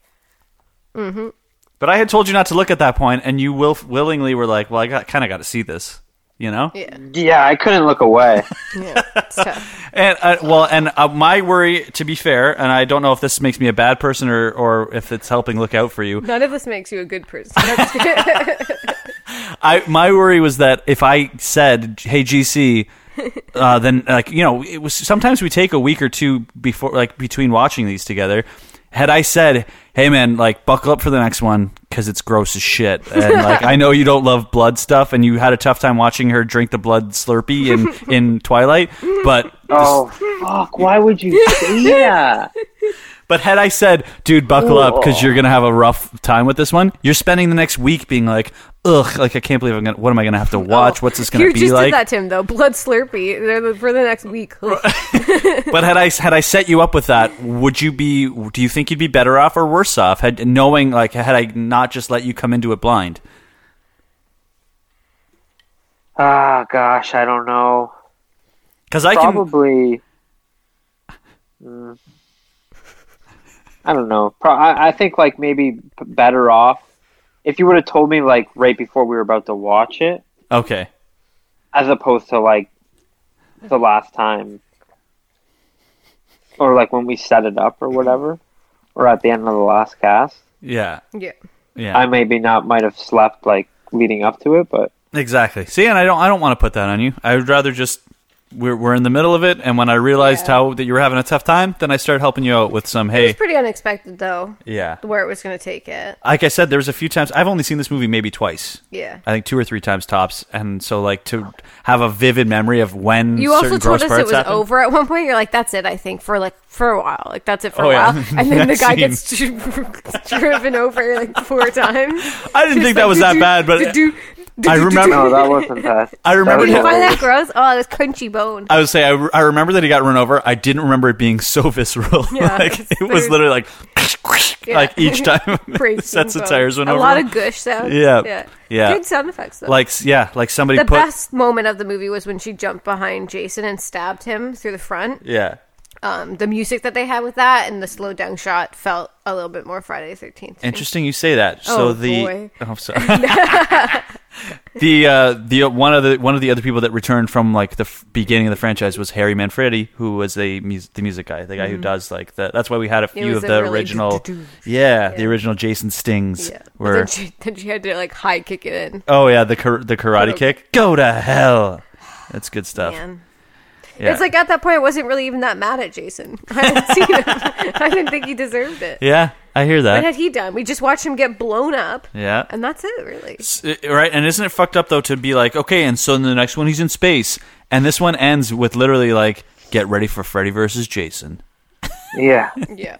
But I had told you not to look at that point, and you will willingly were like, "Well, I got kind of got to see this," you know.
yeah, I couldn't look away.
Yeah, it's tough.
And uh, well, and uh, my worry, to be fair, and I don't know if this makes me a bad person or or if it's helping look out for you.
None of this makes you a good person. That's good.
I my worry was that if I said, "Hey, GC." uh, then like you know it was sometimes we take a week or two before like between watching these together had i said hey man like buckle up for the next one because it's gross as shit and like i know you don't love blood stuff and you had a tough time watching her drink the blood slurpee in in twilight but
Oh fuck! Why would you say that?
but had i said dude buckle up up because you're gonna have a rough time with this one you're spending the next week being like ugh like i can't believe i'm gonna what am i gonna have to watch what's this gonna
Oh, you
be
just
like
did that to him though. Blood Slurpee They're the- for the next week.
But had I had I set you up with that, would you be? Do you think you'd be better off or worse off? Had knowing like had I not just let you come into it blind?
Ah, gosh, I don't know.
Because I can.
Probably. Mm. I don't know. Pro- I, I think like maybe p- better off if you would have told me like right before we were about to watch it,
Okay,
as opposed to like the last time, or like when we set it up or whatever, or at the end of the last cast.
yeah,
yeah.
yeah,
I maybe not might have slept like leading up to it, but
exactly. See, and I don't I don't want to put that on you. I would rather just we're we're in the middle of it, and when I realized how that you were having a tough time, then I started helping you out with some hey,
It's pretty unexpected though,
yeah.
where it was going to take it.
Like I said, there was a few times I've only seen this movie maybe twice.
Yeah.
I think two or three times tops, and so like to have a vivid memory of when
You
certain
also
gross
told us it
parts
was
happen-
over at one point. You're like, "That's it," I think for like for a while. Like that's it for
Oh,
a
yeah.
while, and then the
Next
guy
scene.
gets driven over like four times.
I didn't think that was that bad, but I remember-
no, that wasn't that.
I remember
You
Yeah.
That
find that
was
gross? Oh, this crunchy bone.
I would say I, I remember that he got run over. I didn't remember it being so visceral.
Yeah,
like
it's
it was
very-
literally like
Yeah.
like each time
Breaking
it sets the
bone.
tires went
a
over.
lot of gush sounds.
Yeah. Yeah.
Good sound effects though.
like yeah, like somebody
the
put
best moment of the movie was when she jumped behind Jason and stabbed him through the front.
yeah.
Um, the music that they had with that and the slow down shot felt a little bit more Friday the Thirteenth.
Interesting you say that. so
Oh,
the
boy.
oh, I'm sorry. the uh, the uh, one of the one of the other people that returned from like the f- beginning of the franchise was Harry Manfredi, who was the mus- the music guy, the guy who does like the, that's why we had a few
Mm-hmm. was
of
a
the
really
original
do-do-do.
yeah, the original Jason Stings
Yeah. But
were
Then she, then she had to like high kick it in.
Oh yeah, the kar- the karate kick. Go to hell. That's good stuff.
Man.
Yeah.
It's like at that point, I wasn't really even that mad at Jason. I hadn't seen him. I didn't think he deserved it.
yeah, I hear
What
that.
had he done? We just watched him get blown up,
Yeah.
and that's it, really.
S- uh, Right, and isn't it fucked up though to be like, okay, and so in the next one he's in space, and this one ends with literally like, get ready for Freddy versus Jason.
yeah.
Yeah,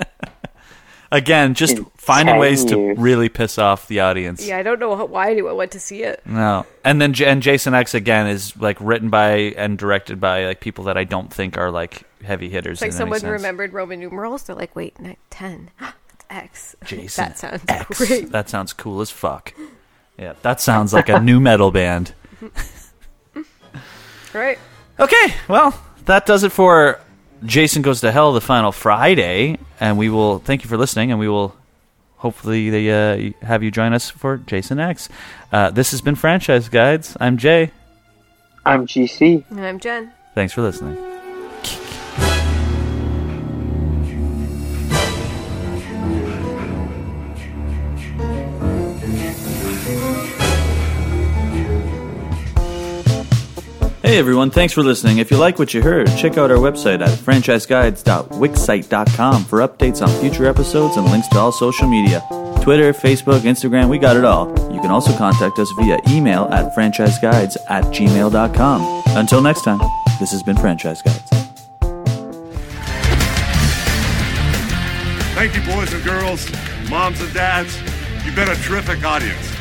Again, just
In
finding
10
ways to
years.
really piss off the audience.
yeah. I don't know how, why anyone went to see it.
No, and then J- and Jason X again is like written by and directed by like people that I don't think are like heavy hitters.
It's like
in any
someone
sense.
remembered Roman numerals. They're like, wait, ni- ten X.
Jason
That sounds
X.
great.
That sounds cool as fuck. Yeah, that sounds like a new metal band.
Right?
Okay, well, that does it for Jason Goes to Hell, the final Friday, and we will thank you for listening, and we will hopefully they, uh, have you join us for Jason X. Uh, this has been Franchise Guides. I'm Jay.
I'm GC.
And I'm Jen.
Thanks for listening. Hey everyone, thanks for listening. If you like what you heard, check out our website at franchiseguides.wixsite.com for updates on future episodes and links to all social media Twitter, Facebook, Instagram, we got it all. You can also contact us via email at franchiseguides at gmail.com. Until next time, this has been Franchise Guides.
Thank you, boys and girls, moms and dads. You've been a terrific audience.